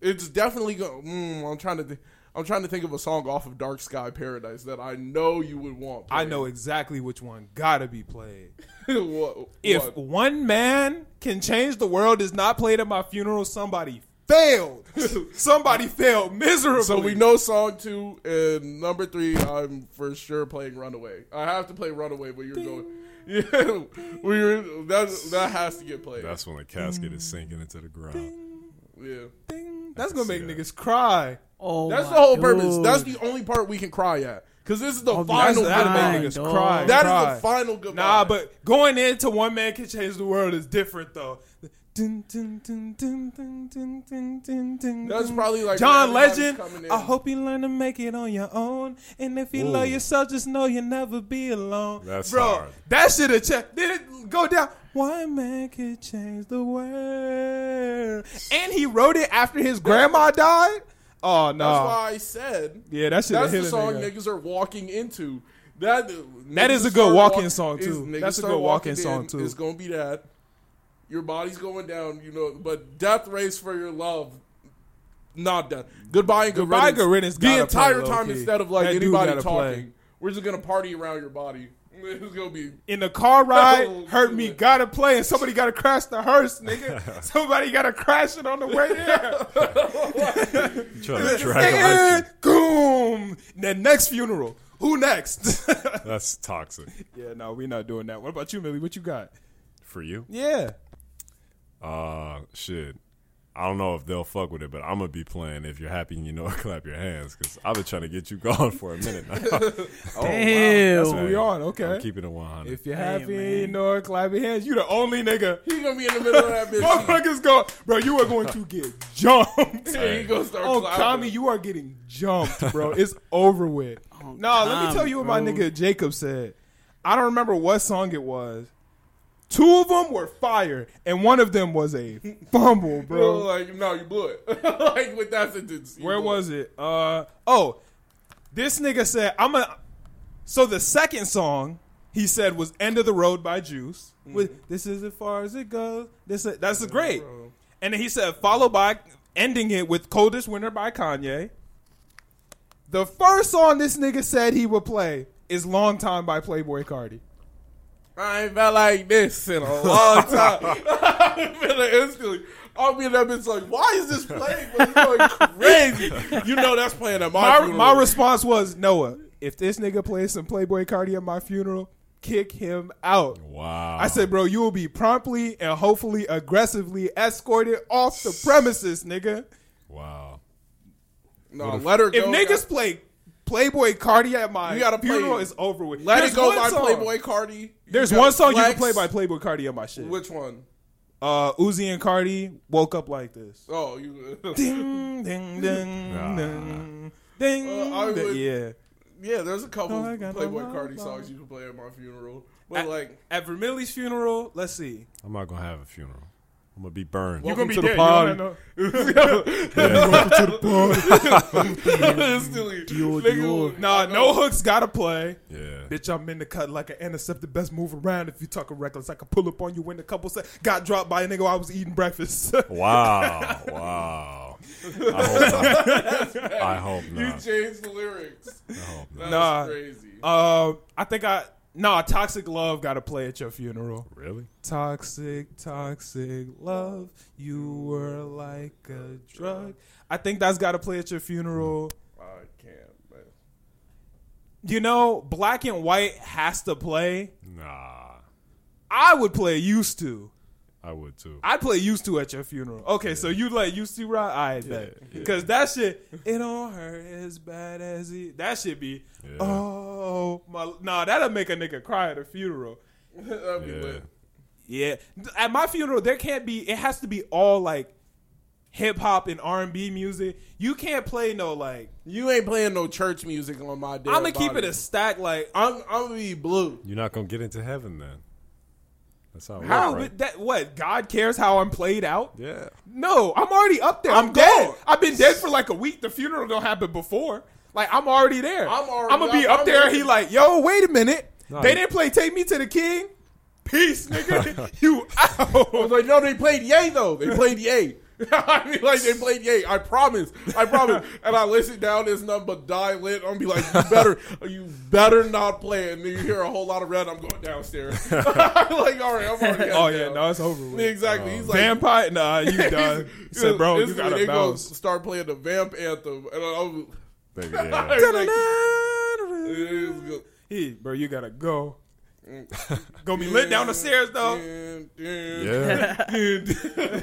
S2: it's definitely going. Mm, I'm trying to. Th- I'm trying to think of a song off of Dark Sky Paradise that I know you would want.
S1: I
S2: played.
S1: know exactly which one gotta be played.
S2: what,
S1: If
S2: (laughs) what?
S1: one man can change the world is not played at my funeral, somebody (laughs) failed. Somebody failed miserably.
S2: So we know song two and number three. I'm for sure playing Runaway. I have to play Runaway when you're going. (laughs) Yeah, we were that that has to get played.
S4: That's when the casket is sinking into the ground.
S2: yeah,
S1: Ding. That's gonna make niggas cry.
S3: Oh,
S2: that's
S3: my
S2: the whole purpose.
S3: dude.
S2: That's the only part we can cry at because this is the
S1: Oh, That's
S2: final.
S1: the
S2: goodbye.
S3: goodbye,
S1: anime niggas
S3: dog.
S1: cry.
S2: That is
S1: cry.
S2: the final goodbye.
S1: Nah, but going into One Man Can Change the World is different though. Dun, dun, dun, dun, dun, dun, dun, dun, dun,
S2: That's
S1: dun.
S2: probably like
S1: John
S2: when everybody's
S1: Legend.
S2: coming in.
S1: I hope you learn to make it on your own, and if you
S4: Ooh.
S1: love yourself, just know you'll never be alone.
S4: That's
S1: bro.
S4: hard.
S1: That should have checked. Did it go down? One man could change the world, and he wrote it after his grandma died. Oh no!
S2: That's why I said.
S1: yeah, that should have
S2: That's
S1: hit
S2: the
S1: a
S2: song
S1: nigga.
S2: niggas are walking into. That
S1: That
S2: niggas
S1: is a good
S2: start
S1: walk-in
S2: walk-
S1: song,
S2: is
S1: too.
S2: niggas
S1: That's a
S2: start
S1: good walk-in
S2: walking
S1: song,
S2: in,
S1: too.
S2: It's gonna be that. Your body's going down, you know. But death race for your love, not done. Goodbye and good
S1: Goodbye,
S2: riddance.
S1: good riddance
S2: The
S1: gotta
S2: entire
S1: play,
S2: time,
S1: low-key.
S2: instead of like
S1: That dude
S2: anybody
S1: gotta
S2: talking,
S1: play.
S2: we're just gonna party around your body. (laughs) It's gonna be
S1: in the car ride, (laughs)
S2: No,
S1: hurt
S2: do
S1: me.
S2: it.
S1: Gotta play, and somebody gotta crash the (laughs) hearse, nigga. somebody gotta crash it on the way there. (laughs)
S4: You trying to drag a
S1: and
S4: hearse-
S1: boom, the next funeral. Who next? (laughs)
S4: That's toxic
S1: yeah, no, we're not doing that. What about you, Millie? What you got?
S4: for you.
S1: Yeah,
S4: Uh, shit. I don't know if they'll fuck with it, but I'm gonna be playing. If you're happy, and you know, (laughs) it, clap your hands because I've been trying to get you (laughs) gone for a minute
S1: (laughs)
S4: now.
S2: oh,
S3: Damn.
S1: that's what we on. Okay.
S4: I'm keeping it 100.
S1: if you're
S3: Damn,
S1: happy,
S3: man.
S1: you know it. Clap your hands. You the only (laughs) nigga.
S2: he's gonna be in the middle of
S1: (laughs)
S2: that bitch.
S1: Motherfuckers go, bro. You are going to get jumped.
S2: He, he gonna start
S1: Oh,
S2: clapping. Oh,
S1: Tommy, you are getting jumped, bro. it's
S2: (laughs)
S1: over with. nah, let me
S3: Tommy,
S1: tell you what my
S3: bro.
S1: nigga Jacob said. I don't remember what song it was. Two of them were fire, and one of them was a fumble,
S2: Bro,
S1: bro.
S2: like no, you blew it. (laughs) like with that sentence, you
S1: Where
S2: blew
S1: was it? Uh oh, this nigga said I'm a. So the second song he said was "End of the Road" by Juice.
S2: Mm-hmm.
S1: With this is as far as it goes. This that's great.
S2: Bro.
S1: And then he said, followed by ending it with Coldest Winter by Kanye. The first song this nigga said he would play is Long Time by Playboy Cardi.
S2: I ain't felt like this in a long
S1: (laughs)
S2: time. I feel it instantly. I'll be in that bitch like, why is this playing? But it's going crazy. You know that's playing at my,
S1: My,
S2: funeral.
S1: my response was, Noah, if this nigga plays some Playboy Cardi at my funeral, kick him out.
S4: wow.
S1: I said, bro, you will be promptly and hopefully aggressively escorted off the premises, nigga.
S4: wow.
S2: no, let her go.
S1: If niggas play Playboy Cardi at my
S2: You gotta play-
S1: funeral, it's over with.
S2: let
S1: There's
S2: it go
S1: one
S2: by
S1: song-
S2: Playboy Cardi. You
S1: There's
S2: got
S1: one song you
S2: Flex.
S1: can play by Playboy Cardi at my shit.
S2: Which one?
S1: uh, Uzi and Cardi woke up like this.
S2: Oh, you. (laughs)
S1: Ding, ding, ding,
S4: Nah.
S1: ding, ding.
S2: Uh, I
S1: ding.
S2: would-
S1: yeah.
S2: yeah, there's a couple
S1: No, I got
S2: Playboy
S1: no
S2: Cardi
S1: love.
S2: songs you can play at my funeral. But like,
S1: At Vermilly's funeral, let's see.
S4: I'm not gonna have a funeral. I'm gonna be burned.
S2: Welcome
S1: gonna
S2: to
S1: be
S2: the
S1: dead,
S2: party.
S1: you don't
S2: (laughs)
S1: (laughs)
S2: instantly, nigga,
S1: know. Nah, no hooks gotta play.
S4: yeah.
S1: Bitch, I'm in the cut like an intercepted. Best move around if you talking reckless. I can pull up on you in a couple seconds. Got dropped by a nigga while I was eating breakfast. (laughs)
S4: Oh. Wow. Wow. I hope not.
S1: (laughs)
S4: I hope
S2: You
S4: not.
S2: changed the lyrics.
S4: I hope not.
S2: That's
S1: Nah.
S2: crazy.
S1: uh, I think I. Nah, Toxic Love gotta play at your funeral.
S4: Really?
S1: Toxic, toxic love. You were like a drug. I think that's got to play at your funeral.
S2: I can't. Man. (laughs)
S1: You know, black and white has to play.
S4: Nah.
S1: I would play used to.
S4: I would too.
S1: I'd play used to at your funeral. Okay, so you like used to rock? I bet. Because that shit, it don't hurt as bad as it. That should be,
S4: Yeah.
S1: oh, my. Nah, that'll make a nigga cry at a funeral.
S2: That'd be
S4: yeah.
S2: lit.
S1: Yeah, at my funeral there can't be. It has to be all like hip hop and R and B music. You can't play no like.
S2: You ain't playing no church music on my day.
S1: I'm gonna keep it a stack. Like
S2: I'm I'm gonna be blue.
S4: You're not gonna get into heaven then. That's how. It
S1: how
S4: Works, right?
S1: but that what God cares how I'm played out.
S4: Yeah.
S1: No, I'm already up there. I'm,
S2: I'm
S1: dead.
S2: gone.
S1: I've been dead for like a week. The funeral don't happen before. Like I'm already there.
S2: I'm already-
S1: I'm gonna be
S2: I'm-
S1: up
S2: I'm
S1: there.
S2: already-
S1: He like, yo, wait a minute.
S4: Nah,
S1: they
S4: you-
S1: didn't play "Take Me to the (laughs) King." Peace, nigga. (laughs) you
S2: (laughs) I was
S1: out. (laughs)
S2: like, no, they played Yay though. They played Yay. I mean, like they played Yay. I promise. I promise. and I listen down. There's nothing but die lit. I'm gonna be like, you
S1: (laughs)
S2: better, you better not play it. And then you hear a whole lot of red. I'm going
S1: (laughs)
S2: downstairs. (laughs) like, all right, I'm already.
S1: Oh
S2: heading
S1: yeah,
S2: down.
S1: no, it's over. With.
S2: Exactly. He's like,
S1: Vampire? Nah, you done. (laughs) He said, bro,
S2: it's
S1: you
S2: like
S1: gotta
S2: they gonna
S1: bounce.
S2: Start playing the vamp anthem, and I'm
S1: (laughs)
S4: They- yeah.
S2: (laughs) like, it's good.
S1: He, bro, you gotta go. Gonna be lit down the stairs though.
S4: yeah.
S1: (laughs)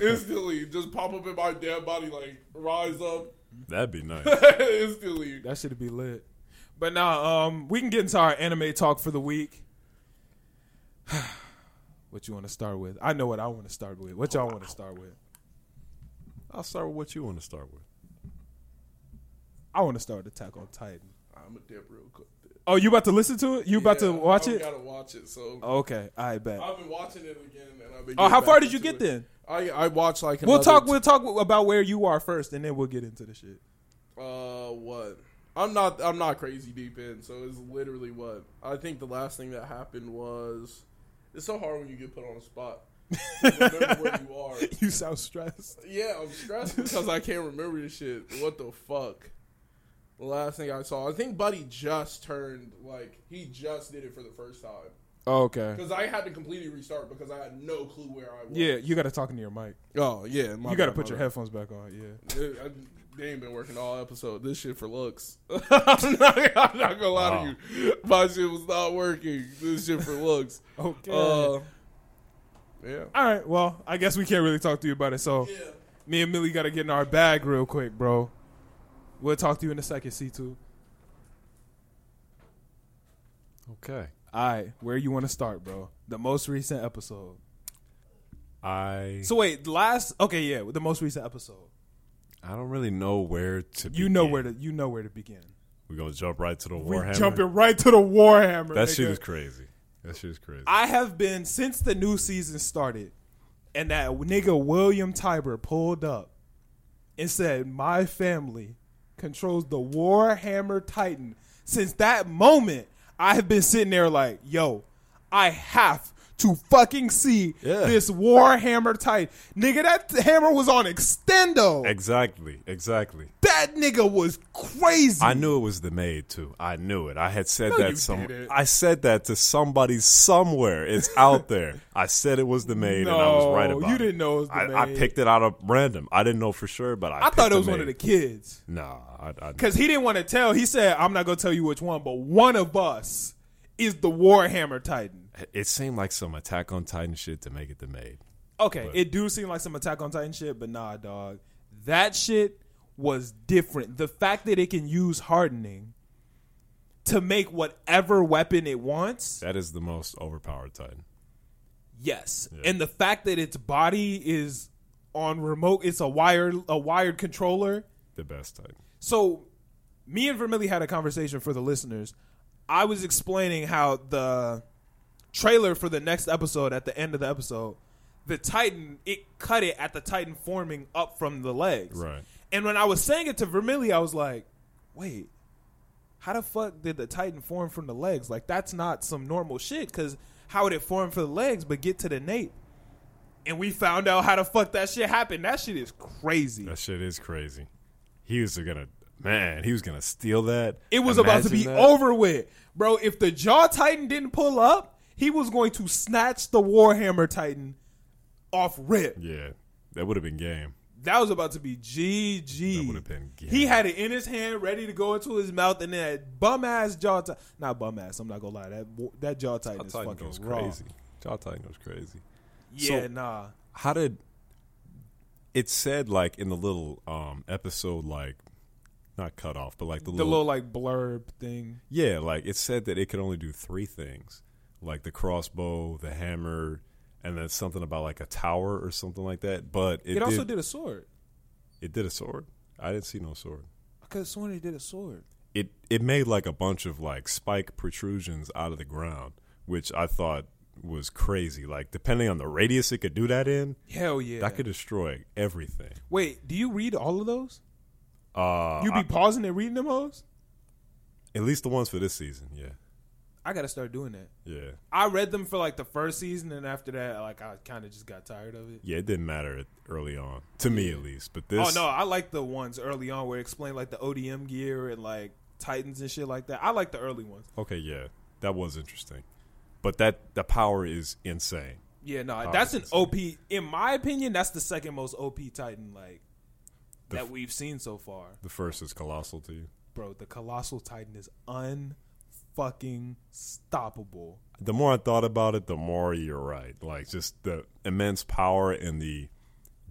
S2: Instantly, just pop up in my dead body, like rise up. (laughs)
S4: That'd be nice.
S2: Instantly,
S1: That should be lit. But nah, um, we can get into our anime talk for the week. (sighs) what you want to start with? I know what I want to start with. What y'all want to start with?
S4: I'll start with what you want to start with.
S1: I want to start with Attack on Titan.
S2: I'm a dip real quick.
S1: Oh, you about to listen to it? You about
S2: Yeah,
S1: to watch
S2: I
S1: it?
S2: Gotta watch it. So
S1: Okay, I bet.
S2: I've been watching it again, and I've been.
S1: Oh, how
S2: getting
S1: far
S2: back
S1: did you
S2: into
S1: get
S2: it.
S1: then?
S2: I I watched like.
S1: We'll
S2: another
S1: talk.
S2: t-
S1: We'll talk about where you are first, and then we'll get into the shit.
S2: Uh, what? I'm not. I'm not crazy deep in. So it's literally what I think. The last thing that happened was. It's so hard when you get put on the spot. (laughs) remember where you are.
S1: (laughs) You sound stressed.
S2: Yeah, I'm stressed because I can't remember this shit. What the fuck? The last thing I saw, I think Buddy just turned like he just did it for the first time
S1: Okay.
S2: because I had to completely restart because I had no clue where I was.
S1: Yeah, you got to talk into your mic.
S2: Oh yeah. My
S1: you got to
S2: bad,
S1: put
S2: my
S1: your
S2: bad.
S1: headphones back on. Yeah.
S2: Dude, I, they ain't been working all episode. This shit for looks. (laughs) I'm, not, I'm not gonna lie
S4: Wow.
S2: to you. My shit was not working. This shit for
S1: (laughs)
S2: looks.
S1: Okay.
S2: Uh, yeah.
S1: All right. Well, I guess we can't really talk to you about it. So
S2: Yeah.
S1: me and Millie got to get in our bag real quick, bro. We'll talk to you in a second, C2.
S4: Okay.
S1: All right. Where you want to start, bro? The most recent episode.
S4: I
S1: So wait, last. Okay, yeah, the most recent episode.
S4: I don't really know where to.
S1: You know where to. You know where to begin.
S4: We're gonna jump right to the
S1: We
S4: Warhammer.
S1: jumping right to the Warhammer.
S4: that
S1: nigga.
S4: shit is crazy. That shit is crazy.
S1: I have been since the new season started, and that nigga William Tiber pulled up and said, "My family controls the Warhammer Titan." Since that moment, I have been sitting there like, "Yo, I have." To fucking see
S4: Yeah.
S1: this Warhammer Titan. Nigga, that hammer was on extendo.
S4: exactly. Exactly.
S1: that nigga was crazy.
S4: I knew it was the maid too. I knew it. I had said
S1: you
S4: that some.
S1: didn't.
S4: I said that to somebody somewhere. It's out there. I said it was the maid, and I was right
S1: No,
S4: about.
S1: you
S4: it.
S1: didn't know it was the
S4: I, I
S1: maid.
S4: picked it out of random. I didn't know for sure, but I.
S1: I thought
S4: picked
S1: it was
S4: the
S1: one of the
S4: maid.
S1: kids.
S4: Nah, I, I,
S1: Because he didn't want to tell. He said, I'm not going to tell you which one, but one of us is the Warhammer Titan.
S4: it seemed like some Attack on Titan shit to make it the maid.
S1: Okay, it do seem like some Attack on Titan shit, but nah, dog. That shit was different. The fact that it can use hardening to make whatever weapon it wants,
S4: That is the most overpowered Titan.
S1: yes. And the fact that its body is on remote, it's a wired, a wired controller.
S4: The best Titan.
S1: So, me and Vermilly had a conversation for the listeners. I was explaining how the trailer for the next episode, at the end of the episode, the Titan, it cut it at the Titan forming up from the legs.
S4: Right.
S1: And when I was saying it to Vermilly, I was like, wait, how the fuck did the Titan form from the legs? Like, that's not some normal shit, because how would it form for the legs but get to the nape? And we found out how the fuck that shit happened. That shit is crazy.
S4: That shit is crazy. He was gonna, man. He was gonna steal that.
S1: It was about to
S4: Imagine
S1: be
S4: that.
S1: over with. Bro, if the Jaw Titan didn't pull up, he was going to snatch the Warhammer Titan off rip.
S4: Yeah, that would have been game.
S1: That was about to be
S4: That
S1: GG.
S4: would've been game.
S1: He had it in his hand, ready to go into his mouth, and then that bum ass Jaw Titan. Not bum ass, I'm not going to lie. That, wa- that Jaw Titan
S4: Jaw
S1: is
S4: Titan
S1: fucking
S4: goes
S1: raw.
S4: crazy. Jaw Titan goes crazy.
S1: Yeah,
S4: So-
S1: nah.
S4: How did it said like in the little um episode like not cut off, but like the,
S1: The little, like, blurb thing.
S4: yeah, like it said that it could only do three things, like the crossbow, the hammer, and then something about like a tower or something like that. But it,
S1: It, also
S4: did
S1: did a sword.
S4: it did a sword. I didn't see no sword.
S1: I could have sworn he did a sword.
S4: it it made like a bunch of like spike protrusions out of the ground, which I thought was crazy. Like depending on the radius it could do that in,
S1: Hell yeah.
S4: that could destroy everything.
S1: Wait, do you read all of those?
S4: Uh,
S1: You be pausing and reading them hoes?
S4: at least the ones for this season, yeah.
S1: I gotta start doing that.
S4: Yeah,
S1: I read them for like the first season, and after that, like I kind of just got tired of it.
S4: yeah. It didn't matter at- early on to me at least, but this.
S1: Oh no, I like the ones early on where it explained like the ODM gear and like Titans and shit like that. I like the early ones.
S4: Okay, yeah, that was interesting, but that the power is insane.
S1: Yeah, no,
S4: Oh,
S1: that's an
S4: that's
S1: OP. In my opinion, that's the second most OP Titan like
S4: The
S1: that
S4: f-
S1: we've seen so far,
S4: The first is colossal to you.
S1: bro. The Colossal Titan is unfucking stoppable.
S4: the more I thought about it, the more you're right. Like just the immense power and the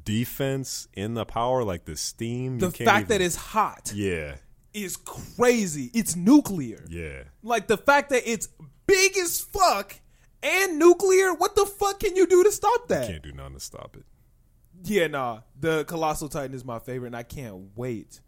S4: defense in the power, like the steam.
S1: The fact that it's hot
S4: yeah,
S1: is crazy. It's nuclear.
S4: yeah,
S1: Like the fact that it's big as fuck and nuclear. What the fuck can you do to stop that?
S4: can't do nothing to stop it.
S1: Yeah, nah. The Colossal Titan is my favorite, and I can't wait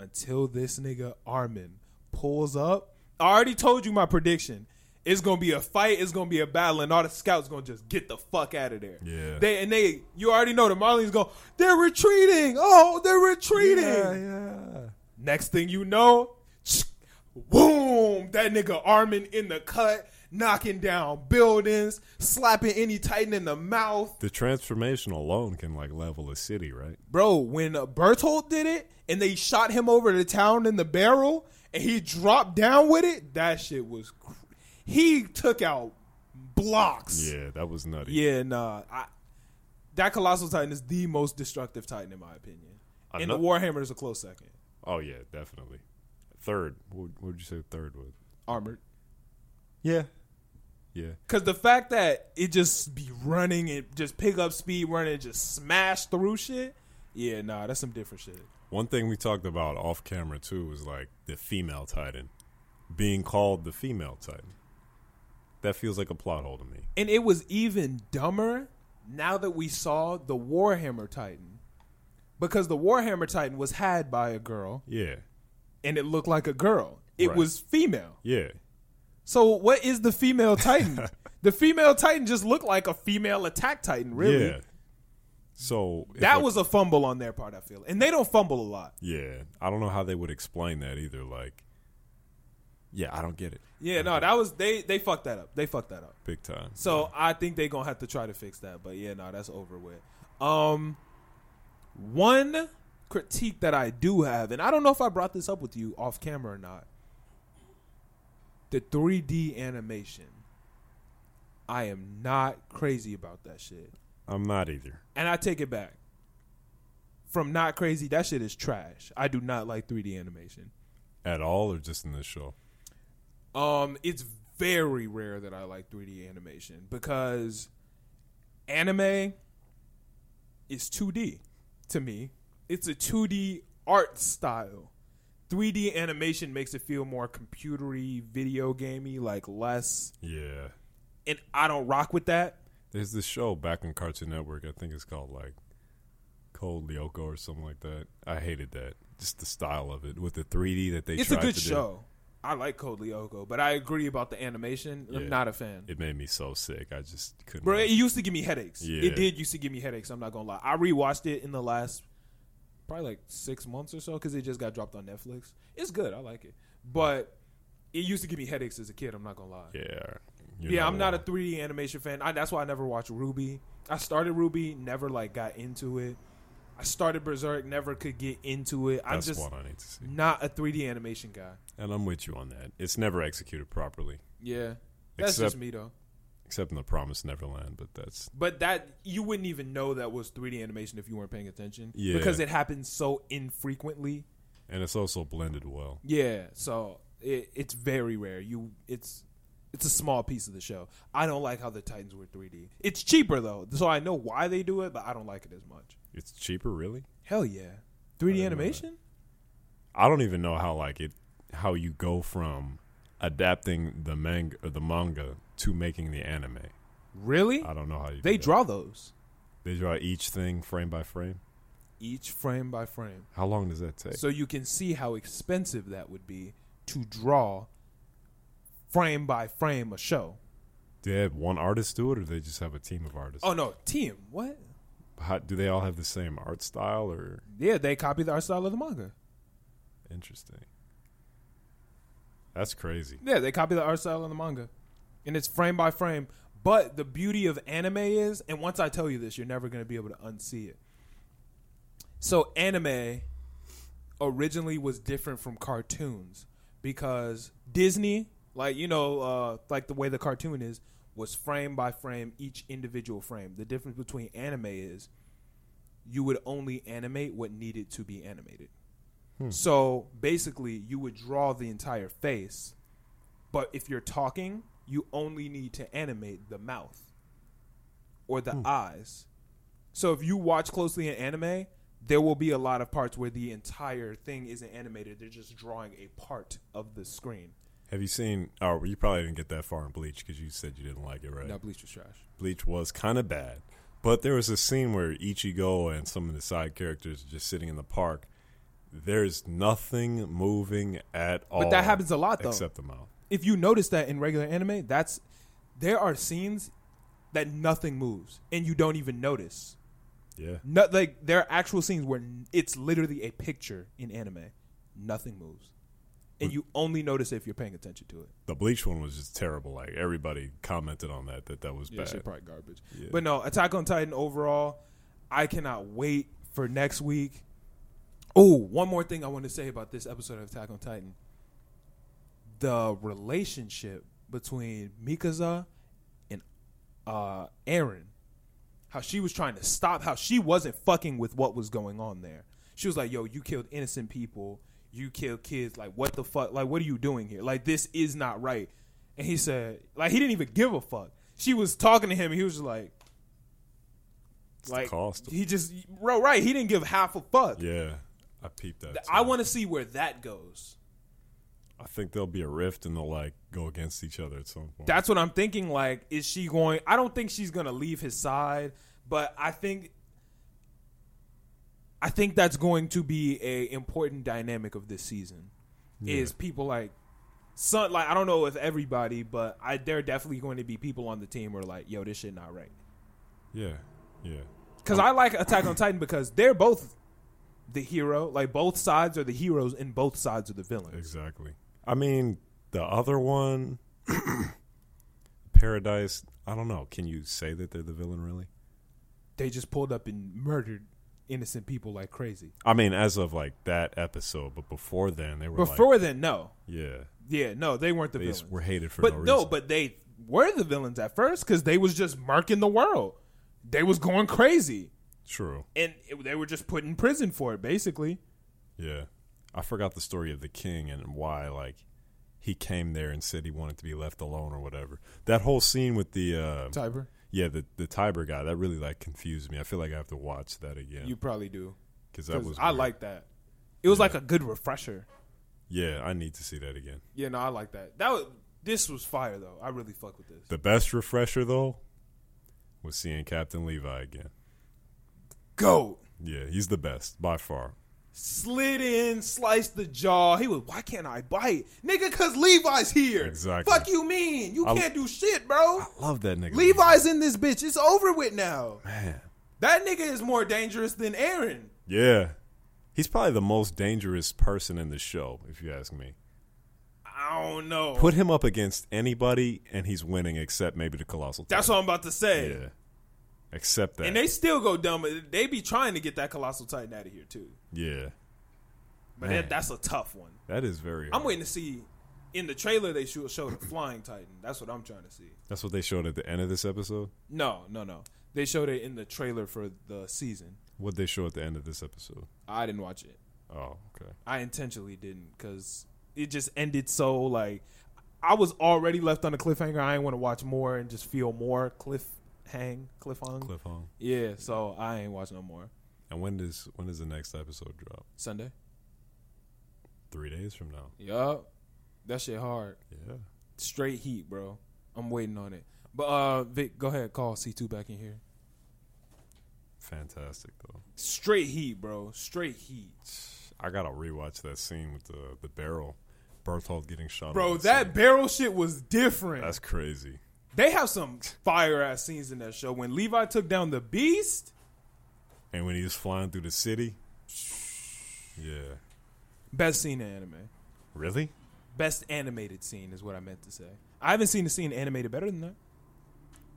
S1: until this nigga Armin pulls up. I already told you my prediction. It's gonna be a fight. It's gonna be a battle, and all the scouts gonna just get the fuck out of there.
S4: Yeah.
S1: They and they, you already know the Marlins go. They're retreating. Oh, they're retreating.
S4: yeah.
S1: Next thing you know, boom, that nigga Armin in the cut, knocking down buildings, slapping any Titan in the mouth.
S4: The transformation alone can like level a city, right?
S1: bro, when uh, Bertolt did it and they shot him over the town in the barrel and he dropped down with it, that shit was. Cr- he took out blocks.
S4: Yeah, that was nutty.
S1: Yeah, nah. I, that Colossal Titan is the most destructive Titan, in my opinion. and the
S4: Ano-
S1: Warhammer is a close second.
S4: Oh yeah, definitely. Third, what what would you say third was?
S1: Armored.
S4: Yeah, yeah.
S1: Because the fact that it just be running and just pick up speed, running, and just smash through shit. Yeah, nah, that's some different shit.
S4: One thing we talked about off camera too was like the female Titan being called the female Titan. That feels like a plot hole to me.
S1: And it was even dumber now that we saw the Warhammer Titan. Because the Warhammer Titan was had by a girl
S4: Yeah,
S1: and it looked like a girl. It
S4: Right.
S1: was female.
S4: yeah.
S1: So what is the female
S4: (laughs)
S1: Titan? the female Titan just looked like a female attack Titan, really.
S4: Yeah. So if
S1: That
S4: a-
S1: was a fumble on their part, I feel. And they don't fumble a lot.
S4: yeah. I don't know how they would explain that either. Like, yeah, I don't get it.
S1: Yeah, no, that was they they fucked that up. They fucked that up.
S4: Big time.
S1: So I think they're gonna have to try to fix that. But yeah, no, that's over with. Um, one critique that I do have, and I don't know if I brought this up with you off camera or not. The 3D animation. I am not crazy about that shit.
S4: I'm not either.
S1: And I take it back. From not crazy, that shit is trash. I do not like 3D animation.
S4: At all or just in this show?
S1: Um, it's very rare that I like 3D animation because anime is 2D to me. It's a 2D art style. 3D animation makes it feel more computery, video gamey, like less.
S4: Yeah.
S1: And I don't rock with that.
S4: There's this show back on Cartoon Network. I think it's called like Cold Lyoko or something like that. I hated that. Just the style of it with the 3D that they.
S1: it's a
S4: tried
S1: good
S4: to do.
S1: show. I like Code Lyoko, but I agree about the animation.
S4: Yeah.
S1: I'm not a fan.
S4: It made me so sick. I just couldn't.
S1: Bro,
S4: watch
S1: it
S4: it.
S1: used to give me headaches.
S4: Yeah.
S1: It did used to give me headaches. I'm not gonna lie. I rewatched it in the last probably like six months or so because it just got dropped on Netflix. It's good. I like it, but it used to give me headaches as a kid. I'm not gonna lie. Yeah,
S4: yeah. you're
S1: I'm not a
S4: wrong.
S1: 3D animation fan. I, that's why I never watched Ruby. I started Ruby, never like got into it. I started Berserk, never could get into it. I'm
S4: That's
S1: just
S4: what I need to see.
S1: not a 3D animation guy.
S4: And I'm with you on that. It's never executed properly,
S1: Yeah, that's just
S4: Except-
S1: me though.
S4: except in the Promised Neverland. But that's
S1: But that you wouldn't even know that was 3D animation if you weren't paying attention.
S4: Yeah.
S1: Because it happens so infrequently.
S4: and it's also blended well.
S1: Yeah. So it, it's very rare. You it's it's a small piece of the show. I don't like how the Titans were 3D. It's cheaper though, so I know why they do it, but I don't like it as much.
S4: It's cheaper, really.
S1: Hell yeah.
S4: I didn't know
S1: 3D
S4: that.
S1: animation?
S4: I don't even know how like it how you go from adapting the manga the manga to making the anime.
S1: Really?
S4: I don't know how you.
S1: They
S4: do that.
S1: draw those.
S4: They draw each thing frame by frame.
S1: Each frame by frame.
S4: How long does that take?
S1: So you can see how expensive that would be to draw frame by frame a show.
S4: do they have one artist do it, or they just have a team of artists?
S1: Oh no, team. What?
S4: How, do they all have the same art style, or
S1: Yeah, they copied the art style of the manga.
S4: interesting? That's crazy.
S1: Yeah, they copy the art style in the manga, and it's frame by frame. But the beauty of anime is, and once I tell you this, you're never going to be able to unsee it. So anime originally was different from cartoons because Disney, like you know, uh, like the way the cartoon is, was frame by frame, each individual frame. The difference between anime is you would only animate what needed to be animated. So basically, you would draw the entire face, but if you're talking, you only need to animate the mouth or the
S4: Hmm.
S1: eyes. So if you watch closely in anime, there will be a lot of parts where the entire thing isn't animated. They're just drawing a part of the screen.
S4: Have you seen? Oh, well, you probably didn't get that far in Bleach because you said you didn't like it, right?
S1: Now, Bleach was trash.
S4: Bleach was kind of bad, but there was a scene where Ichigo and some of the side characters are just sitting in the park. There's nothing moving at all.
S1: But that happens a lot, though.
S4: Except the mouth.
S1: if you notice that in regular anime, that's there are scenes that nothing moves and you don't even notice.
S4: Yeah.
S1: No, like there are actual scenes where n- it's literally a picture in anime, nothing moves, and you only notice if you're paying attention to it.
S4: The Bleach one was just terrible. Like everybody commented on that that that was
S1: Yeah,
S4: bad.
S1: shit probably garbage. But no, Attack on Titan overall, I cannot wait for next week. Oh, one more thing I want to say about this episode of Attack on Titan. The relationship between Mikasa and uh Aaron. How she was trying to stop, how she wasn't fucking with what was going on there. She was like, yo, you killed innocent people. You killed kids. Like, what the fuck? Like, what are you doing here? Like, this is not right. And he said, like, he didn't even give a fuck. She was talking to him, and he was just like,
S4: the cost.
S1: he just, bro, right? He didn't give half a fuck.
S4: yeah, I peeped that.
S1: I
S4: too.
S1: want to see where that goes.
S4: I think there'll be a rift and they'll like go against each other at some point.
S1: That's what I'm thinking. Like, is she going? I don't think she's gonna leave his side, but I think, I think that's going to be a important dynamic of this season. Is people like, son, like I don't know if everybody, but I there are definitely going to be people on the team who are like, yo, this shit not right.
S4: yeah, yeah.
S1: Because I like Attack on Titan because they're both the hero. Like both sides are the heroes, and both sides are the villains.
S4: Exactly. I mean, the other one, (clears throat) Paradise. I don't know. Can you say that they're the villain? Really?
S1: They just pulled up and murdered innocent people like crazy.
S4: I mean, as of like that episode, but before then, they were
S1: Before
S4: like,
S1: then, no.
S4: yeah,
S1: Yeah, no, they weren't the
S4: they
S1: villains.
S4: just were hated for
S1: but
S4: no
S1: no,
S4: reason.
S1: but they were the villains at first because they was just marking the world. They was going crazy,
S4: true.
S1: and it, they were just put in prison for it, basically.
S4: Yeah, I forgot the story of the king and why like he came there and said he wanted to be left alone or whatever. That whole scene with the uh,
S1: Tiber,
S4: yeah the the Tiber guy that really like confused me. I feel like I have to watch that again
S1: you probably do.
S4: because that
S1: 'Cause
S4: was
S1: I
S4: weird.
S1: like that. It was like a good refresher.
S4: yeah I need to see that again.
S1: Yeah, no, I like that. That was, this was fire though. I really fuck with this.
S4: The best refresher though was seeing Captain Levi again.
S1: Go
S4: Yeah, he's the best by far.
S1: slid in, sliced the jaw. He was, why can't I bite, nigga? Cause Levi's here.
S4: Exactly.
S1: Fuck you, mean you
S4: I-
S1: can't do shit, bro.
S4: Love that nigga.
S1: Levi's in this bitch. It's over with now.
S4: man.
S1: That nigga is more dangerous than Aaron.
S4: Yeah. He's probably the most dangerous person in the show, if you ask me.
S1: I don't know.
S4: Put him up against anybody, and he's winning, except maybe the colossal.
S1: That's
S4: Titan.
S1: what I'm about to say.
S4: Yeah, except that.
S1: And they still go dumb. They be trying to get that colossal titan out of here too.
S4: yeah,
S1: But
S4: Man.
S1: that, that's a tough one.
S4: that is very.
S1: I'm
S4: hard.
S1: waiting to see. In the trailer, they show, show the flying titan. That's what I'm trying to see.
S4: That's what they showed at the end of this episode.
S1: No, no, no. They showed it in the trailer for the season.
S4: What they show at the end of this episode.
S1: I didn't watch it.
S4: Oh, okay.
S1: I intentionally didn't because it just ended so like I was already left on a cliffhanger. I didn't want to watch more and just feel more cliff hang cliff hung.
S4: Cliff Hong.
S1: Yeah, so I ain't watching no more.
S4: And when does when does the next episode drop?
S1: Sunday.
S4: Three days from now.
S1: Yup. That shit hard.
S4: Yeah.
S1: Straight heat, bro. I'm waiting on it. But uh Vic, go ahead, call C two back in here.
S4: Fantastic though.
S1: Straight heat, bro. Straight heat.
S4: I gotta rewatch that scene with the the barrel, Berthold getting shot.
S1: Bro,
S4: on the
S1: that
S4: scene.
S1: barrel shit was different.
S4: that's crazy.
S1: they have some fire ass scenes in that show. When Levi took down the beast,
S4: And when he was flying through the city. Yeah.
S1: best scene in anime.
S4: Really?
S1: Best animated scene is what I meant to say. I haven't seen a scene animated better than that.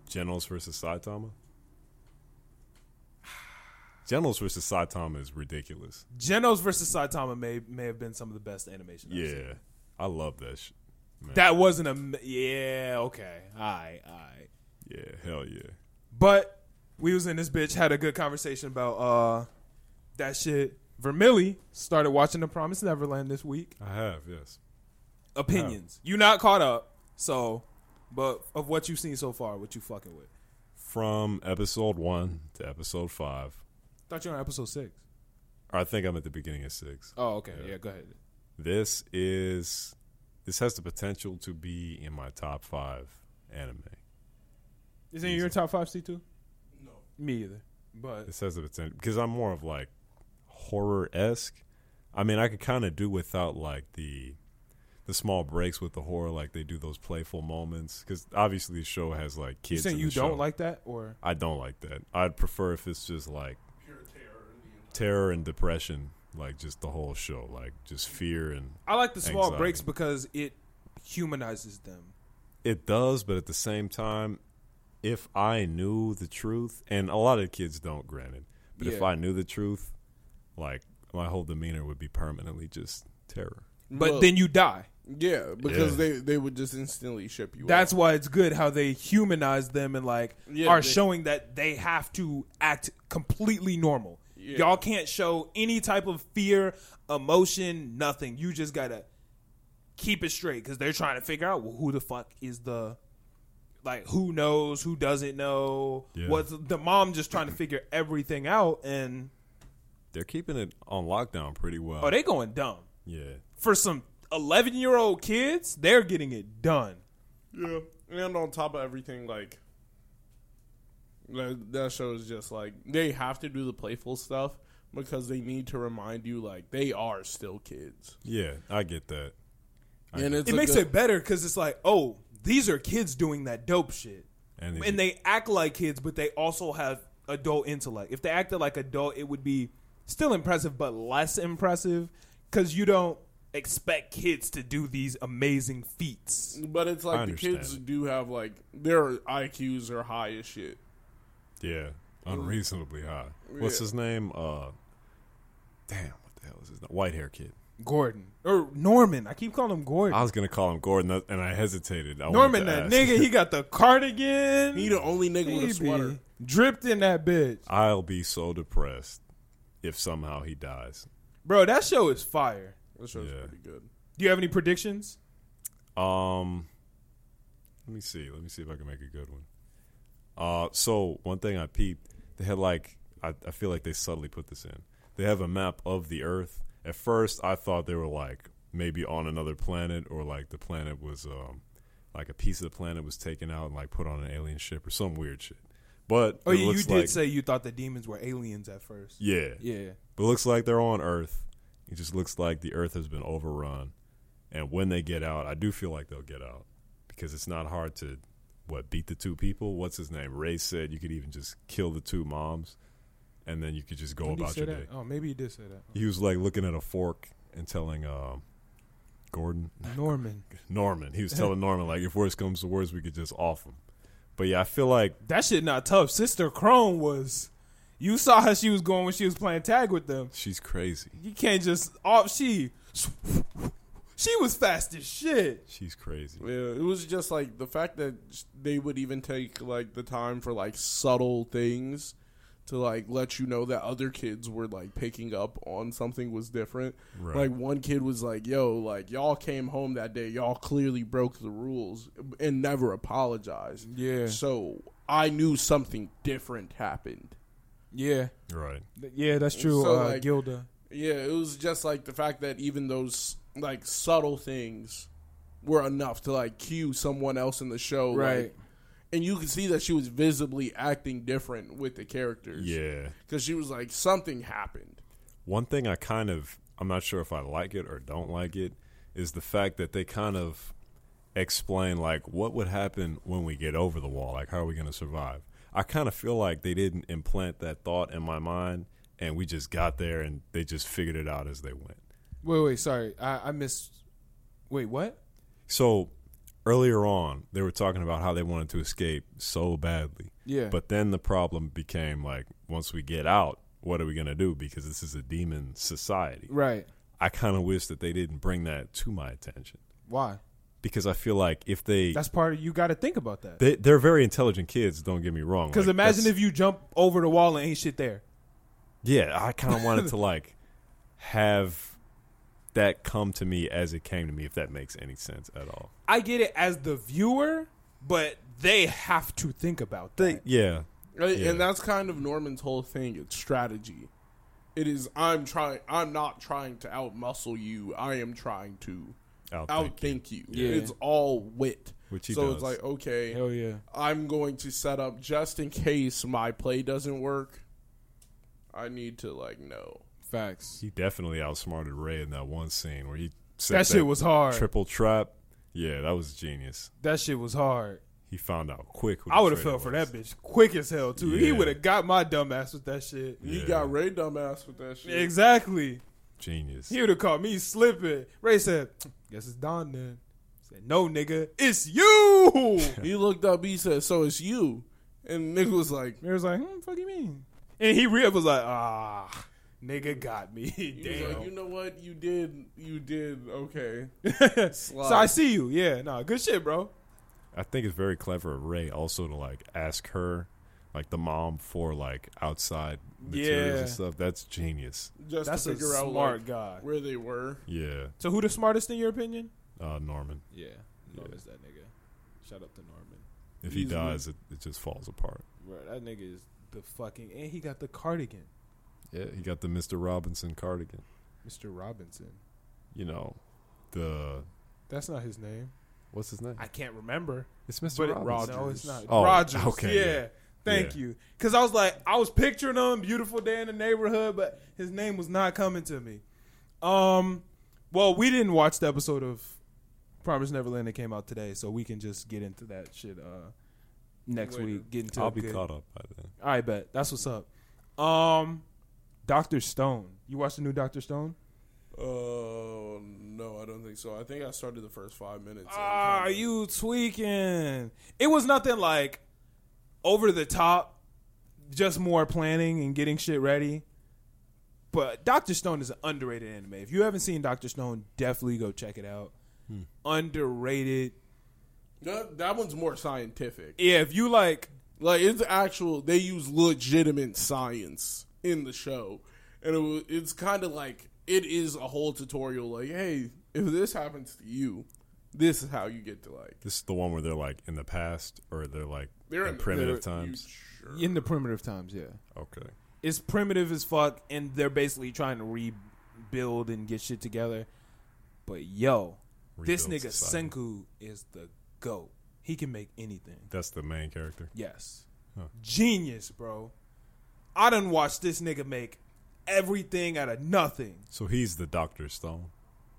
S4: Generals versus Saitama. Generals versus Saitama is ridiculous.
S1: Genos versus Saitama may may have been some of the best animation. I've seen.
S4: Yeah, I love that. Sh-
S1: that wasn't a m- yeah. Okay, all right, all right.
S4: yeah, hell yeah.
S1: But we was in this bitch had a good conversation about uh that shit. Vermilly started watching The Promised Neverland this week.
S4: I have yes.
S1: Opinions. You not caught up, so but of what you've seen so far, what you fucking with.
S4: From episode one to episode five,
S1: Thought you were on episode six.
S4: or I think I'm at the beginning of six.
S1: Oh, okay. Yeah, go ahead.
S4: This is this has the potential to be in my top five anime.
S1: Is it in your top five C two?
S2: No.
S1: Me either. But
S4: This has the potential because I'm more of like horror esque. I mean, I could kind of do without like the the small breaks with the horror, like they do those playful moments. Because obviously, the show has like
S1: you
S4: kids.
S1: saying
S4: in
S1: you
S4: the show.
S1: don't like that or
S4: I don't like that. I'd prefer if it's just like
S2: Pure terror. in the entire-
S4: terror and depression, like just the whole show, like just fear and
S1: I like the small
S4: Anxiety.
S1: breaks because it humanizes them.
S4: It does, but at the same time, if I knew the truth, and a lot of kids don't, granted, but if
S1: Yeah.
S4: I knew the truth, like my whole demeanor would be permanently just terror.
S1: But
S2: Look,
S1: then you die.
S2: yeah, because
S4: Yeah.
S2: they they would just instantly ship you.
S1: That's why it's good how they humanize them and like
S2: Yeah,
S1: are
S2: they-
S1: showing that they have to act completely normal.
S2: Yeah.
S1: Y'all can't show any type of fear, emotion, nothing. You just gotta keep it straight because they're trying to figure out well, who the fuck is the like who knows, who doesn't know.
S4: Yeah.
S1: What's the mom just trying to figure everything out and
S4: They're keeping it on lockdown pretty well.
S1: oh they going dumb
S4: yeah.
S1: for some eleven year old kids. They're getting it done.
S2: Yeah, and on top of everything, like that, that show is just like they have to do the playful stuff because they need to remind you like they are still kids,
S4: Yeah, I get that.
S2: and it's
S1: it
S2: a
S1: makes
S2: good-
S1: it better because it's like, oh, these are kids doing that dope shit,
S4: And,
S1: and they act like kids, but they also have adult intellect. If they acted like adult, it would be still impressive, but less impressive because you don't expect kids to do these amazing feats.
S2: But it's
S4: I
S2: like the
S4: understand.
S2: kids do have like their IQs are high as shit.
S4: yeah, unreasonably high. What's
S2: Yeah.
S4: his name? Uh, damn, what the hell is his name? White hair kid.
S1: Gordon or Norman, I keep calling him Gordon.
S4: I was gonna call him Gordon, uh, and I hesitated. I wanted
S1: Norman,
S4: to
S1: that
S4: ask.
S1: nigga, he got the cardigan.
S2: He the only nigga with
S1: He
S2: a sweater.
S1: be dripped in that bitch,
S4: I'll be so depressed if somehow he dies.
S1: bro. That show is fire.
S2: That show's
S4: Yeah.
S2: pretty good.
S1: Do you have any predictions?
S4: Um, let me see. Let me see if I can make a good one. Uh, so one thing I peeped, they had like I, I feel like they subtly put this in. They have a map of the Earth. At first, I thought they were like maybe on another planet, or like the planet was um like a piece of the planet was taken out and like put on an alien ship or some weird shit. But
S1: Oh,
S4: it
S1: yeah, you
S4: looks
S1: did
S4: like-
S1: say you thought the demons were aliens at first.
S4: yeah,
S1: Yeah.
S4: But it looks like they're on Earth. It just looks like the Earth has been overrun. And when they get out, I do feel like they'll get out because it's not hard to what beat the two people. What's his name? Ray said you could even just kill the two moms, and then you could just go
S1: Did he
S4: about
S1: say
S4: your
S1: that?
S4: day.
S1: Oh, maybe he did say that.
S4: He was like looking at a fork and telling um, Gordon
S1: Norman.
S4: Norman. He
S1: (laughs)
S4: was telling Norman like, if worse comes to worse, we could just off him. But yeah, I feel like
S1: That shit not tough. Sister Crone was. You saw how she was going when she was playing tag with them.
S4: she's crazy.
S1: You can't just off. She. She was fast as shit.
S4: She's crazy.
S2: Yeah, it was just like the fact that they would even take like the time for like subtle things to like let you know that other kids were like picking up on something was different.
S4: Right.
S2: Like one kid was like, "Yo, like y'all came home that day, y'all clearly broke the rules and never apologized."
S1: Yeah.
S2: So, I knew something different happened.
S1: Yeah.
S4: Right.
S1: Yeah, that's true.
S2: So,
S1: uh,
S2: like-
S1: Gilda.
S2: Yeah, it was just like the fact that even those like subtle things were enough to like cue someone else in the show, like,
S1: Right.
S2: and you could see that she was visibly acting different with the characters.
S4: Yeah.
S2: because she was like something happened.
S4: One thing I kind of I'm not sure if I like it or don't like it is the fact that they kind of explain like what would happen when we get over the wall, like how are we going to survive? I kind of feel like they didn't implant that thought in my mind and we just got there and they just figured it out as they went.
S1: Wait, wait, sorry. I, I missed Wait, what?
S4: So earlier on, they were talking about how they wanted to escape so badly.
S1: Yeah.
S4: But then the problem became like, once we get out, what are we going to do? Because this is a demon society.
S1: Right.
S4: I kind of wish that they didn't bring that to my attention
S1: Why?
S4: because I feel like if they.
S1: That's part of you got to think about that.
S4: they, they're very intelligent kids. Don't get me wrong.
S1: Because
S4: Like,
S1: imagine
S4: that's-
S1: if you jump over the wall and ain't shit there.
S4: Yeah,
S1: (laughs)
S4: I kind of wanted to like have that come to me as it came to me, if that makes any sense at all.
S1: I get it as the viewer, but they have to think about that.
S4: They, yeah,
S2: Right?
S4: Yeah.
S2: And that's kind of Norman's whole thing. It's strategy. It is I'm trying I'm not trying to outmuscle you. I am trying to
S4: I'll think.
S2: outthink you.
S1: Yeah.
S2: It's all wit.
S4: Which he
S2: so
S4: does.
S2: it's like, okay,
S1: Hell yeah.
S2: I'm going to set up just in case my play doesn't work. I need to like know.
S1: Facts.
S4: he definitely outsmarted Ray in that one scene where he set
S1: That, shit was hard.
S4: triple trap. Yeah, that was genius.
S1: that shit was hard.
S4: He found out quick. who the
S1: I would have
S4: traitor
S1: fell for
S4: was.
S1: that bitch quick as hell too. He
S4: Yeah.
S1: would have got my dumb ass with that shit.
S2: He
S4: Yeah.
S2: got Ray dumbass with that shit.
S1: Exactly.
S4: Genius.
S1: He would have caught me slipping. Ray said, "Guess it's Don then." I said, "No, nigga, it's you."
S2: (laughs) He looked up, he said, So it's you. And nigga was like,
S1: Mary was like, "Hmm, fuck you mean?" And he re- was like, "Ah, nigga got me."
S2: he was like,
S1: Damn.
S2: you know what? You did you did okay.
S1: (laughs) so I see you. Yeah, nah, good shit, bro.
S4: I think it's very clever of Ray also to like ask her, like the mom for like outside materials and
S1: Yeah.
S4: stuff. That's genius.
S2: Just
S1: That's
S2: to
S1: a
S2: figure out
S1: smart
S2: like,
S1: guy.
S2: where they were.
S4: Yeah,
S1: So who the smartest in your opinion?
S4: uh, Norman.
S1: Yeah, Norman's that nigga. Shout out to Norman.
S4: If he
S2: Easily.
S4: dies, it, it just falls apart.
S1: Bro, that nigga is the fucking and he got the cardigan,
S4: Yeah, he got the Mister Robinson cardigan.
S1: Mr. Robinson.
S4: You know, the
S1: That's not his name.
S4: what's his name?
S1: I can't remember.
S4: It's Mister
S1: But it,
S4: Robinson.
S1: Rogers. No, it's not.
S4: Oh,
S1: Rogers.
S4: okay,
S1: Yeah.
S4: yeah.
S1: Thank
S4: Yeah.
S1: you. Cause I was like, I was picturing him, beautiful day in the neighborhood, but his name was not coming to me. Um, well, we didn't watch the episode of Promise Neverland that came out today, so we can just get into that shit uh next
S2: Later.
S1: week. Get into
S4: I'll
S1: it
S4: be
S1: good.
S4: caught up by then.
S1: I bet. That's what's up. Um Doctor Stone. You watched the new Doctor Stone?
S2: Oh no, I don't think so. I think I started the first five minutes. and
S1: Ah,
S2: kinda-
S1: you tweaking. It was nothing like over the top, just more planning and getting shit ready. But Doctor Stone is an underrated anime. If you haven't seen Doctor Stone, definitely go check it out. Underrated.
S2: that, that one's more scientific.
S1: Yeah, if you like
S2: Like it's actual. They use legitimate science in the show, and it, wa- it's kind of like it is a whole tutorial. Like, hey, if this happens to you, this is how you get to like.
S4: This is the one where they're like in the past or they're like
S2: They're
S4: in primitive
S2: they're- you
S4: times.
S2: sure?
S1: in the primitive times, yeah.
S4: okay.
S1: It's primitive as fuck, and they're basically trying to rebuild and get shit together. But yo, this
S4: Rebuild
S1: nigga
S4: society.
S1: Senku is the GOAT. He can make anything.
S4: That's the main character.
S1: Yes.
S4: Huh.
S1: Genius, bro. I done watched this nigga make everything out of nothing.
S4: So he's the Doctor Stone,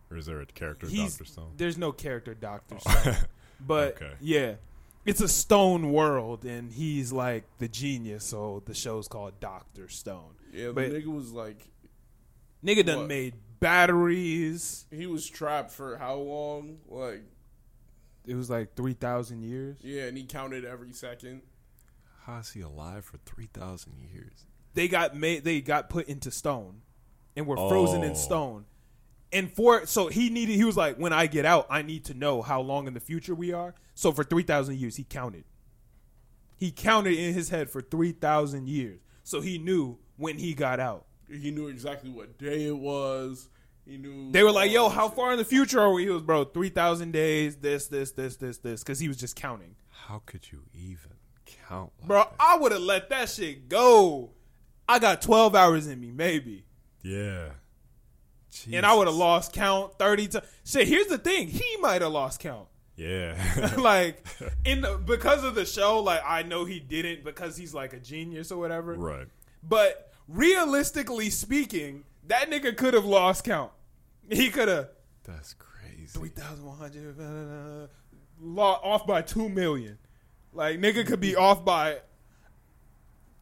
S4: or is there a character
S1: He's,
S4: Doctor Stone? Oh,
S1: there's no character Doctor (laughs)
S4: (laughs)
S1: Stone. But
S4: Okay.
S1: yeah. It's a stone world and he's like the genius, so the show's called Doctor Stone.
S2: Yeah, the
S1: but-
S2: nigga was like
S1: Nigga done
S2: What?
S1: made batteries.
S2: he was trapped for how long? Like,
S1: It was like three thousand years.
S2: yeah, and he counted every second.
S4: How is he alive for three thousand years?
S1: They got made they got put into stone and were frozen
S4: Oh.
S1: in stone. And for so he needed he was like, When I get out, I need to know how long in the future we are. So for three thousand years he counted. He counted in his head for three thousand years. So he knew when he got out.
S2: He knew exactly what day it was. He knew
S1: They were like,
S2: all
S1: "Yo,
S2: that
S1: how
S2: Oh, shit.
S1: far in the future are we?" He was, "Bro, three thousand days. This, this, this, this, this." Because he was just counting.
S4: How could you even count? Like
S1: Bro,
S4: that?
S1: I would have let that shit go. I got twelve hours in me, maybe,
S4: Yeah.
S1: and I would have lost count thirty times. Shit, here's the thing: he might have lost count. (laughs)
S4: Yeah. (laughs)
S1: like in the, because of the show, like I know he didn't because he's like a genius or whatever.
S4: right.
S1: But realistically speaking, that nigga could have lost count. He could have
S4: That's crazy.
S1: 3,100 uh, law off by 2 million. Like nigga could
S4: (laughs)
S1: be off by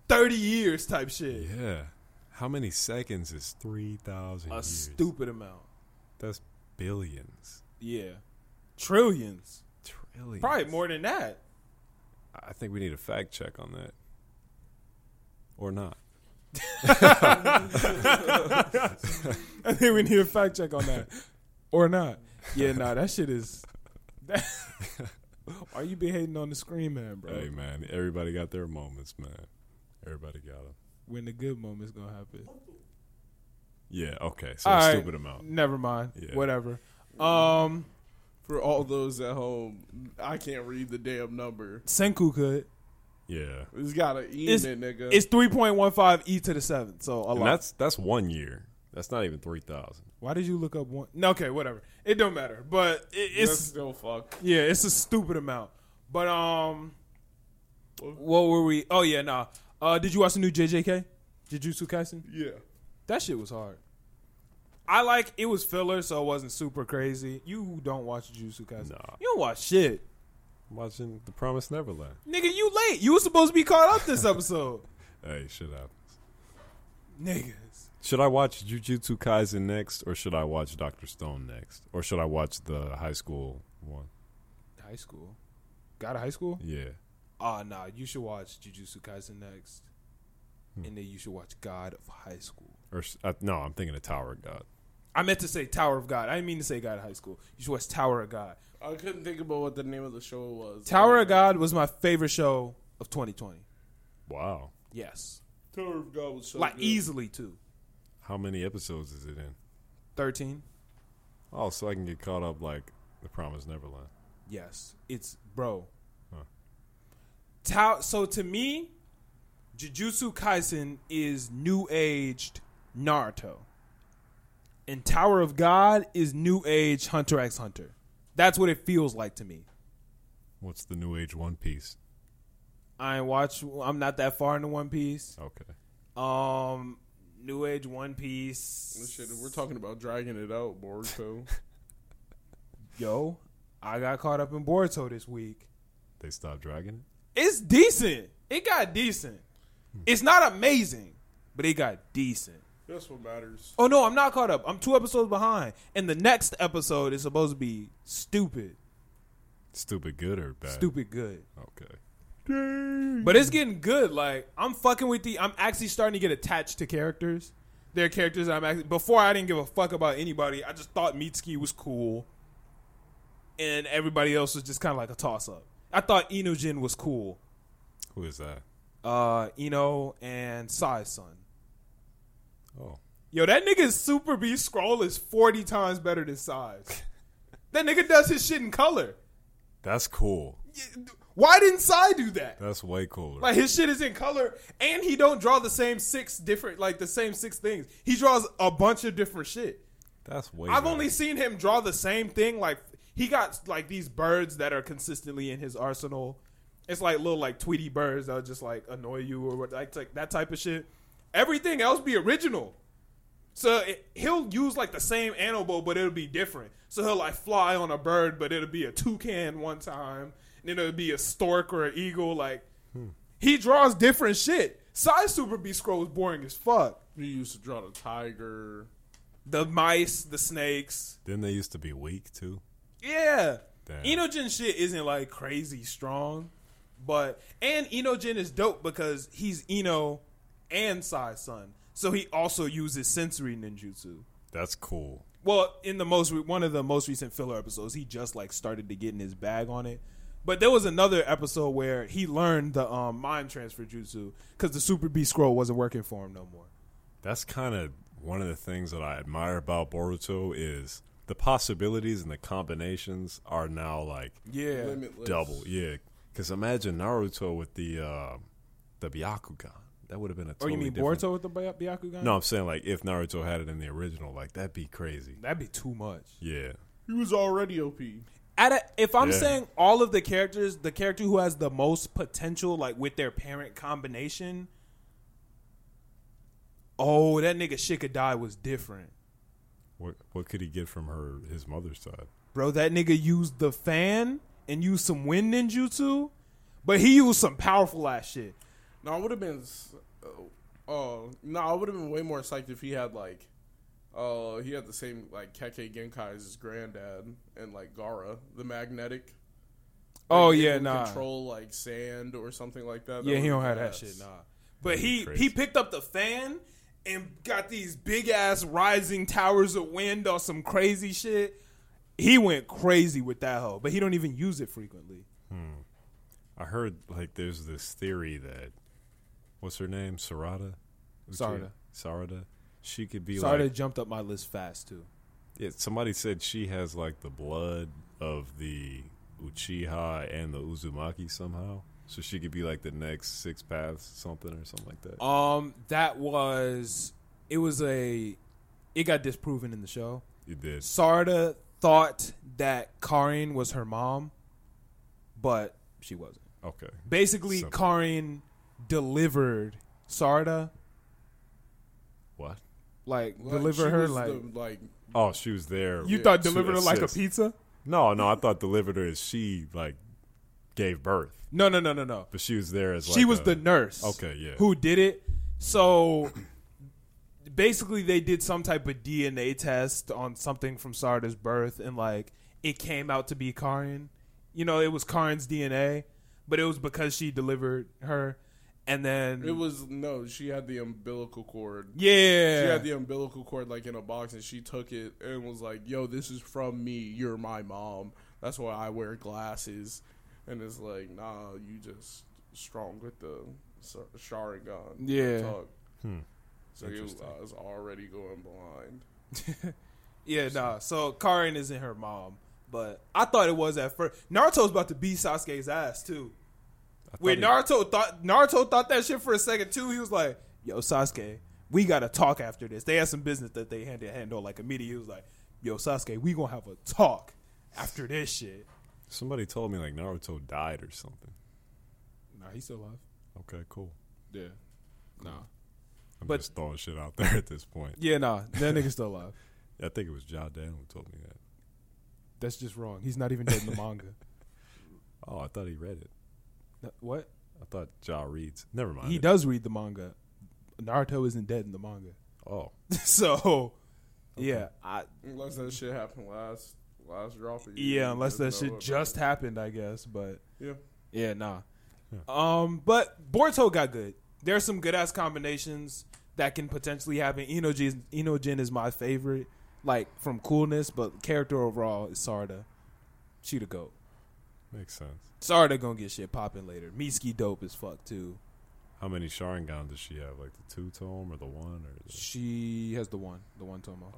S1: 30 years type shit.
S4: Yeah. How many seconds is three thousand
S1: A
S4: years?
S1: stupid amount.
S4: That's billions.
S1: Yeah, trillions.
S4: Trillions.
S1: Probably more than that.
S4: I think we need a fact check on that, or not.
S1: (laughs) I think we need a fact check on
S4: (laughs)
S1: that, or not. Yeah, nah, that shit is. (laughs) That, why you be hating on the screen, man, bro?
S4: Hey man, everybody got their moments, man. Everybody got them.
S1: When the good moment's gonna happen?
S4: Yeah. Okay. So
S1: All
S4: a
S1: right.
S4: stupid amount.
S1: Never mind.
S4: Uh, Yeah.
S1: Whatever. Um,
S2: For all those at home, I can't read the damn number.
S1: Senku could.
S4: Yeah.
S2: It's got an E
S1: It's-
S2: in it, nigga.
S1: It's three point one five e to the seventh, so a
S4: And
S1: lot.
S4: that's that's one year. That's not even three thousand.
S1: Why did you look up one? No, okay, whatever. It don't matter, but it,
S2: That's
S1: it's
S2: still fuck.
S1: Yeah, it's a stupid amount. But um, what were we? Oh yeah, nah. Uh, did you watch the new JJK? Jujutsu Kaisen?
S2: Yeah.
S1: That shit was hard. I like it was filler, so it wasn't super crazy. You don't watch Jujutsu Kaisen?
S4: Nah.
S1: You don't watch shit,
S4: Watching The Promised Neverland.
S1: nigga. You late. You was supposed to be caught up this episode, (laughs)
S4: Hey, shit happens.
S1: niggas.
S4: Should I watch Jujutsu Kaisen next, or should I watch Doctor Stone next, or should I watch the high school one?
S1: High school. Got a high school?
S4: Yeah.
S1: Ah, nah. You should watch Jujutsu Kaisen next, and then you should watch God of High School.
S4: Or s- uh, no, I'm thinking of Tower of God.
S1: I meant to say Tower of God. I didn't mean to say God of High School. You should watch Tower of God.
S2: I couldn't think about what the name of the show was.
S1: Tower of God was my favorite show of 2020.
S4: Wow.
S1: Yes.
S2: Tower of God was so
S1: like
S2: good.
S1: easily too.
S4: How many episodes is it in?
S1: 13.
S4: Oh, so I can get caught up like The Promised Neverland.
S1: Yes. It's bro.
S4: Huh.
S1: Tow- so to me, Jujutsu Kaisen is new aged Naruto. And Tower of God is new age Hunter x Hunter. That's what it feels like to me.
S4: What's the New Age One Piece?
S1: I ain't watch I'm not that far into One Piece.
S4: Okay.
S1: Um New Age One Piece.
S2: Oh, Shit, we're talking about dragging it out,
S1: (laughs)
S2: Boruto.
S1: yo, I got caught up in Boruto this week.
S4: They stopped dragging it.
S1: It's decent. It got decent. It's not amazing, but it got decent.
S2: That's what matters.
S1: Oh no, I'm not caught up. I'm two episodes behind, and the next episode is supposed to be stupid,
S4: Stupid good or bad?
S1: stupid good.
S4: Okay.
S1: But it's getting good. Like I'm fucking with the. I'm actually starting to get attached to characters. They're characters that I'm actually. Before I didn't give a fuck about anybody. I just thought Mitsuki was cool, and everybody else was just kind of like a toss up. I thought Inojin was cool.
S4: Who is that?
S1: uh, Eno and Sai's son.
S4: Oh.
S1: Yo, that nigga's Super B scroll is 40 times better than Sai's. that nigga does his shit in color.
S4: That's cool.
S1: Why didn't Sai do that?
S4: That's way cooler.
S1: Like his shit is in color and he don't draw the same six different like the same six things. He draws a bunch of different shit.
S4: That's way.
S1: I've
S4: better.
S1: only seen him draw the same thing. Like he got like these birds that are consistently in his arsenal. It's like little like Tweety birds that'll just like annoy you or what- like, like that type of shit. Everything else be original. So it, he'll use like the same animal, but it'll be different. So he'll like fly on a bird, but it'll be a toucan one time. And then it'll be a stork or an eagle. Like he draws different shit. Size Super B scroll is boring as fuck.
S2: We used to draw the tiger.
S1: The mice, the snakes,
S4: Then they used to be weak too.
S1: Yeah.
S4: Damn.
S1: Enogen shit isn't like crazy strong, but and Enogen is dope because he's Eno and Sai's son. So he also uses sensory ninjutsu.
S4: That's cool.
S1: Well, in the most re- one of the most recent filler episodes, he just like started to get in his bag on it. But there was another episode where he learned the um, mind transfer jutsu because the Super B scroll wasn't working for him no more.
S4: That's kind of one of the things that I admire about Boruto is the possibilities and the combinations are now like
S1: Yeah,
S2: Limitless.
S4: double. Yeah, because imagine Naruto with the uh, the Byakugan. That would have been a
S1: or
S4: totally
S1: Oh, you mean
S4: different.
S1: Boruto with the Bya- Byakugan?
S4: No, I'm saying like if Naruto had it in the original, like that'd be crazy.
S1: that'd be too much.
S4: Yeah,
S2: He was already OP.
S1: at a, if I'm
S4: Yeah.
S1: saying all of the characters, the character who has the most potential, like with their parent combination. Oh, that nigga Shikadai was different,
S4: what what could he get from her his mother's side?
S1: bro. That nigga used the fan and used some wind ninjutsu, but he used some powerful ass shit.
S2: uh, No, I would have been. s- Oh, oh, no, I would have been way more psyched if he had like Uh, he had the same like Keke Genkai as his granddad, and like Gara, the magnetic.
S1: Oh
S2: Like,
S1: yeah,
S2: able to
S1: nah.
S2: Control like sand or something like that.
S1: Yeah,
S2: That
S1: he
S2: was
S1: don't have that
S2: badass.
S1: shit. Nah. But he
S4: crazy.
S1: he picked up the fan and got these big ass rising towers of wind or some crazy shit. He went crazy with that hoe, but he don't even use it frequently.
S4: I heard like there's this theory that what's her name, Sarada,
S1: Sarada.
S4: Sarada. She could be
S1: Sorry,
S4: like
S1: that jumped up my list fast too.
S4: Yeah, somebody said she has like the blood of the Uchiha and the Uzumaki somehow. So she could be like the next six paths, something or something like that.
S1: Um, that was it was a it got disproven in the show.
S4: You did.
S1: Sarda thought that Karin was her mom, but she wasn't.
S4: Okay.
S1: Basically,
S4: Simple.
S1: Karin delivered Sarda,
S4: What?
S1: like
S2: Like,
S1: deliver
S2: she
S1: her
S2: was
S1: like
S2: the, like
S4: Oh, she was there.
S1: you
S4: to
S1: thought delivered her like a
S4: assist.
S1: pizza.
S4: No, no, I thought delivered her as she like gave birth.
S1: No, no, no, no, no.
S4: But she was there as like
S1: she was
S4: a-
S1: the nurse.
S4: Okay, yeah.
S1: Who did it? So basically, they did some type of DNA test on something from Sarda's birth, and like it came out to be Karin. You know, it was Karin's DNA, but it was because she delivered her, and then
S2: it was no. She had the umbilical cord.
S1: yeah,
S2: She had the umbilical cord like in a box, and she took it and was like, "Yo, this is from me. You're my mom. That's why I wear glasses." And it's like, "Nah, you just strong with the Sa- Sharingan."
S1: Yeah.
S2: talk. So you
S4: Interesting.
S2: I was already going blind.
S1: yeah. Nah, so Karin isn't her mom, but I thought it was at first. Naruto's about to beat Sasuke's ass too.
S4: I thought
S1: Wait,
S4: he-
S1: Naruto thought Naruto thought that shit for a second too. He was like, "Yo, Sasuke, we gotta talk after this." They had some business that they had to handle. Like immediately, he was like, "Yo, Sasuke, we gonna have a talk after this shit."
S4: somebody told me like Naruto died or something.
S1: Nah, he's still alive.
S4: Okay, cool.
S1: Yeah, nah,
S4: I'm
S1: But-
S4: just throwing shit out (laughs) there at this point.
S1: yeah, nah,
S4: (laughs)
S1: that nigga's still alive.
S4: I think it was John Dan who told me that.
S1: That's just wrong. He's not even dead in the manga.
S4: Oh, I thought he read it.
S1: No, (laughs) What?
S4: I thought Ja reads. Never mind.
S1: He does read the manga. Naruto isn't dead in the manga,
S4: Oh,
S1: (laughs) so yeah, I
S2: Unless that shit happened last last drop. Of you,
S1: yeah. Unless that
S2: there's no
S1: shit
S2: way.
S1: just happened, I guess, but.
S2: yeah.
S1: Yeah, nah. Um, but Borto got good. There are some good ass combinations that can potentially happen. Enogen, Enogen is my favorite, like from coolness, but character overall is Sarda. She the goat.
S4: makes sense.
S1: Sarda gonna get shit popping later. Mitsuki dope as fuck too.
S4: How many Sharingan does she have? Like the two tome or the one or the
S1: She has the one, the one Tomo.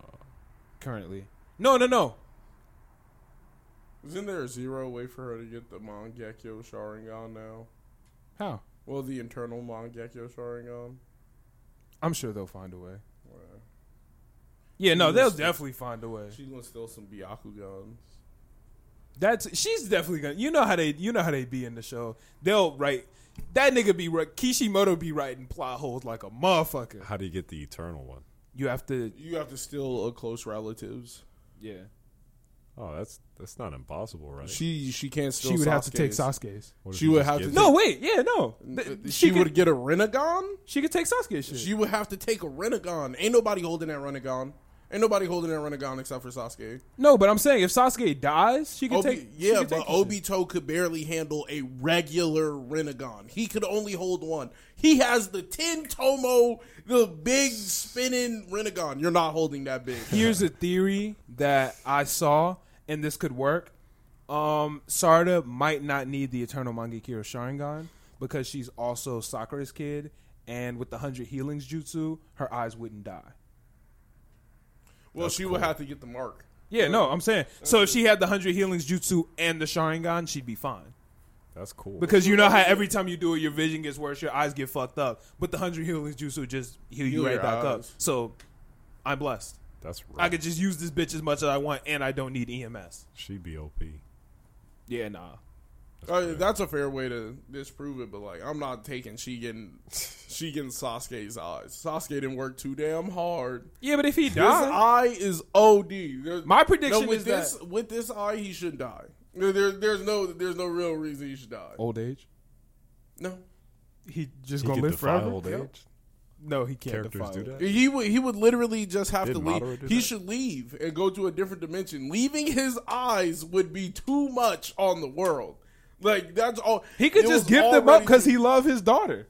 S1: Currently, no, no, no.
S2: Isn't there a zero way for her to get the Mangekyo Sharingan now?
S1: How?
S2: Well, the internal Mangekyo Sharingan.
S1: I'm sure they'll find a way.
S2: Well,
S1: Yeah, no,
S2: She
S1: they'll
S2: was-
S1: definitely find a way.
S2: She's gonna steal some Byakugan.
S1: That's she's definitely gonna. You know how they. You know how they be in the show. They'll write. That nigga be wri- Kishimoto be writing plot holes like a motherfucker.
S4: How do you get the eternal one?
S1: You have to.
S2: You have to steal a close relatives.
S1: Yeah.
S4: Oh, that's that's not impossible, right?
S2: She she can't steal.
S1: She would have to take
S2: Sasuke's.
S1: Sasuke's.
S4: What if
S2: she
S4: you
S2: would
S4: just
S2: have
S4: give
S2: to-
S4: it-
S1: No, wait. Yeah, no. Th-
S2: She,
S1: she,
S2: would
S1: could.
S2: get a Renegon.
S1: She could take Sasuke's shit.
S2: She would have to take a Renegon. Ain't nobody holding that Renegon. Ain't nobody holding that Renegon except for Sasuke.
S1: no, but I'm saying if Sasuke dies, she could
S2: Obi-
S1: take. she
S2: yeah,
S1: could take
S2: but
S1: his shit.
S2: Obito could barely handle a regular Renegon. He could only hold one. He has the ten tomo, the big spinning Renegon. You're not holding that big.
S1: Here's a theory that I saw, and this could work. Um, Sarda might not need the Eternal Mangekyo Sharingan because she's also Sakura's kid, and with the Hundred Healings Jutsu, her eyes wouldn't die.
S2: well, she would have to get the mark.
S1: Yeah, no, I'm saying. So if she had the Hundred Healings Jutsu and the Sharingan, she'd be fine.
S4: That's cool.
S1: Because you know how every time you do it, your vision gets worse, your eyes get fucked up. But the Hundred Healings Jutsu just heal you
S2: Heal
S1: right
S2: your
S1: back up.
S2: eyes.
S1: So I'm blessed.
S4: that's
S1: I
S4: right.
S1: could just use this bitch as much as I want, and I don't need E EMS.
S4: She'd be OP.
S1: Yeah, nah.
S2: Uh, that's a fair way to disprove it, but like I'm not taking she getting she getting Sasuke's eyes. Sasuke didn't work too damn hard.
S1: Yeah, but if he
S2: This
S1: dies,
S2: eye is OD. There-
S1: My prediction
S2: with
S1: is
S2: this,
S1: that-
S2: with this eye he should die. There, there- there's no there's no real reason he should die.
S1: old age,
S2: No.
S1: he just
S4: He
S1: gonna
S4: could
S1: live
S4: defy
S1: forever.
S4: old
S2: Yep.
S4: age.
S1: No, he can't
S4: Characters
S1: defile
S4: do
S1: it.
S4: that.
S2: He would he would literally just have
S4: Did
S2: to leave.
S4: Madara do
S2: He
S4: that?
S2: should leave and go to a different dimension. Leaving his eyes would be too much on the world. Like that's all.
S1: He could
S2: it
S1: just
S2: was
S1: give them up
S2: already
S1: because
S2: too-
S1: he loved his daughter.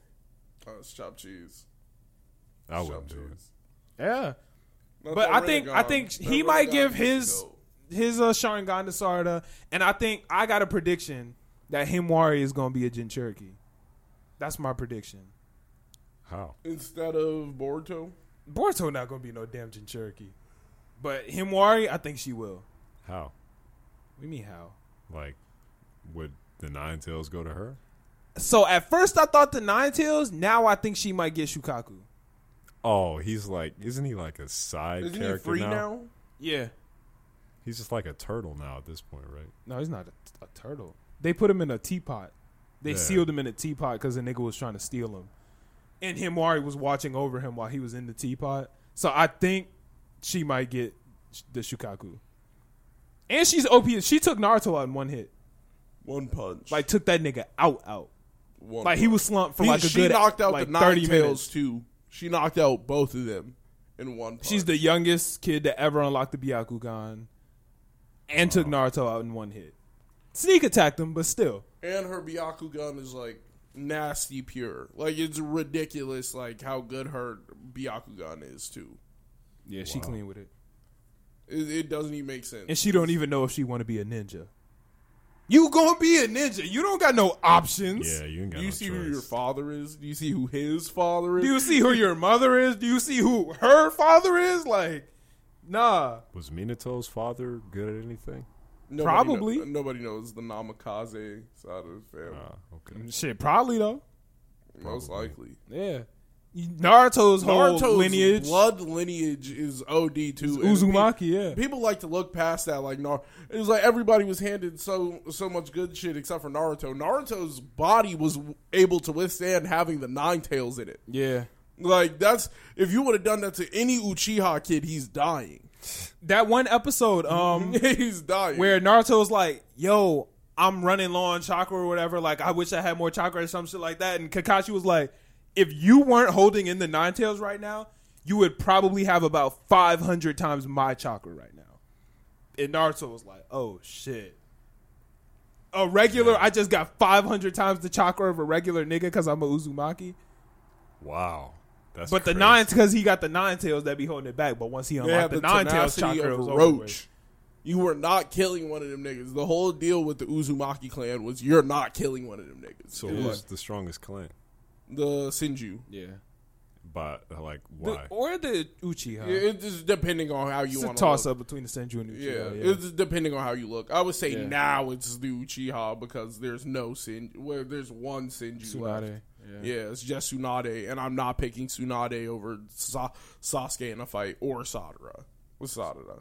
S2: Oh, it's chopped cheese.
S4: I
S2: Chopped
S4: wouldn't do it.
S2: cheese.
S1: Yeah,
S2: Not
S1: but
S2: that
S1: I think I
S2: Renegon.
S1: think
S2: That
S1: he might
S2: Renegon
S1: give
S2: used to
S1: his
S2: go.
S1: his uh, Sharingan to Sarda, and I think I got a prediction that Himwari is going to be a Jin Cherokee. That's my prediction.
S4: How?
S2: instead of Boruto.
S1: Boruto not going to be no damn Jin Cherokee, but Himwari, I think she will.
S4: How?
S1: What do you mean how?
S4: Like, would the Nine Tails go to her?
S1: So at first I thought the Nine Tails. Now I think she might get Shukaku.
S4: Oh, he's like, isn't he like a side
S2: Isn't he
S4: character
S2: free now?
S4: now?
S1: Yeah.
S4: He's just like a turtle now at this point, right?
S1: No, he's not a, a turtle. They put him in a teapot. They
S4: Yeah.
S1: sealed him in a teapot because a nigga was trying to steal him, and Himari was watching over him while he was in the teapot. So I think she might get sh- the Shukaku. And she's OP. She took Naruto out in one hit.
S2: One punch.
S1: Like took that nigga out out.
S2: one
S1: Like he was slumped for
S2: He-
S1: like a
S2: she
S1: good
S2: knocked out
S1: like,
S2: the nine
S1: 30
S2: tails
S1: minutes.
S2: too. She knocked out both of them in one. Punch.
S1: She's the youngest kid to ever unlock the Byakugan, and took Naruto out in one hit. Sneak attacked him, but still.
S2: and her Byakugan is like nasty pure. Like it's ridiculous, like how good her Byakugan is too.
S1: Yeah, she clean with it.
S2: It, it doesn't even make sense.
S1: and she don't even know if she want to be a ninja. You gonna be a ninja? You don't got no options.
S4: Yeah, you ain't got
S2: Do you
S4: no
S2: see
S4: choice.
S2: who your father is? Do you see who his father is?
S1: Do you see who your mother is? Do you see who her father is? Like, nah.
S4: Was Minato's father good at anything?
S2: Nobody
S1: Probably.
S2: kno- nobody knows the Namikaze side of the family.
S4: Ah, okay.
S1: Shit, probably though.
S2: most
S4: probably.
S2: likely.
S1: Yeah. Naruto's whole
S2: Naruto's
S1: lineage,
S2: blood lineage is OD too. and
S1: Uzumaki,
S2: pe-
S1: yeah.
S2: People like to look past that. Like Nar, it was like everybody was handed so so much good shit except for Naruto. Naruto's body was w- able to withstand having the nine tails in it.
S1: yeah.
S2: Like that's if you would have done that to any Uchiha kid, he's dying. (laughs)
S1: That one episode, um,
S2: he's dying.
S1: where Naruto's like, "Yo, I'm running low on chakra or whatever. Like, I wish I had more chakra or some shit like that." And Kakashi was like, "If you weren't holding in the nine tails right now, you would probably have about 500 times my chakra right now." And Naruto was like, "Oh shit." A regular, I just got 500 times the chakra of a regular nigga because I'm a Uzumaki.
S4: Wow. That's
S1: But the
S4: crazy.
S1: nine, because he got the nine tails that be holding it back. But once he
S2: they have
S1: unlocked
S2: the,
S1: the, nine tails
S2: tenacity
S1: chakra, it
S2: of a
S1: was over with.
S2: roach. You were not killing one of them niggas. The whole deal with the Uzumaki clan was you're not killing one of them niggas.
S4: So who's the strongest clan?
S2: the Sinju.
S1: Yeah.
S4: But uh, like,
S1: The-
S4: (laughs) why?
S1: or the Uchiha.
S2: Yeah, It's just depending on how you
S1: It's a
S2: want
S1: toss
S2: look.
S1: up between the Senju and
S2: Yeah,
S1: Uchiha. Yeah,
S2: it's just depending on how you look. I would say
S1: Yeah.
S2: now it's the Uchiha because there's no Sin. Well, there's one Sinju left.
S1: Tsunade.
S2: Yeah. it's just Tsunade, and I'm not picking Tsunade over Sa- Sasuke in a fight or Sadara. What's Sadara?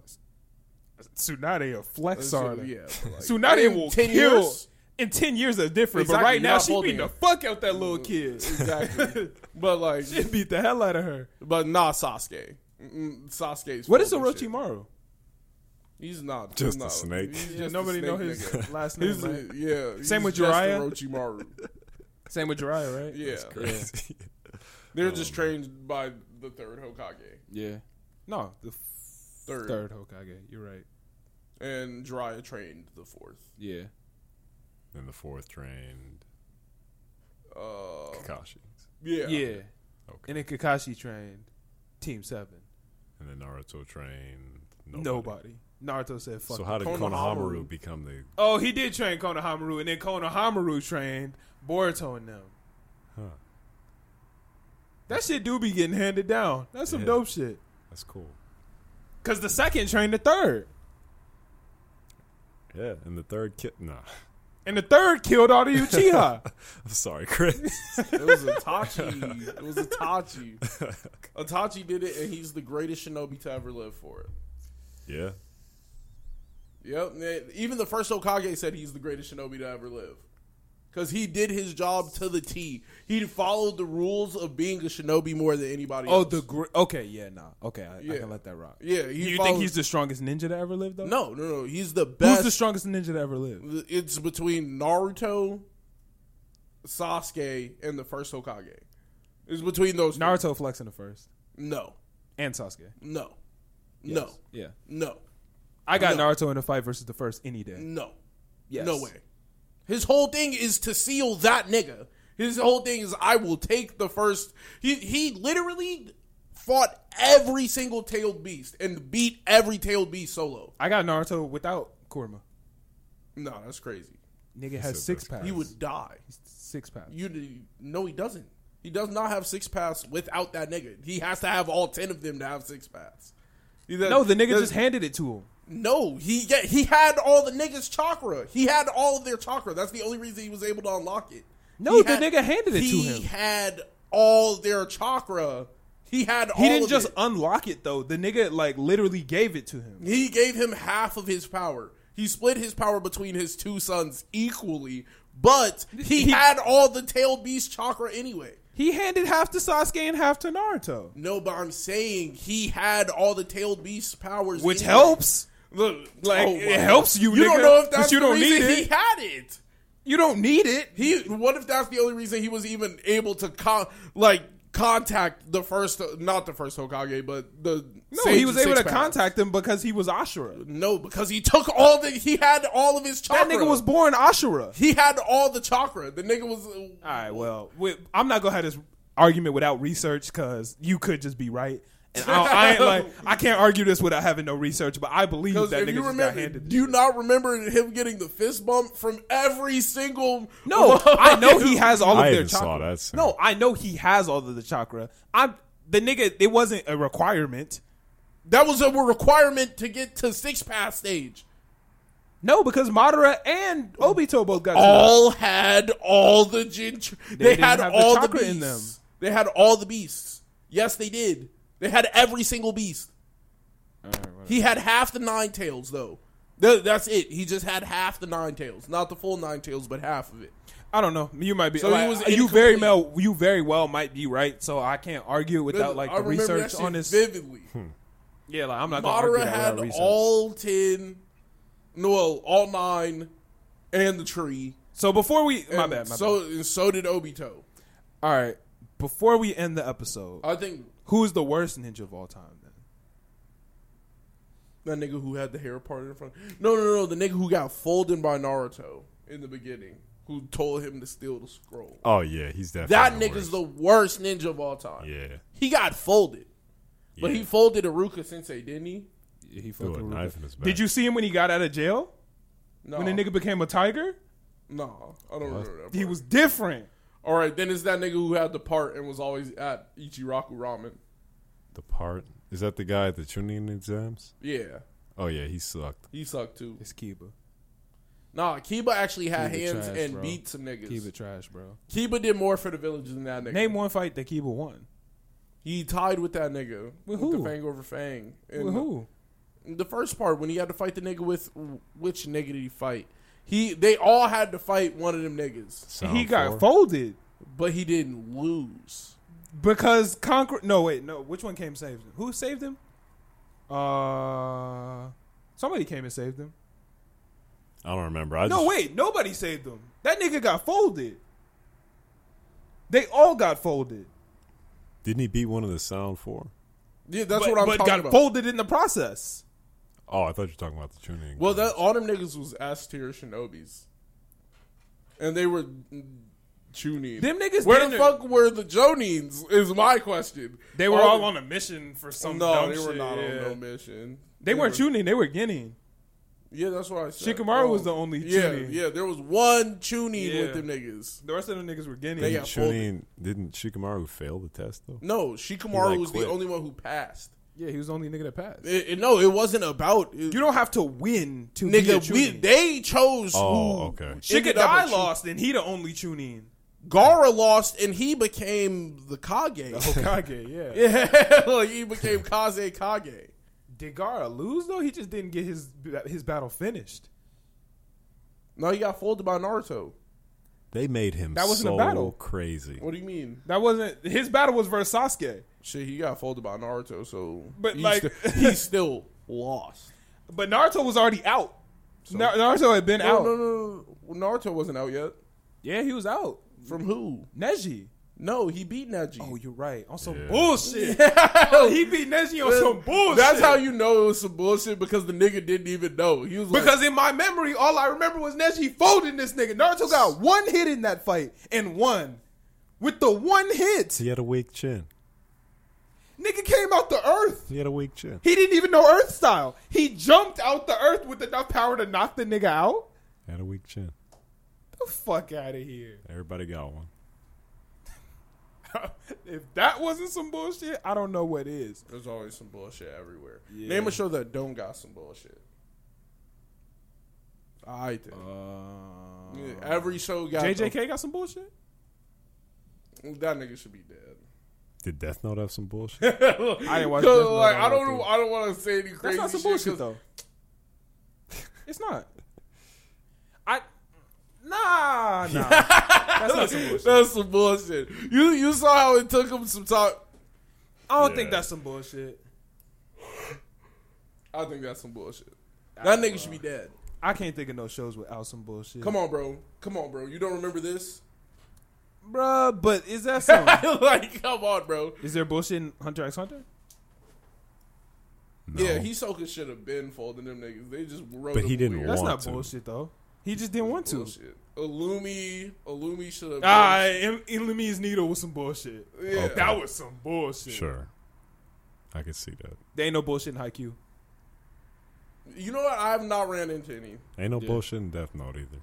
S1: Tsunade a flex
S2: Uh,
S1: artist.
S2: yeah, but like-
S1: Tsunade
S2: In
S1: will
S2: 10
S1: kill.
S2: years?
S1: In ten years, that's different.
S2: Exactly,
S1: But right
S2: you're
S1: now,
S2: not
S1: she
S2: holding
S1: beating (laughs) the
S2: it.
S1: fuck out that little kid.
S2: Exactly. (laughs) but like,
S1: she beat the hell out of her.
S2: but not Sasuke. Mm-mm, Sasuke's
S1: What is
S2: full of shit.
S1: Orochimaru?
S2: He's not
S4: Just a
S2: no,
S4: snake.
S2: he's
S1: Yeah,
S2: just a
S1: nobody know
S2: snake
S1: his
S2: nigga. (laughs)
S1: (laughs) last name.
S2: He's a-
S1: right?
S2: yeah.
S1: Same
S2: he's
S1: with
S2: just
S1: Jiraiya?
S2: Orochimaru.
S1: (laughs) Same with Jiraiya, right?
S2: Yeah.
S4: Crazy.
S1: Oh.
S2: They're just trained by the third Hokage.
S1: Yeah. No, the
S2: Third.
S1: third Hokage. You're right.
S2: And Jiraiya trained the fourth.
S1: Yeah.
S4: Then the fourth trained
S2: Uh,
S4: Kakashi,
S2: yeah.
S1: Yeah.
S4: Okay.
S1: And then Kakashi trained Team Seven.
S4: and then Naruto trained nobody.
S1: Nobody. Naruto said, "Fuck."
S4: So
S1: it.
S4: how did
S2: Konohamaru.
S4: Konohamaru, become the?
S1: Oh, he did train Konohamaru, and then Konohamaru trained Boruto and them.
S4: Huh.
S1: That shit do be getting handed down. That's some
S4: Yeah.
S1: dope shit.
S4: That's cool.
S1: Cause the second trained the third,
S4: Yeah, and the third kid. Nah, (laughs)
S1: and the third killed
S2: (laughs)
S1: all the Uchiha.
S4: I'm sorry, Chris.
S2: (laughs) It was Itachi. it was
S4: (laughs)
S2: Itachi. Itachi did it, and he's the greatest shinobi to ever live for it.
S4: yeah,
S2: Yep. man, Even the first Hokage said he's the greatest shinobi to ever live. Because he did his job to the T. He followed the rules of being a shinobi more than anybody
S1: oh,
S2: else.
S1: the gr- okay, yeah, nah, okay, I, I
S2: Yeah.
S1: can let that rock.
S2: Yeah. He
S1: you
S2: followed-
S1: think he's the strongest ninja to ever live, though?
S2: No, no, no. He's the best.
S1: Who's the strongest ninja to ever live?
S2: it's between Naruto, Sasuke, and the first Hokage. It's between those. two.
S1: Naruto flexing the first
S2: No,
S1: and Sasuke.
S2: no, no,
S1: Yeah,
S2: no,
S1: I got
S2: No.
S1: Naruto in a fight versus the first any day.
S2: no.
S1: Yes.
S2: No way. His whole thing is to seal that nigga. His whole thing is I will take the first. He he literally fought every single tailed beast and beat every tailed beast solo.
S1: I got Naruto without Kurma.
S2: No, that's crazy.
S1: Nigga has
S4: said
S1: six
S4: this.
S1: packs.
S2: He would die.
S1: six packs.
S2: You no, he doesn't. He does not have six paths without that nigga. He has to have all ten of them to have six paths. He does-
S1: No, the nigga
S2: does-
S1: just handed it to him.
S2: No, he yeah, he had all the niggas' chakra. He had all of their chakra. That's the only reason he was able to unlock it.
S1: No,
S2: He
S1: the nigga handed it to him.
S2: He had all their chakra. He had.
S1: He
S2: all
S1: didn't
S2: of
S1: just
S2: it.
S1: unlock it though. The nigga like literally gave it to him.
S2: he gave him half of his power. He split his power between his two sons equally, but he,
S1: (laughs) He-
S2: had all the tail beast chakra anyway.
S1: He handed half to Sasuke and half to Naruto,
S2: No, but I'm saying he had all the tailed beast powers,
S1: which
S2: anyway.
S1: helps.
S2: Look,
S1: Like
S2: oh my
S1: it helps you.
S2: You
S1: nigga,
S2: don't know if
S1: but
S2: that's
S1: you
S2: the
S1: don't need
S2: reason
S1: it.
S2: he had it.
S1: you don't need it.
S2: He what if that's the only reason he was even able to con- like contact the first not the first Hokage but the
S1: No,
S2: Sage
S1: he was
S2: of
S1: able to
S2: Six Paths.
S1: contact him because he was Ashura.
S2: No, because he took all the he had all of his chakra.
S1: That nigga was born Ashura.
S2: he had all the chakra. The nigga was
S1: All right, well, we, I'm not gonna have this argument without research because you could just be right. And I, I ain't like I can't argue this without having no research, but I believe that
S2: because if
S1: nigga
S2: you
S1: just got
S2: remember,
S1: handed.
S2: do you not remember him getting the fist bump from every single?
S1: No, I know he has
S2: Oh,
S1: all of
S4: I
S1: their
S4: even saw
S1: chakra.
S4: that scene.
S1: No, I know he has all of the chakra. I'm the nigga. It wasn't a requirement.
S2: (laughs) that was a requirement to get to six pass stage.
S1: No, because Madara and Obito both got
S2: all had all the gin. tr- They,
S1: didn't
S2: had
S1: have the
S2: all the,
S1: chakra
S2: beasts.
S1: in them.
S2: They had all the beasts. Yes, they did. They had every single beast. he had half the nine tails though. Th- that's it. He just had half the nine tails, not the full nine tails, but half of it.
S1: I don't know. You might be.
S2: So he
S1: like,
S2: was
S1: you very
S2: incomplete.
S1: well. You very well might be right. So I can't
S2: (laughs)
S1: argue without like
S2: I
S1: the
S2: remember
S1: research
S2: that shit
S1: on this.
S2: vividly.
S1: Yeah, like I'm not. gonna argue
S2: Madara
S1: that
S2: had
S1: without research.
S2: all ten, no, well, all nine, and the tree.
S1: So before we, my
S2: And
S1: bad. My
S2: so
S1: bad.
S2: and so did Obito.
S1: All right. Before we end the episode,
S2: I think
S1: who is the worst ninja of all time? Then
S2: That nigga who had the hair parted in front. No, no, no. The nigga who got folded by Naruto in the beginning, who told him to steal the scroll.
S4: Oh yeah, he's definitely
S2: that
S4: the
S2: nigga's
S4: worst.
S2: the worst ninja of all time.
S4: yeah.
S2: He got folded. But
S4: Yeah.
S2: he folded Aruka Sensei, didn't he?
S1: he
S4: Threw a knife in his back.
S1: Did you see him when he got out of jail?
S2: No.
S1: When the nigga became a tiger,
S2: No, I don't remember that.
S1: he
S2: part.
S1: was different.
S2: All right, then it's that nigga who had the part and was always at Ichiraku Ramen.
S4: the part? Is that the guy at the Chunin exams?
S2: Yeah,
S4: Oh yeah, he sucked.
S2: he sucked too.
S1: It's Kiba.
S2: Nah, Kiba actually had
S1: Kiba
S2: hands
S1: trash,
S2: and
S1: bro.
S2: beat some niggas.
S1: Kiba
S2: Kiba.
S1: trash, bro.
S2: did more for the village than that nigga.
S1: Name one fight that Kiba won.
S2: He tied with that nigga.
S1: With
S2: the
S1: who?
S2: fang over fang. And
S1: With who?
S2: the first part when he had to fight the nigga with which nigga did he fight? He they all had to fight one of them niggas,
S4: Sound
S1: he got
S4: four?
S1: folded
S2: but he didn't lose.
S1: because Conquer. No, wait, no. Which one came and saved him? Who saved him? Uh, somebody came and saved him.
S4: I don't remember. I
S1: No,
S4: just,
S1: wait, nobody saved them. That nigga got folded. They all got folded.
S4: Didn't he beat one of the sound four?
S2: Yeah, that's
S1: but,
S2: what I'm
S1: but
S2: talking
S1: got
S2: about.
S1: folded in the process.
S4: Oh, I thought you were talking about the Chunin.
S2: well, that oh,
S4: exams.
S2: all them niggas was S tier shinobis, and they were mm, chunin.
S1: Them niggas
S2: Where the
S1: didn't-
S2: fuck were the Jonins? Is my question.
S1: They were all on a mission for some
S2: No,
S1: dumb
S2: they were
S1: shit,
S2: not
S1: yeah.
S2: on no mission.
S1: They weren't
S2: were-
S1: tuning, they were guinning.
S2: Yeah, that's what I said. Um,
S1: Shikamaru was the only
S2: Yeah,
S1: Chunin.
S2: yeah. There was one chunin
S1: Yeah.
S2: with them niggas.
S1: The rest of them niggas were guinning.
S2: They
S4: Didn't
S2: got folded.
S4: Chunin didn't Shikamaru fail the test though?
S2: No, Shikamaru
S4: He, like,
S2: was
S4: quit.
S2: the only one who passed.
S1: yeah, he was the only nigga that passed.
S2: It, it- no, it wasn't about it-
S1: you don't have to win to be a
S2: nigga. We,
S1: Chunin.
S2: they chose.
S4: Oh,
S2: who
S4: okay.
S2: ended up
S1: Shikadai
S2: a Chu-
S1: lost, and he the only Chunin. (laughs)
S2: Gara lost, and he became the
S4: (laughs)
S2: Kage.
S1: Hokage, yeah.
S2: (laughs) yeah, (laughs) like he became Kaze Kage.
S1: Did Gara lose though? He just didn't get his his battle finished.
S2: No, he got folded by Naruto.
S4: They made him
S1: That wasn't a
S4: so
S1: battle.
S4: crazy.
S2: What do you mean?
S1: That wasn't his battle was versus Sasuke.
S2: Shit, he got folded by Naruto. So,
S1: But,
S2: he
S1: like-
S2: sti- he
S1: (laughs)
S2: still lost.
S1: But Naruto was already out. Na- Naruto had been
S2: No,
S1: out.
S2: no, no, no. Naruto wasn't out yet.
S1: Yeah, he was out.
S2: From who?
S1: Neji.
S2: No, he beat Najee.
S1: Oh, you're right. On some
S4: Yeah.
S1: bullshit. (laughs) Oh, he beat Neji on some bullshit.
S2: That's how you know it was some bullshit because the nigga didn't even know. He was like,
S1: Because in my memory, all I remember was Neji folding this nigga. Naruto got one hit in that fight and won. With the one hit,
S4: He had a weak chin.
S1: nigga came out the earth.
S4: He had a weak chin.
S1: He didn't even know earth style. He jumped out the earth with enough power to knock the nigga out.
S4: He had a weak chin.
S1: The fuck out of here. (laughs)
S4: Everybody got one.
S1: if that wasn't some bullshit, I don't know what is.
S2: there's always some bullshit everywhere.
S1: Yeah.
S2: Name a show that don't got some bullshit. I think
S1: Uh,
S2: Yeah, every show got
S1: JJK got some bullshit?
S2: That nigga should be dead.
S4: Did Death Note have some
S1: (laughs)
S4: bullshit?
S1: I didn't watch
S2: (laughs) Cause,
S1: Death Note,
S2: like,
S1: I
S2: I
S1: don't
S2: don't,
S1: think.
S2: I don't want to say any
S1: That's
S2: crazy.
S1: not some
S2: shit
S1: bullshit
S2: 'cause
S1: though. (laughs) it's not. I nah (laughs) nah. That's not some
S2: (laughs)
S1: bullshit.
S2: That's some bullshit. You you saw how it took him some time.
S1: I don't think that's some bullshit.
S2: I think that's some bullshit. That nigga should be dead.
S1: I can't think of no shows without some bullshit.
S2: Come on, bro. Come on, bro. You don't remember
S1: (laughs)
S2: this? (laughs)
S1: bruh. But is that (laughs) some?
S2: like, come on, bro.
S1: is there bullshit in Hunter X Hunter?
S2: Yeah, Hisoka should have been folding them niggas. They just wrote.
S4: But he
S2: him
S4: didn't
S2: weird.
S1: That's
S4: Want
S1: not
S4: to.
S1: bullshit though. He just didn't want to.
S2: Bullshit. Illumi, Illumi should have.
S1: Ah, In- Illumine's needle was some bullshit.
S2: yeah.
S4: Okay.
S1: That was some bullshit.
S4: Sure. I could see that.
S1: There ain't no bullshit in Haikyuu.
S2: You know what? I've not ran into any.
S4: Ain't no
S2: Yeah.
S4: bullshit in Death Note either.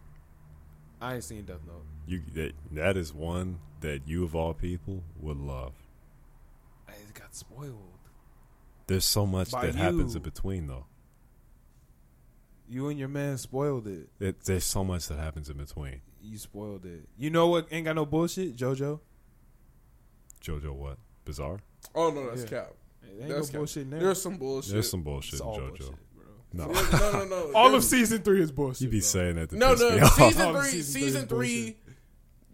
S1: I ain't seen Death Note.
S4: You that, that is one that you of all people would love.
S1: I just got spoiled.
S4: There's so much
S1: By
S4: that happens
S1: you.
S4: in between though.
S1: You and your man spoiled it.
S4: It, there's so much that happens in between.
S1: You spoiled it. You know what ain't got no bullshit? JoJo.
S4: JoJo what? Bizarre?
S2: Oh no, that's
S1: Yeah.
S2: cap. That's
S1: Ain't no
S2: cap.
S1: bullshit in there.
S2: There's some bullshit.
S4: There's some bullshit
S1: it's
S4: in
S1: all
S4: JoJo.
S1: bullshit, bro.
S4: No.
S2: There's- no,
S4: (laughs)
S2: no, no.
S1: All of
S2: There's-
S1: season three is bullshit.
S4: you be
S1: bro.
S4: saying that to
S2: No,
S4: piss me
S2: no.
S4: (laughs) off.
S2: Season
S1: All of
S2: three.
S1: season three
S2: Season
S1: is
S2: three.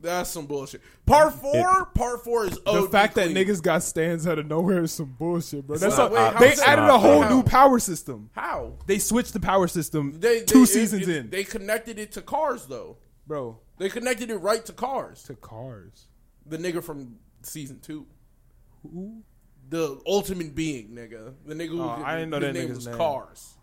S2: That's some bullshit. Part four. part four is
S1: The
S2: OD
S1: fact that
S2: clean.
S1: niggas got stands out of nowhere is some bullshit, bro. That's
S2: not-
S1: all-
S2: wait, how
S1: they
S2: is that
S1: added
S4: not
S1: a whole
S2: bad?
S1: new power system.
S2: how
S1: They switched the power system
S2: they, they
S1: two
S2: it-
S1: seasons
S2: it-
S1: in,
S2: they connected it to cars though.
S1: bro.
S2: They connected it right to cars.
S1: To cars.
S2: The nigga from season two. The ultimate being, nigga. The nigga who
S1: Oh, I didn't know
S2: his
S1: that nigga's
S2: was
S1: name.
S2: Cars.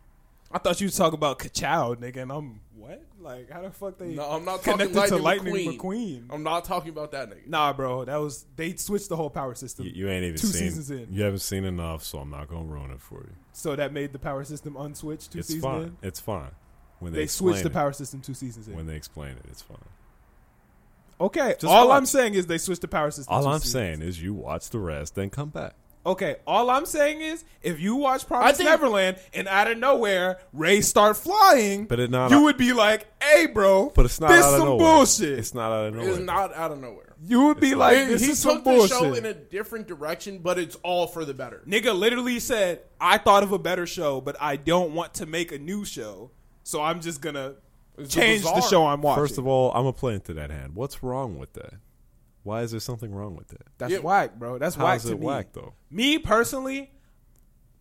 S1: I thought you was talking about Kachow, nigga, and I'm what? Like, how the fuck they
S2: No, I'm not talking Lightning,
S1: connected to Lightning
S2: McQueen.
S1: McQueen?
S2: I'm not talking about that nigga.
S1: Nah, bro, that was they switched the whole power system.
S4: You, you ain't even
S1: two
S4: seen
S1: seasons in.
S4: You haven't seen enough, so I'm not gonna ruin it for you.
S1: So that made the power system unswitched two
S4: it's
S1: seasons
S4: fine.
S1: in.
S4: It's fine. When they,
S1: They, switched the
S4: explain
S1: power system two seasons
S4: it,
S1: in.
S4: when they explain it, it's fine.
S1: okay,
S4: Just
S1: all
S4: watch.
S1: I'm saying is they switched the power system.
S4: All
S1: two
S4: I'm
S1: seasons.
S4: saying is you watch the rest, then come back.
S1: Okay, all I'm saying is if you watch Promised
S2: think-
S1: Neverland and out of nowhere Ray start flying,
S4: But it not-
S1: you would be like, "Hey, bro,
S4: But it's not
S1: this
S4: out of
S1: some
S4: nowhere.
S1: bullshit."
S4: It's not out of nowhere.
S2: It's not out of nowhere.
S1: you would be like,
S2: He-
S1: "This
S2: he
S1: is
S2: took
S1: some
S2: the
S1: bullshit."
S2: show in a different direction, but it's all for the better.
S1: Nigga literally said, I thought of a better show, but I don't want to make a new show, so I'm just gonna
S2: It's
S1: change the
S2: bizarre.
S1: show I'm watching.
S4: First of all, I'm gonna play into that hand. What's wrong with that? Why is there something wrong with that?
S1: that's
S2: Yeah.
S1: whack, bro. That's
S4: How
S1: whack
S4: is
S1: to
S4: it
S1: me.
S4: whack, though?
S1: Me personally,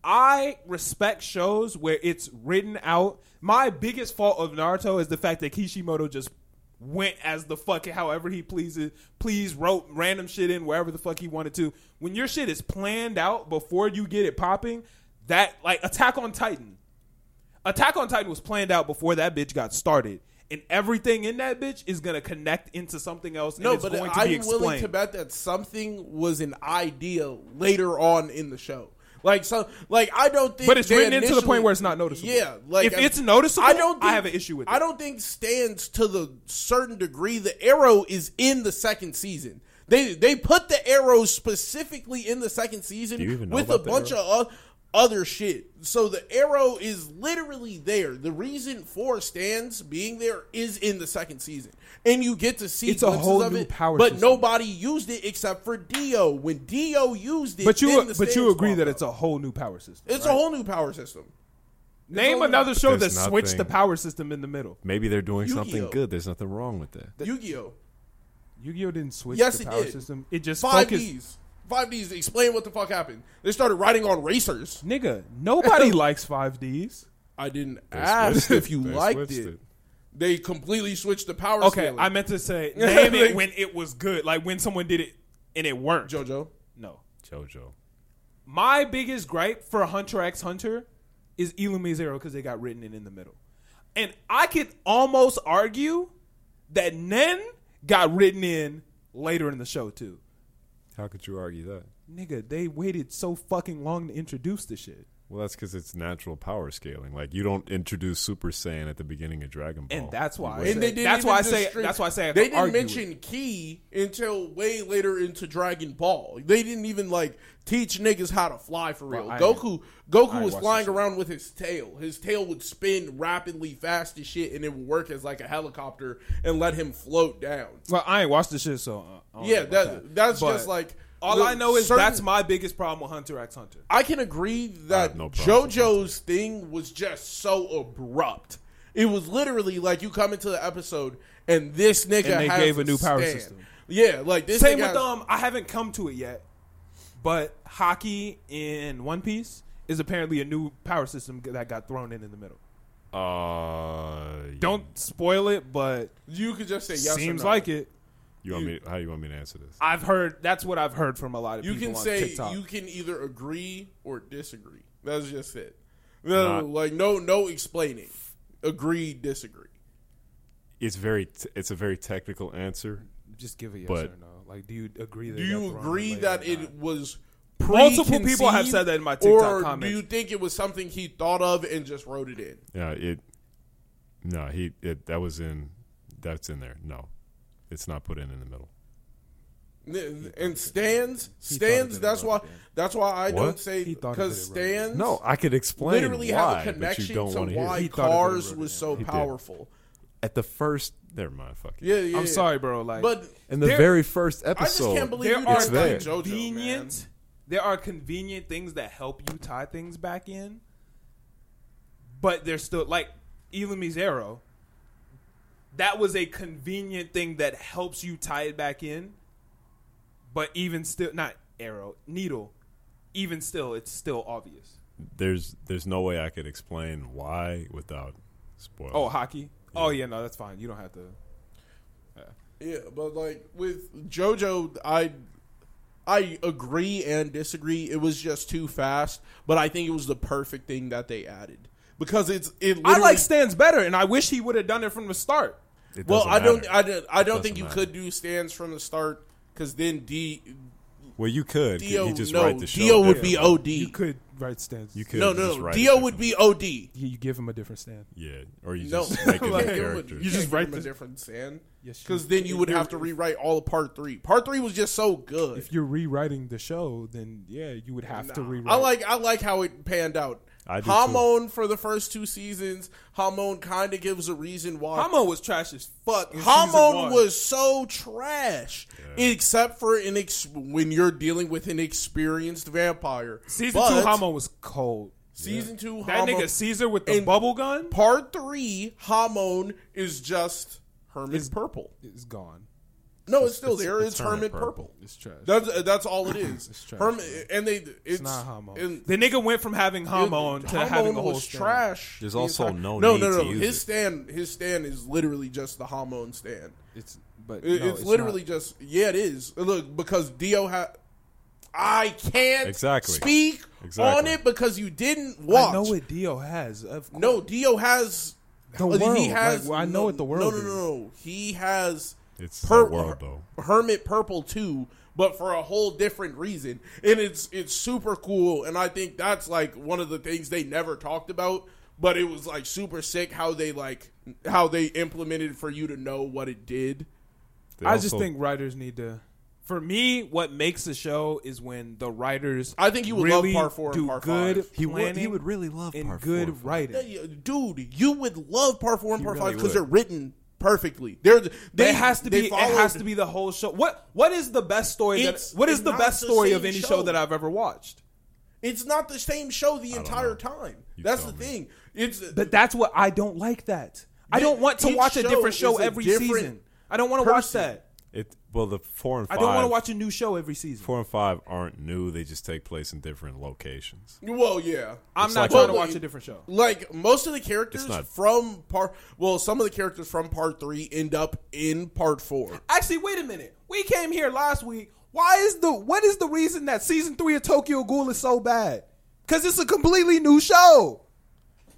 S1: I respect shows where it's written out. My biggest fault of Naruto is the fact that Kishimoto just went as the fuck however he pleases, please wrote random shit in wherever the fuck he wanted to. When your shit is planned out before you get it popping, that like Attack on Titan. Attack on Titan was planned out before that bitch got started. And everything in that bitch is gonna connect into something else. And
S2: No,
S1: it's
S2: but
S1: going to be
S2: I'm
S1: explained.
S2: willing to bet that something was an idea later on in the show. Like so, like I don't think.
S1: But it's
S2: they
S1: written into the
S2: initially-
S1: point where it's not noticeable.
S2: Yeah, like
S1: If it's noticeable, I have an issue with
S2: I
S1: it.
S2: don't think stands to the certain degree. The arrow is in the second season. They they put the arrow specifically in the second season
S4: Do you even know
S2: with a
S4: about the
S2: bunch
S4: arrow?
S2: of o- other shit. So the arrow is literally there. The reason for stands being there is in the second season, and you get to see
S1: It's a
S2: glimpses
S1: whole
S2: of
S1: new
S2: it,
S1: power
S2: But
S1: system.
S2: nobody used it except for Dio. When Dio used it,
S1: But you,
S2: then the
S1: but you
S2: stands
S1: agree
S2: popped
S1: that
S2: up.
S1: it's a whole new power system.
S2: it's a whole new power system.
S1: Name
S2: all-
S1: another show that
S4: There's
S1: switched the
S4: nothing-
S1: power system in the middle.
S4: Maybe they're doing something
S2: Yu-Gi-Oh!
S4: good. There's nothing wrong with that.
S2: Yu-Gi-Oh.
S1: Yu-Gi-Oh didn't switch
S2: Yes,
S1: the
S2: it
S1: power
S2: did.
S1: system. It just
S2: Five
S1: focused.
S2: Ds. Five Ds. Explain what the fuck happened. They started riding on racers.
S1: Nigga, (laughs) nobody likes five Ds.
S2: I didn't
S4: They
S2: ask
S4: switched (laughs) it.
S2: if you
S4: They
S2: liked
S4: switched
S2: it. They completely switched the power.
S1: Okay,
S2: scaling. (laughs)
S1: I meant to say name it
S2: Like-
S1: when it was good, like when someone did it and it worked.
S2: JoJo.
S1: No.
S4: JoJo.
S1: My biggest gripe for Hunter X Hunter is Elu Mizero because they got written in in the middle. And I could almost argue that Nen got written in later in the show, too.
S4: How could you argue that?
S1: Nigga, they waited so fucking long to introduce the shit.
S4: Well, that's because it's natural power scaling. Like you don't introduce Super Saiyan at the beginning of Dragon Ball,
S2: Oh,
S1: And that's why. I
S4: You
S1: said-
S2: And they didn't
S1: that's why I
S2: even
S1: say.
S2: just straight-
S1: That's why I say. I
S2: they
S1: could
S2: didn't
S1: argue it.
S2: mention key until way later into Dragon Ball. They didn't even like teach niggas how to fly for real.
S1: I-
S2: Goku, Goku
S1: I
S2: was
S1: watched
S2: flying
S1: the show.
S2: around with his tail. His tail would spin rapidly, fast as shit, and it would work as like a helicopter and let him float down.
S1: Well, I ain't watched the shit, so uh, I don't know
S2: Yeah,
S1: about
S2: that, that's
S1: But
S2: just like
S1: All
S2: the
S1: I know is
S2: certain-
S1: that's my biggest problem with Hunter X Hunter.
S2: I can agree that
S4: have no problem with
S2: JoJo's thing was just so abrupt. It was literally like you come into the episode and this nigga
S1: And they
S2: has
S1: gave a new power
S2: stand.
S1: system.
S2: Yeah, like this.
S1: Same
S2: nigga
S1: with
S2: has-
S1: um, I haven't come to it yet, but hockey in One Piece is apparently a new power system that got thrown in in the middle.
S4: Uh,
S1: Don't spoil it, but
S2: You could just say yes. or
S1: seems
S2: no.
S1: like it.
S4: You want me? How do you want me to answer this?
S1: I've heard that's what I've heard from a lot of
S2: You
S1: people
S2: can
S1: on
S2: say
S1: TikTok.
S2: you can either agree or disagree. That's just it.
S4: Not-
S2: like no, no explaining. Agree, disagree.
S4: It's very. T- it's a very technical answer.
S1: Just give a yes
S4: But-
S1: or no. Like, do you agree? That
S2: Do
S1: it got
S2: you
S1: thrown
S2: agree
S1: in
S2: that
S1: later or
S2: it
S1: not?
S2: was
S1: Multiple people have said that in my
S2: preconceived,
S1: TikTok
S2: or
S1: comments.
S2: Do you think it was something he thought of and just wrote it in?
S4: Yeah, it. No, he. It, that was in. That's in there. No, it's not put in in the middle.
S2: And stands,
S1: thought it
S2: stands.
S1: did
S2: That's
S1: wrong
S2: why.
S1: again.
S2: That's why I
S4: What?
S2: don't say
S1: He thought it
S2: because
S1: did it wrong
S2: stands.
S4: No, I could explain
S2: literally
S4: why,
S2: have a
S4: but you
S2: connection
S4: don't
S2: to
S4: want to hear.
S2: why
S4: it.
S1: He thought it did it
S2: cars
S1: wrong
S2: was
S1: again.
S2: so
S4: He did.
S2: powerful.
S4: At the first, never mind. Fuck it.
S2: Yeah, yeah.
S1: I'm
S2: yeah.
S1: sorry, bro. Like,
S2: but
S4: In the
S1: There-
S4: very first
S2: I just
S4: episode,
S2: can't believe
S1: there
S2: you
S1: are
S4: It's
S2: didn't like
S4: there.
S2: JoJo,
S1: convenient.
S2: man.
S1: there are convenient things that help you tie things back in, but there's still like Elon Mizero. That was a convenient thing that helps you tie it back in, but even still, not arrow needle. Even still, it's still obvious.
S4: there's there's no way I could explain why without spoiling.
S1: Oh, hockey. Oh yeah, no, that's fine. You don't have to.
S2: Yeah, but like with JoJo, I I agree and disagree. It was just too fast, but I think it was the perfect thing that they added because it's it.
S1: I
S2: Literally,
S1: like Stans better, and I wish he would have done it from the start.
S4: It
S2: well,
S4: doesn't
S2: I don't,
S4: matter.
S2: I don't, I don't
S4: Doesn't
S2: think you could do stands from the start because then D
S4: well, you could.
S2: Dio
S4: he just
S2: no
S4: write the show.
S2: Dio would be
S4: differently.
S2: OD.
S1: You could write Stans.
S4: You could
S2: no,
S4: just
S2: no, no.
S4: write it
S2: Dio would
S4: differently.
S2: be OD.
S1: you give him a different stand.
S4: Yeah, or you
S2: No,
S4: just make a new
S2: (laughs) Like, it would-
S4: character.
S2: you
S1: You
S2: just
S1: just write
S2: write a
S1: the-
S2: different stand.
S1: Yes, you-
S2: because then you would have to rewrite all of part three. Part three was just so good.
S1: if you're rewriting the show, then yeah, you would have to
S2: Nah,
S1: rewrite.
S2: I like I like how it panned out.
S4: I do
S2: Hamon for the first two seasons. Hamon kind of gives a reason why.
S1: Hamo was trash as fuck. in season
S2: Hamon
S1: one.
S2: was so trash, except for an ex- when you're dealing with an experienced vampire.
S1: season
S2: But
S1: two. Hamo was cold.
S2: Season two.
S1: That
S2: Hamon-
S1: nigga Caesar with the
S2: and-
S1: bubble gun
S2: Part three. Hamon is just Hermit Purple.
S1: is gone.
S2: No, it's, still
S4: it's-
S2: there. It's,
S4: it's
S2: Hermit
S4: Hermit
S2: Purple.
S1: It's trash.
S2: That's uh, that's all it is.
S1: (coughs) It's trash,
S2: Hermit, and they it's,
S1: it's not Hamo.
S2: and-
S1: the nigga went from having Hamo to
S2: Hamon
S1: having a whole
S2: was
S1: stand.
S2: trash.
S4: There's
S2: the
S4: also
S2: entire-
S4: no
S2: no
S4: need
S2: no no.
S4: to use
S2: his
S4: it.
S2: stand his stand is literally just the Hamon stand.
S1: It's but
S2: It-
S1: no,
S2: it's, literally just yeah it is. Look because Dio ha I can't
S4: Exactly.
S2: speak on
S4: Exactly.
S2: it because you didn't
S1: Not,
S2: watch.
S1: I know what Dio has. Of course.
S2: No, Dio has
S1: The
S2: uh,
S1: world.
S2: He has.
S1: Like, I know
S2: no,
S1: what the world
S2: No, no, no, no. He has.
S4: It's the world, though.
S2: Hermit Purple too, but for a whole different reason, and it's it's super cool, and I think that's like one of the things they never talked about, but it was like super sick how they like how they implemented for you to know what it did.
S4: They
S1: I just
S4: also-
S1: think writers need to. For me, what makes a show is when the writers.
S2: I think you would love
S1: really
S2: part four and
S1: do
S2: part
S1: good
S2: five.
S4: he would. He
S1: planning
S4: would really love
S1: and
S4: part
S1: good
S4: four and five.
S1: writing.
S2: Dude, you would love part four and part
S4: really
S2: five because
S4: would.
S2: they're written perfectly. They're they
S1: it has to
S2: they
S1: be.
S2: followed-
S1: It has to be the whole show. What What is the best story? That,
S2: It's-
S1: what
S2: it's
S1: is the
S2: not
S1: best
S2: the
S1: story of
S2: same
S1: any show.
S2: show.
S1: that I've ever watched?
S2: It's not the same show the entire
S4: know.
S2: time.
S4: You
S2: That's the
S4: tell me.
S2: thing. It's
S1: But that's what I don't like. That I don't want to
S2: Each
S1: watch a different
S2: show
S1: show
S2: is a
S1: every
S2: different
S1: season. I don't want to watch
S2: person.
S1: that.
S4: It well the four and
S1: I
S4: five.
S1: don't want to watch a new show every season.
S4: four and five aren't new. They just take place in different locations.
S2: well, yeah.
S1: I'm
S4: It's
S1: not
S4: like-
S1: trying to
S2: Well,
S1: watch
S2: it-
S1: a different show.
S2: like most of the characters
S4: It's not-
S2: from part well some of the characters from part three end up in part four
S1: Actually, wait a minute. We came here last week Why is the what is the reason that season three of Tokyo Ghoul is so bad? Because it's a completely new show.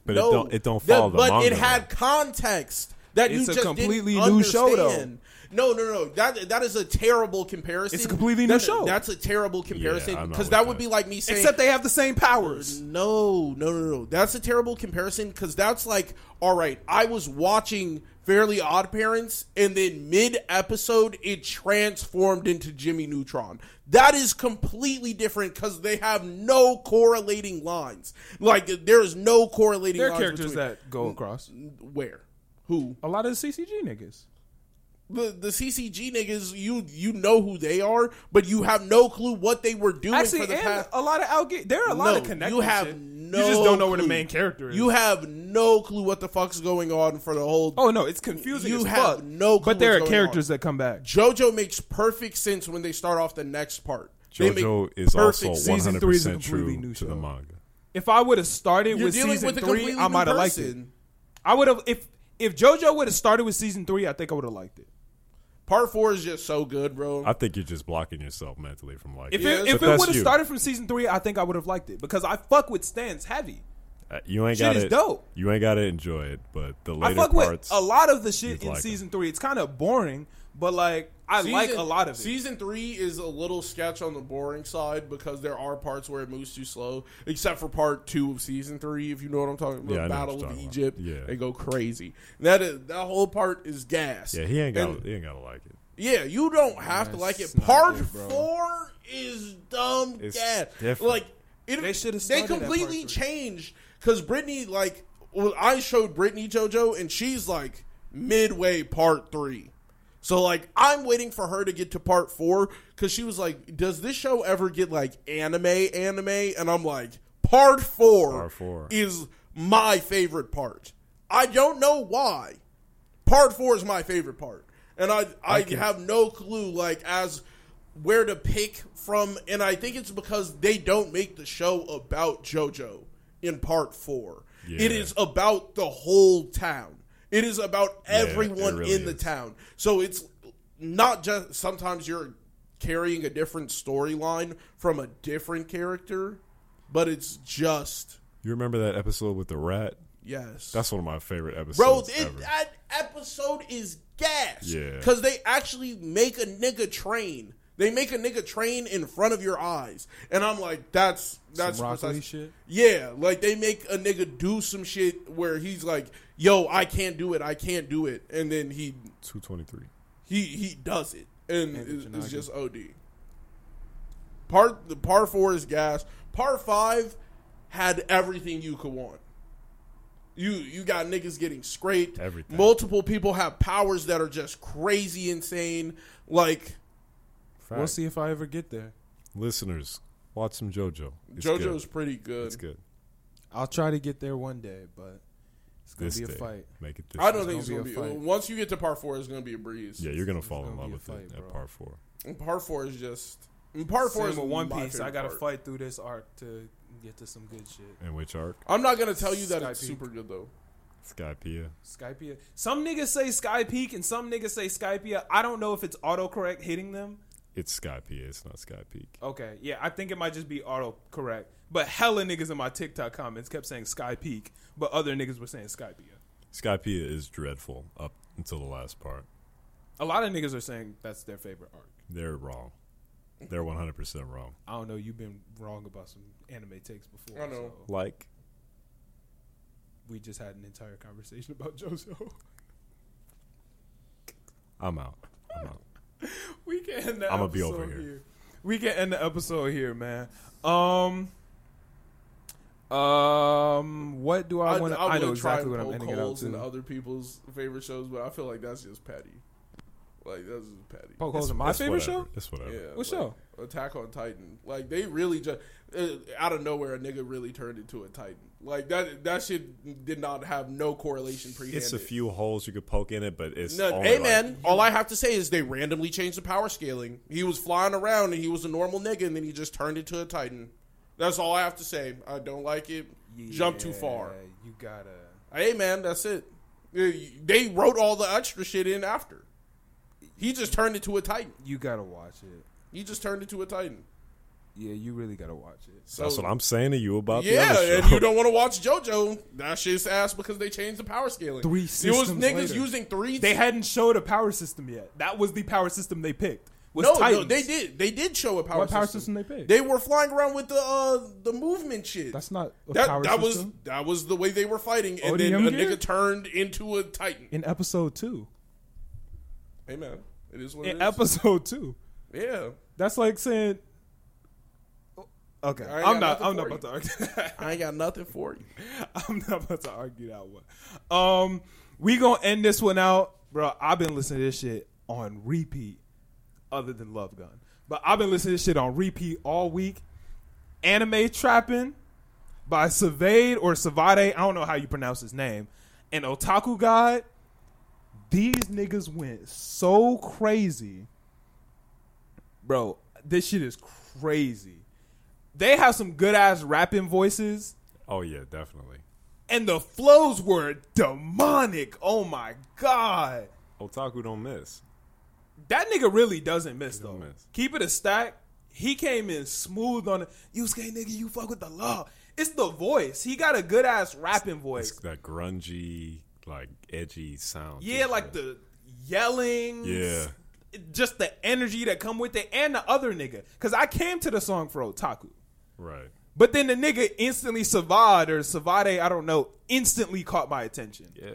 S4: But
S2: no,
S4: it don't it don't
S2: that-
S4: follow the
S2: but
S4: manga.
S2: it had context that you
S1: It's a
S2: just
S1: completely
S2: didn't
S1: new show, though.
S2: understand. No, no, no. That that is a terrible comparison.
S1: It's a completely new
S2: That-
S1: show.
S2: That's a terrible comparison
S4: I'm not
S2: because
S4: with
S2: that would
S4: that.
S2: be like me saying.
S1: Except they have the same powers.
S2: no, no, no, no. That's a terrible comparison because that's like, all right, I was watching Fairly Odd Parents, and then mid episode, it transformed into Jimmy Neutron. That is completely different because they have no correlating lines. Like, there is no correlating
S1: There are
S2: lines.
S1: characters
S2: between-
S1: that go across.
S2: where? Who?
S1: A lot of the CCG niggas.
S2: The the CCG niggas, you you know who they are, but you have no clue what they were doing
S1: Actually,
S2: for the
S1: and
S2: past.
S1: a lot of outga- There are a lot
S2: No,
S1: of connections.
S2: You have no.
S1: You just don't know where the
S2: clue.
S1: main character is.
S2: You have no clue what the fuck's going on for the whole.
S1: oh no, it's confusing.
S2: You
S1: as
S2: have
S1: fuck.
S2: no clue
S1: But there
S2: what's
S1: are
S2: going
S1: characters that come back.
S2: JoJo makes perfect sense when they start off the next part. They make
S4: JoJo is also
S2: perfect
S4: one
S1: Season
S4: hundred
S1: three is a
S4: percent
S1: completely
S4: true
S1: new
S4: to the
S1: show.
S4: manga.
S1: If I would have started
S2: You're
S1: with
S2: dealing
S1: season
S2: with a
S1: three,
S2: completely
S1: I
S2: new
S1: might have liked it.
S2: person.
S1: I would have if if JoJo would have started with season three, I think I would have liked it.
S2: Part four is just so good, bro.
S4: I think you're just blocking yourself mentally from like
S1: If
S2: Yeah,
S1: it,
S2: but
S1: if it
S4: that's
S1: would have
S4: you.
S1: started from season three, I think I would have liked it because I fuck with Stan's heavy.
S4: Uh, you ain't
S1: Shit
S4: got
S1: is
S4: it.
S1: dope.
S4: You ain't got to enjoy it, but the
S1: I
S4: later
S1: fuck
S4: parts.
S1: with a lot of the shit
S4: you'd
S1: in
S4: like 'em.
S1: season three. It's kind of boring, but like I like a lot of it.
S2: Season three is a little sketch on the boring side because there are parts where it moves too slow, except for part two of season three, if you know what I'm talking about.
S4: Yeah, I know what
S2: Battle
S4: you're
S2: of
S4: talking about.
S2: Egypt.
S4: Yeah.
S2: They go crazy. That is that whole part is gas.
S4: yeah, he ain't
S2: And-
S4: got. He ain't got to like it.
S2: yeah, you don't have to
S1: That's
S2: like it.
S1: not
S2: Part
S1: good, bro.
S2: four is dumb
S4: It's
S2: gas.
S4: different.
S2: Like it,
S1: They should've
S2: They
S1: started at part
S2: completely
S1: three.
S2: changed because Brittany like well, I showed Brittany JoJo and she's like midway part three. So like I'm waiting for her to get to part four because she was like, "Does this show ever get like anime anime?" And I'm like, "Part four,
S4: Part four.
S2: is my favorite part. I don't know why. Part four is my favorite part, and I I, have no clue like as where to pick from, and I think it's because they don't make the show about JoJo in part four. It
S4: Yeah.
S2: is about the whole town. It is about
S4: it
S2: everyone
S4: really
S2: in the
S4: is.
S2: town. So it's not just sometimes you're carrying a different storyline from a different character, but it's just
S4: You remember that episode with the rat?
S2: yes.
S4: That's one of my favorite episodes.
S2: Bro, it,
S4: ever.
S2: that episode is gas.
S4: Yeah.
S2: Because they actually make a nigga train. They make a nigga train in front of your eyes. And I'm like, that's that's
S1: Rock Lee
S2: precise-
S1: shit?
S2: Yeah, like they make a nigga do some shit where he's like, yo, I can't do it, I can't do it. And then he
S4: Two twenty three.
S2: he he does it, and
S1: Andrew
S2: it- it's
S1: Janagi.
S2: just OD. Part the par four is gas. Par five had everything you could want. You you got niggas getting scraped.
S4: Everything.
S2: Multiple people have powers that are just crazy insane. Like
S1: We'll see if I ever get there.
S4: Listeners, watch some JoJo. It's
S2: JoJo's
S4: good.
S2: pretty good.
S4: It's good.
S1: I'll try to get there one day, but it's gonna
S4: This
S1: be a
S4: day.
S1: fight.
S4: Make it this.
S2: I don't
S4: day.
S2: think it's
S1: gonna
S2: gonna be.
S1: be a fight.
S2: Once you get to par four, it's gonna be a breeze.
S4: Yeah, you're gonna fall
S1: gonna
S4: in love
S1: be a
S4: with it
S1: fight,
S4: at
S1: bro.
S4: par four.
S2: And par four is just. and Par four
S1: Same
S2: is
S1: with One
S2: my
S1: Piece.
S2: favorite
S1: I gotta
S2: part.
S1: fight through this arc to get to some good shit.
S4: And which arc?
S2: I'm not gonna tell you that
S1: Sky
S2: it's
S1: Peak.
S2: super good though.
S4: Skypea.
S1: Skypea. Some niggas say Sky Peak and some niggas say Skypea. I don't know if it's autocorrect hitting them.
S4: It's Skypea. It's not Skypeak.
S1: Okay, yeah, I think it might just be autocorrect. But hella niggas in my TikTok comments kept saying Sky Peak, but other niggas were saying Skypea.
S4: Skypea is dreadful up until the last part.
S1: A lot of niggas are saying that's their favorite arc.
S4: They're wrong. They're 100% wrong.
S1: I don't know. You've been wrong about some anime takes before.
S2: I know.
S1: So
S4: Like,
S1: we just had an entire conversation about (laughs) JoJo.
S4: I'm out. I'm out.
S1: we can end the
S4: I'ma
S1: episode
S4: be over
S1: here.
S4: here.
S1: We can end the episode here, man. Um, um, what do I, want to? I, know
S2: would've
S1: exactly
S2: tried
S1: what I'm
S2: poke
S1: ending it out
S2: holes
S1: to.
S2: in other people's favorite shows, but I feel like that's just petty. Like that's just petty.
S1: Poke holes in my
S4: It's
S1: favorite
S4: whatever.
S1: show.
S4: It's whatever.
S2: Yeah,
S1: What
S2: like,
S1: show?
S2: Attack on Titan. Like they really just uh, out of nowhere, a nigga really turned into a Titan. Like that. That shit did not have no correlation pre.
S4: It's a few holes you could poke in it, but it's
S2: No,
S4: only
S2: hey
S4: like-
S2: man, all I have to say is they randomly changed the power scaling. He was flying around and he was a normal nigga, and then he just turned into a Titan. That's all I have to say. I don't like it. Jump too far.
S1: Yeah, You gotta.
S2: Hey man, that's it. They wrote all the extra shit in after. He just turned into a titan.
S1: You gotta watch it.
S2: You just turned into a Titan.
S1: Yeah, you really gotta watch it.
S2: So,
S4: That's what I'm saying to you about
S2: Yeah,
S4: the other
S2: and
S4: show.
S2: you don't want to watch JoJo. That shit's ass because they changed the power scaling.
S1: Three
S2: It was
S1: systems
S2: niggas
S1: later.
S2: using three.
S1: They hadn't showed a power system yet. That was the power system they picked. Was
S2: no, no,
S1: Titans.
S2: they did. They did show a power
S1: What
S2: system.
S1: power system they picked?
S2: They were flying around with the uh, the movement shit.
S1: That's not a
S2: that
S1: power
S2: that was
S1: system.
S2: that was the way they were fighting, and
S1: ODM
S2: then a
S1: gear?
S2: nigga turned into a Titan.
S1: in episode two.
S2: Hey man, it is what
S1: In
S2: it is.
S1: episode two.
S2: yeah,
S1: That's like saying. Okay,
S2: I ain't got
S1: I'm not.
S2: nothing
S1: I'm not
S2: for
S1: about to argue.
S2: (laughs) I ain't got nothing for you.
S1: (laughs) I'm not about to argue that one. Um, we gonna end this one out, bro. I've been listening to this shit on repeat, other than Love Gun, but I've been listening to this shit on repeat all week. Anime trapping by Savade or Savade, I don't know how you pronounce his name, and Otaku God. These niggas went so crazy, bro. This shit is crazy. They have some good ass rapping voices
S4: oh yeah, definitely.
S1: and the flows were demonic. Oh my god,
S4: Otaku don't miss.
S1: that nigga really doesn't miss though.
S4: don't miss.
S1: Keep it a stack. He came in smooth on it. You skate nigga, you fuck with the law. It's the voice. He got a good ass rapping
S4: It's
S1: voice.
S4: that grungy, like edgy sound.
S1: Yeah,
S4: to
S1: like
S4: it.
S1: the yelling.
S4: Yeah.
S1: Just the energy that come with it, and the other nigga. Cause I came to the song for Otaku.
S4: right.
S1: But then the nigga instantly Savad or Savade, I don't know, instantly caught my attention.
S4: Yeah.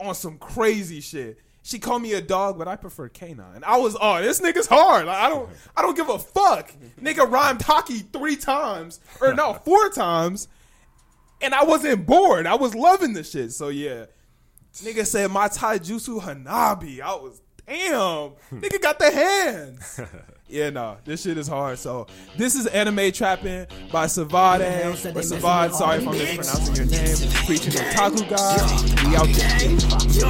S1: on some crazy shit. She called me a dog, but I prefer canine. I was, oh, this nigga's hard. Like, I don't, I don't give a fuck. Nigga rhymed hockey three times, or no, four times, and I wasn't bored. I was loving the shit. So yeah, nigga said my taijutsu hanabi. I was, damn, nigga got the hands. Yeah, no, this shit is hard. So this is anime trapping by Savade or Savad. Sorry if I'm mispronouncing your name. Preaching Otaku God. We out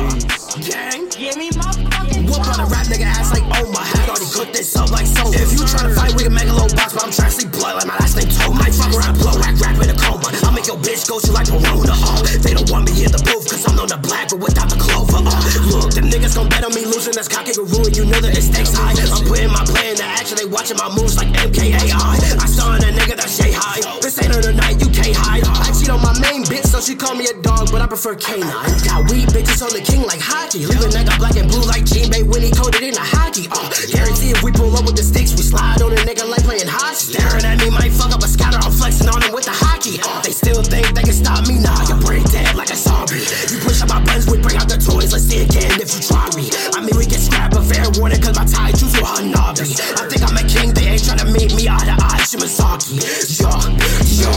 S1: there.
S5: gang. Give me my fucking Whoop on a rap nigga ass like, oh my hat already cooked this up like so. If you tryna fight, we can make a little box, but I'm tryna sleep blood like my last name told. Might fuck around, blow rack, rap in a coma. I'll make your bitch go to like Corona. Oh, they don't want me in the booth, cause I'm on the black, but without the clover. Oh, look, them niggas gon' bet on me losing, that's cocky ruin. You know that it stakes high. I'm putting my play in the action, they watching my moves like MKAI. I saw in a nigga that shade high. This ain't her tonight, you can't hide. I cheat on my main bitch, so she call me a dog, but I prefer canine. Got weed bitches on the king like hockey. Leaving nigga black and blue like Jean Bay when he coated in a hockey. Uh, guarantee if we pull up with the sticks, we slide on a nigga like playing hockey. Staring at me might fuck up a scatter, I'm flexing on him with the hockey. Uh, they still think they can stop me, nah, you brain dead like a zombie. You push up my buttons, we bring out the toys, let's see again if you try me. I mean, we can scrap a fair warning, cause my tie juice will hanabi. I think I'm a king, they ain't tryna meet me eye to eye, Shimazaki. Yo, yo.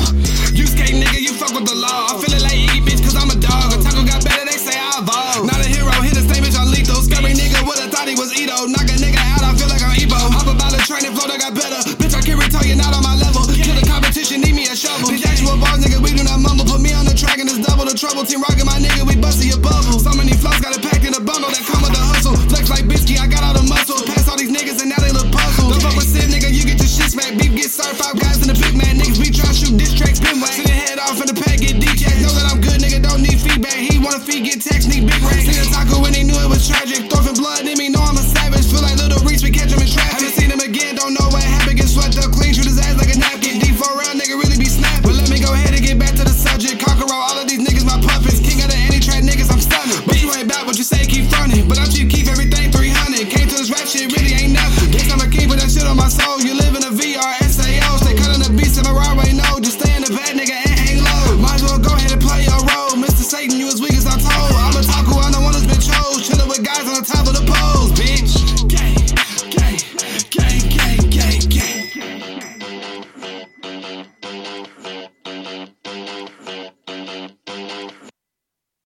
S6: You skate nigga, you fuck with the law. I'm feeling like Iggy bitch, cause I'm a dog. A taco got better, they say I evolved. Not a hero, hit the same bitch on lethal. Scary nigga would've thought he was Edo. Knock a nigga out, I feel like I'm Ebo. Hop about a train and float, I got better. Bitch, I can't retire, you're not on my level. Kill the competition, need me a shovel. These actual bars, nigga, we do not mumble. Put me on the track and it's double the trouble. Team rockin' my nigga, we bustin' your bubble. So many flows, got it packed in a bundle that come with the hustle. Flex like Bisky, I got all the muscle. Pass all these niggas and now they look puzzled. Don't fuck with Sim, nigga, you get your shit smacked. Beef get served, five guys in the big man. Niggas be tryna shoot diss tracks, pin whack. Send your head off in the pack, get DK. Know that I'm good, nigga, don't need feedback. He wanna feed, get tax, need big racks. Send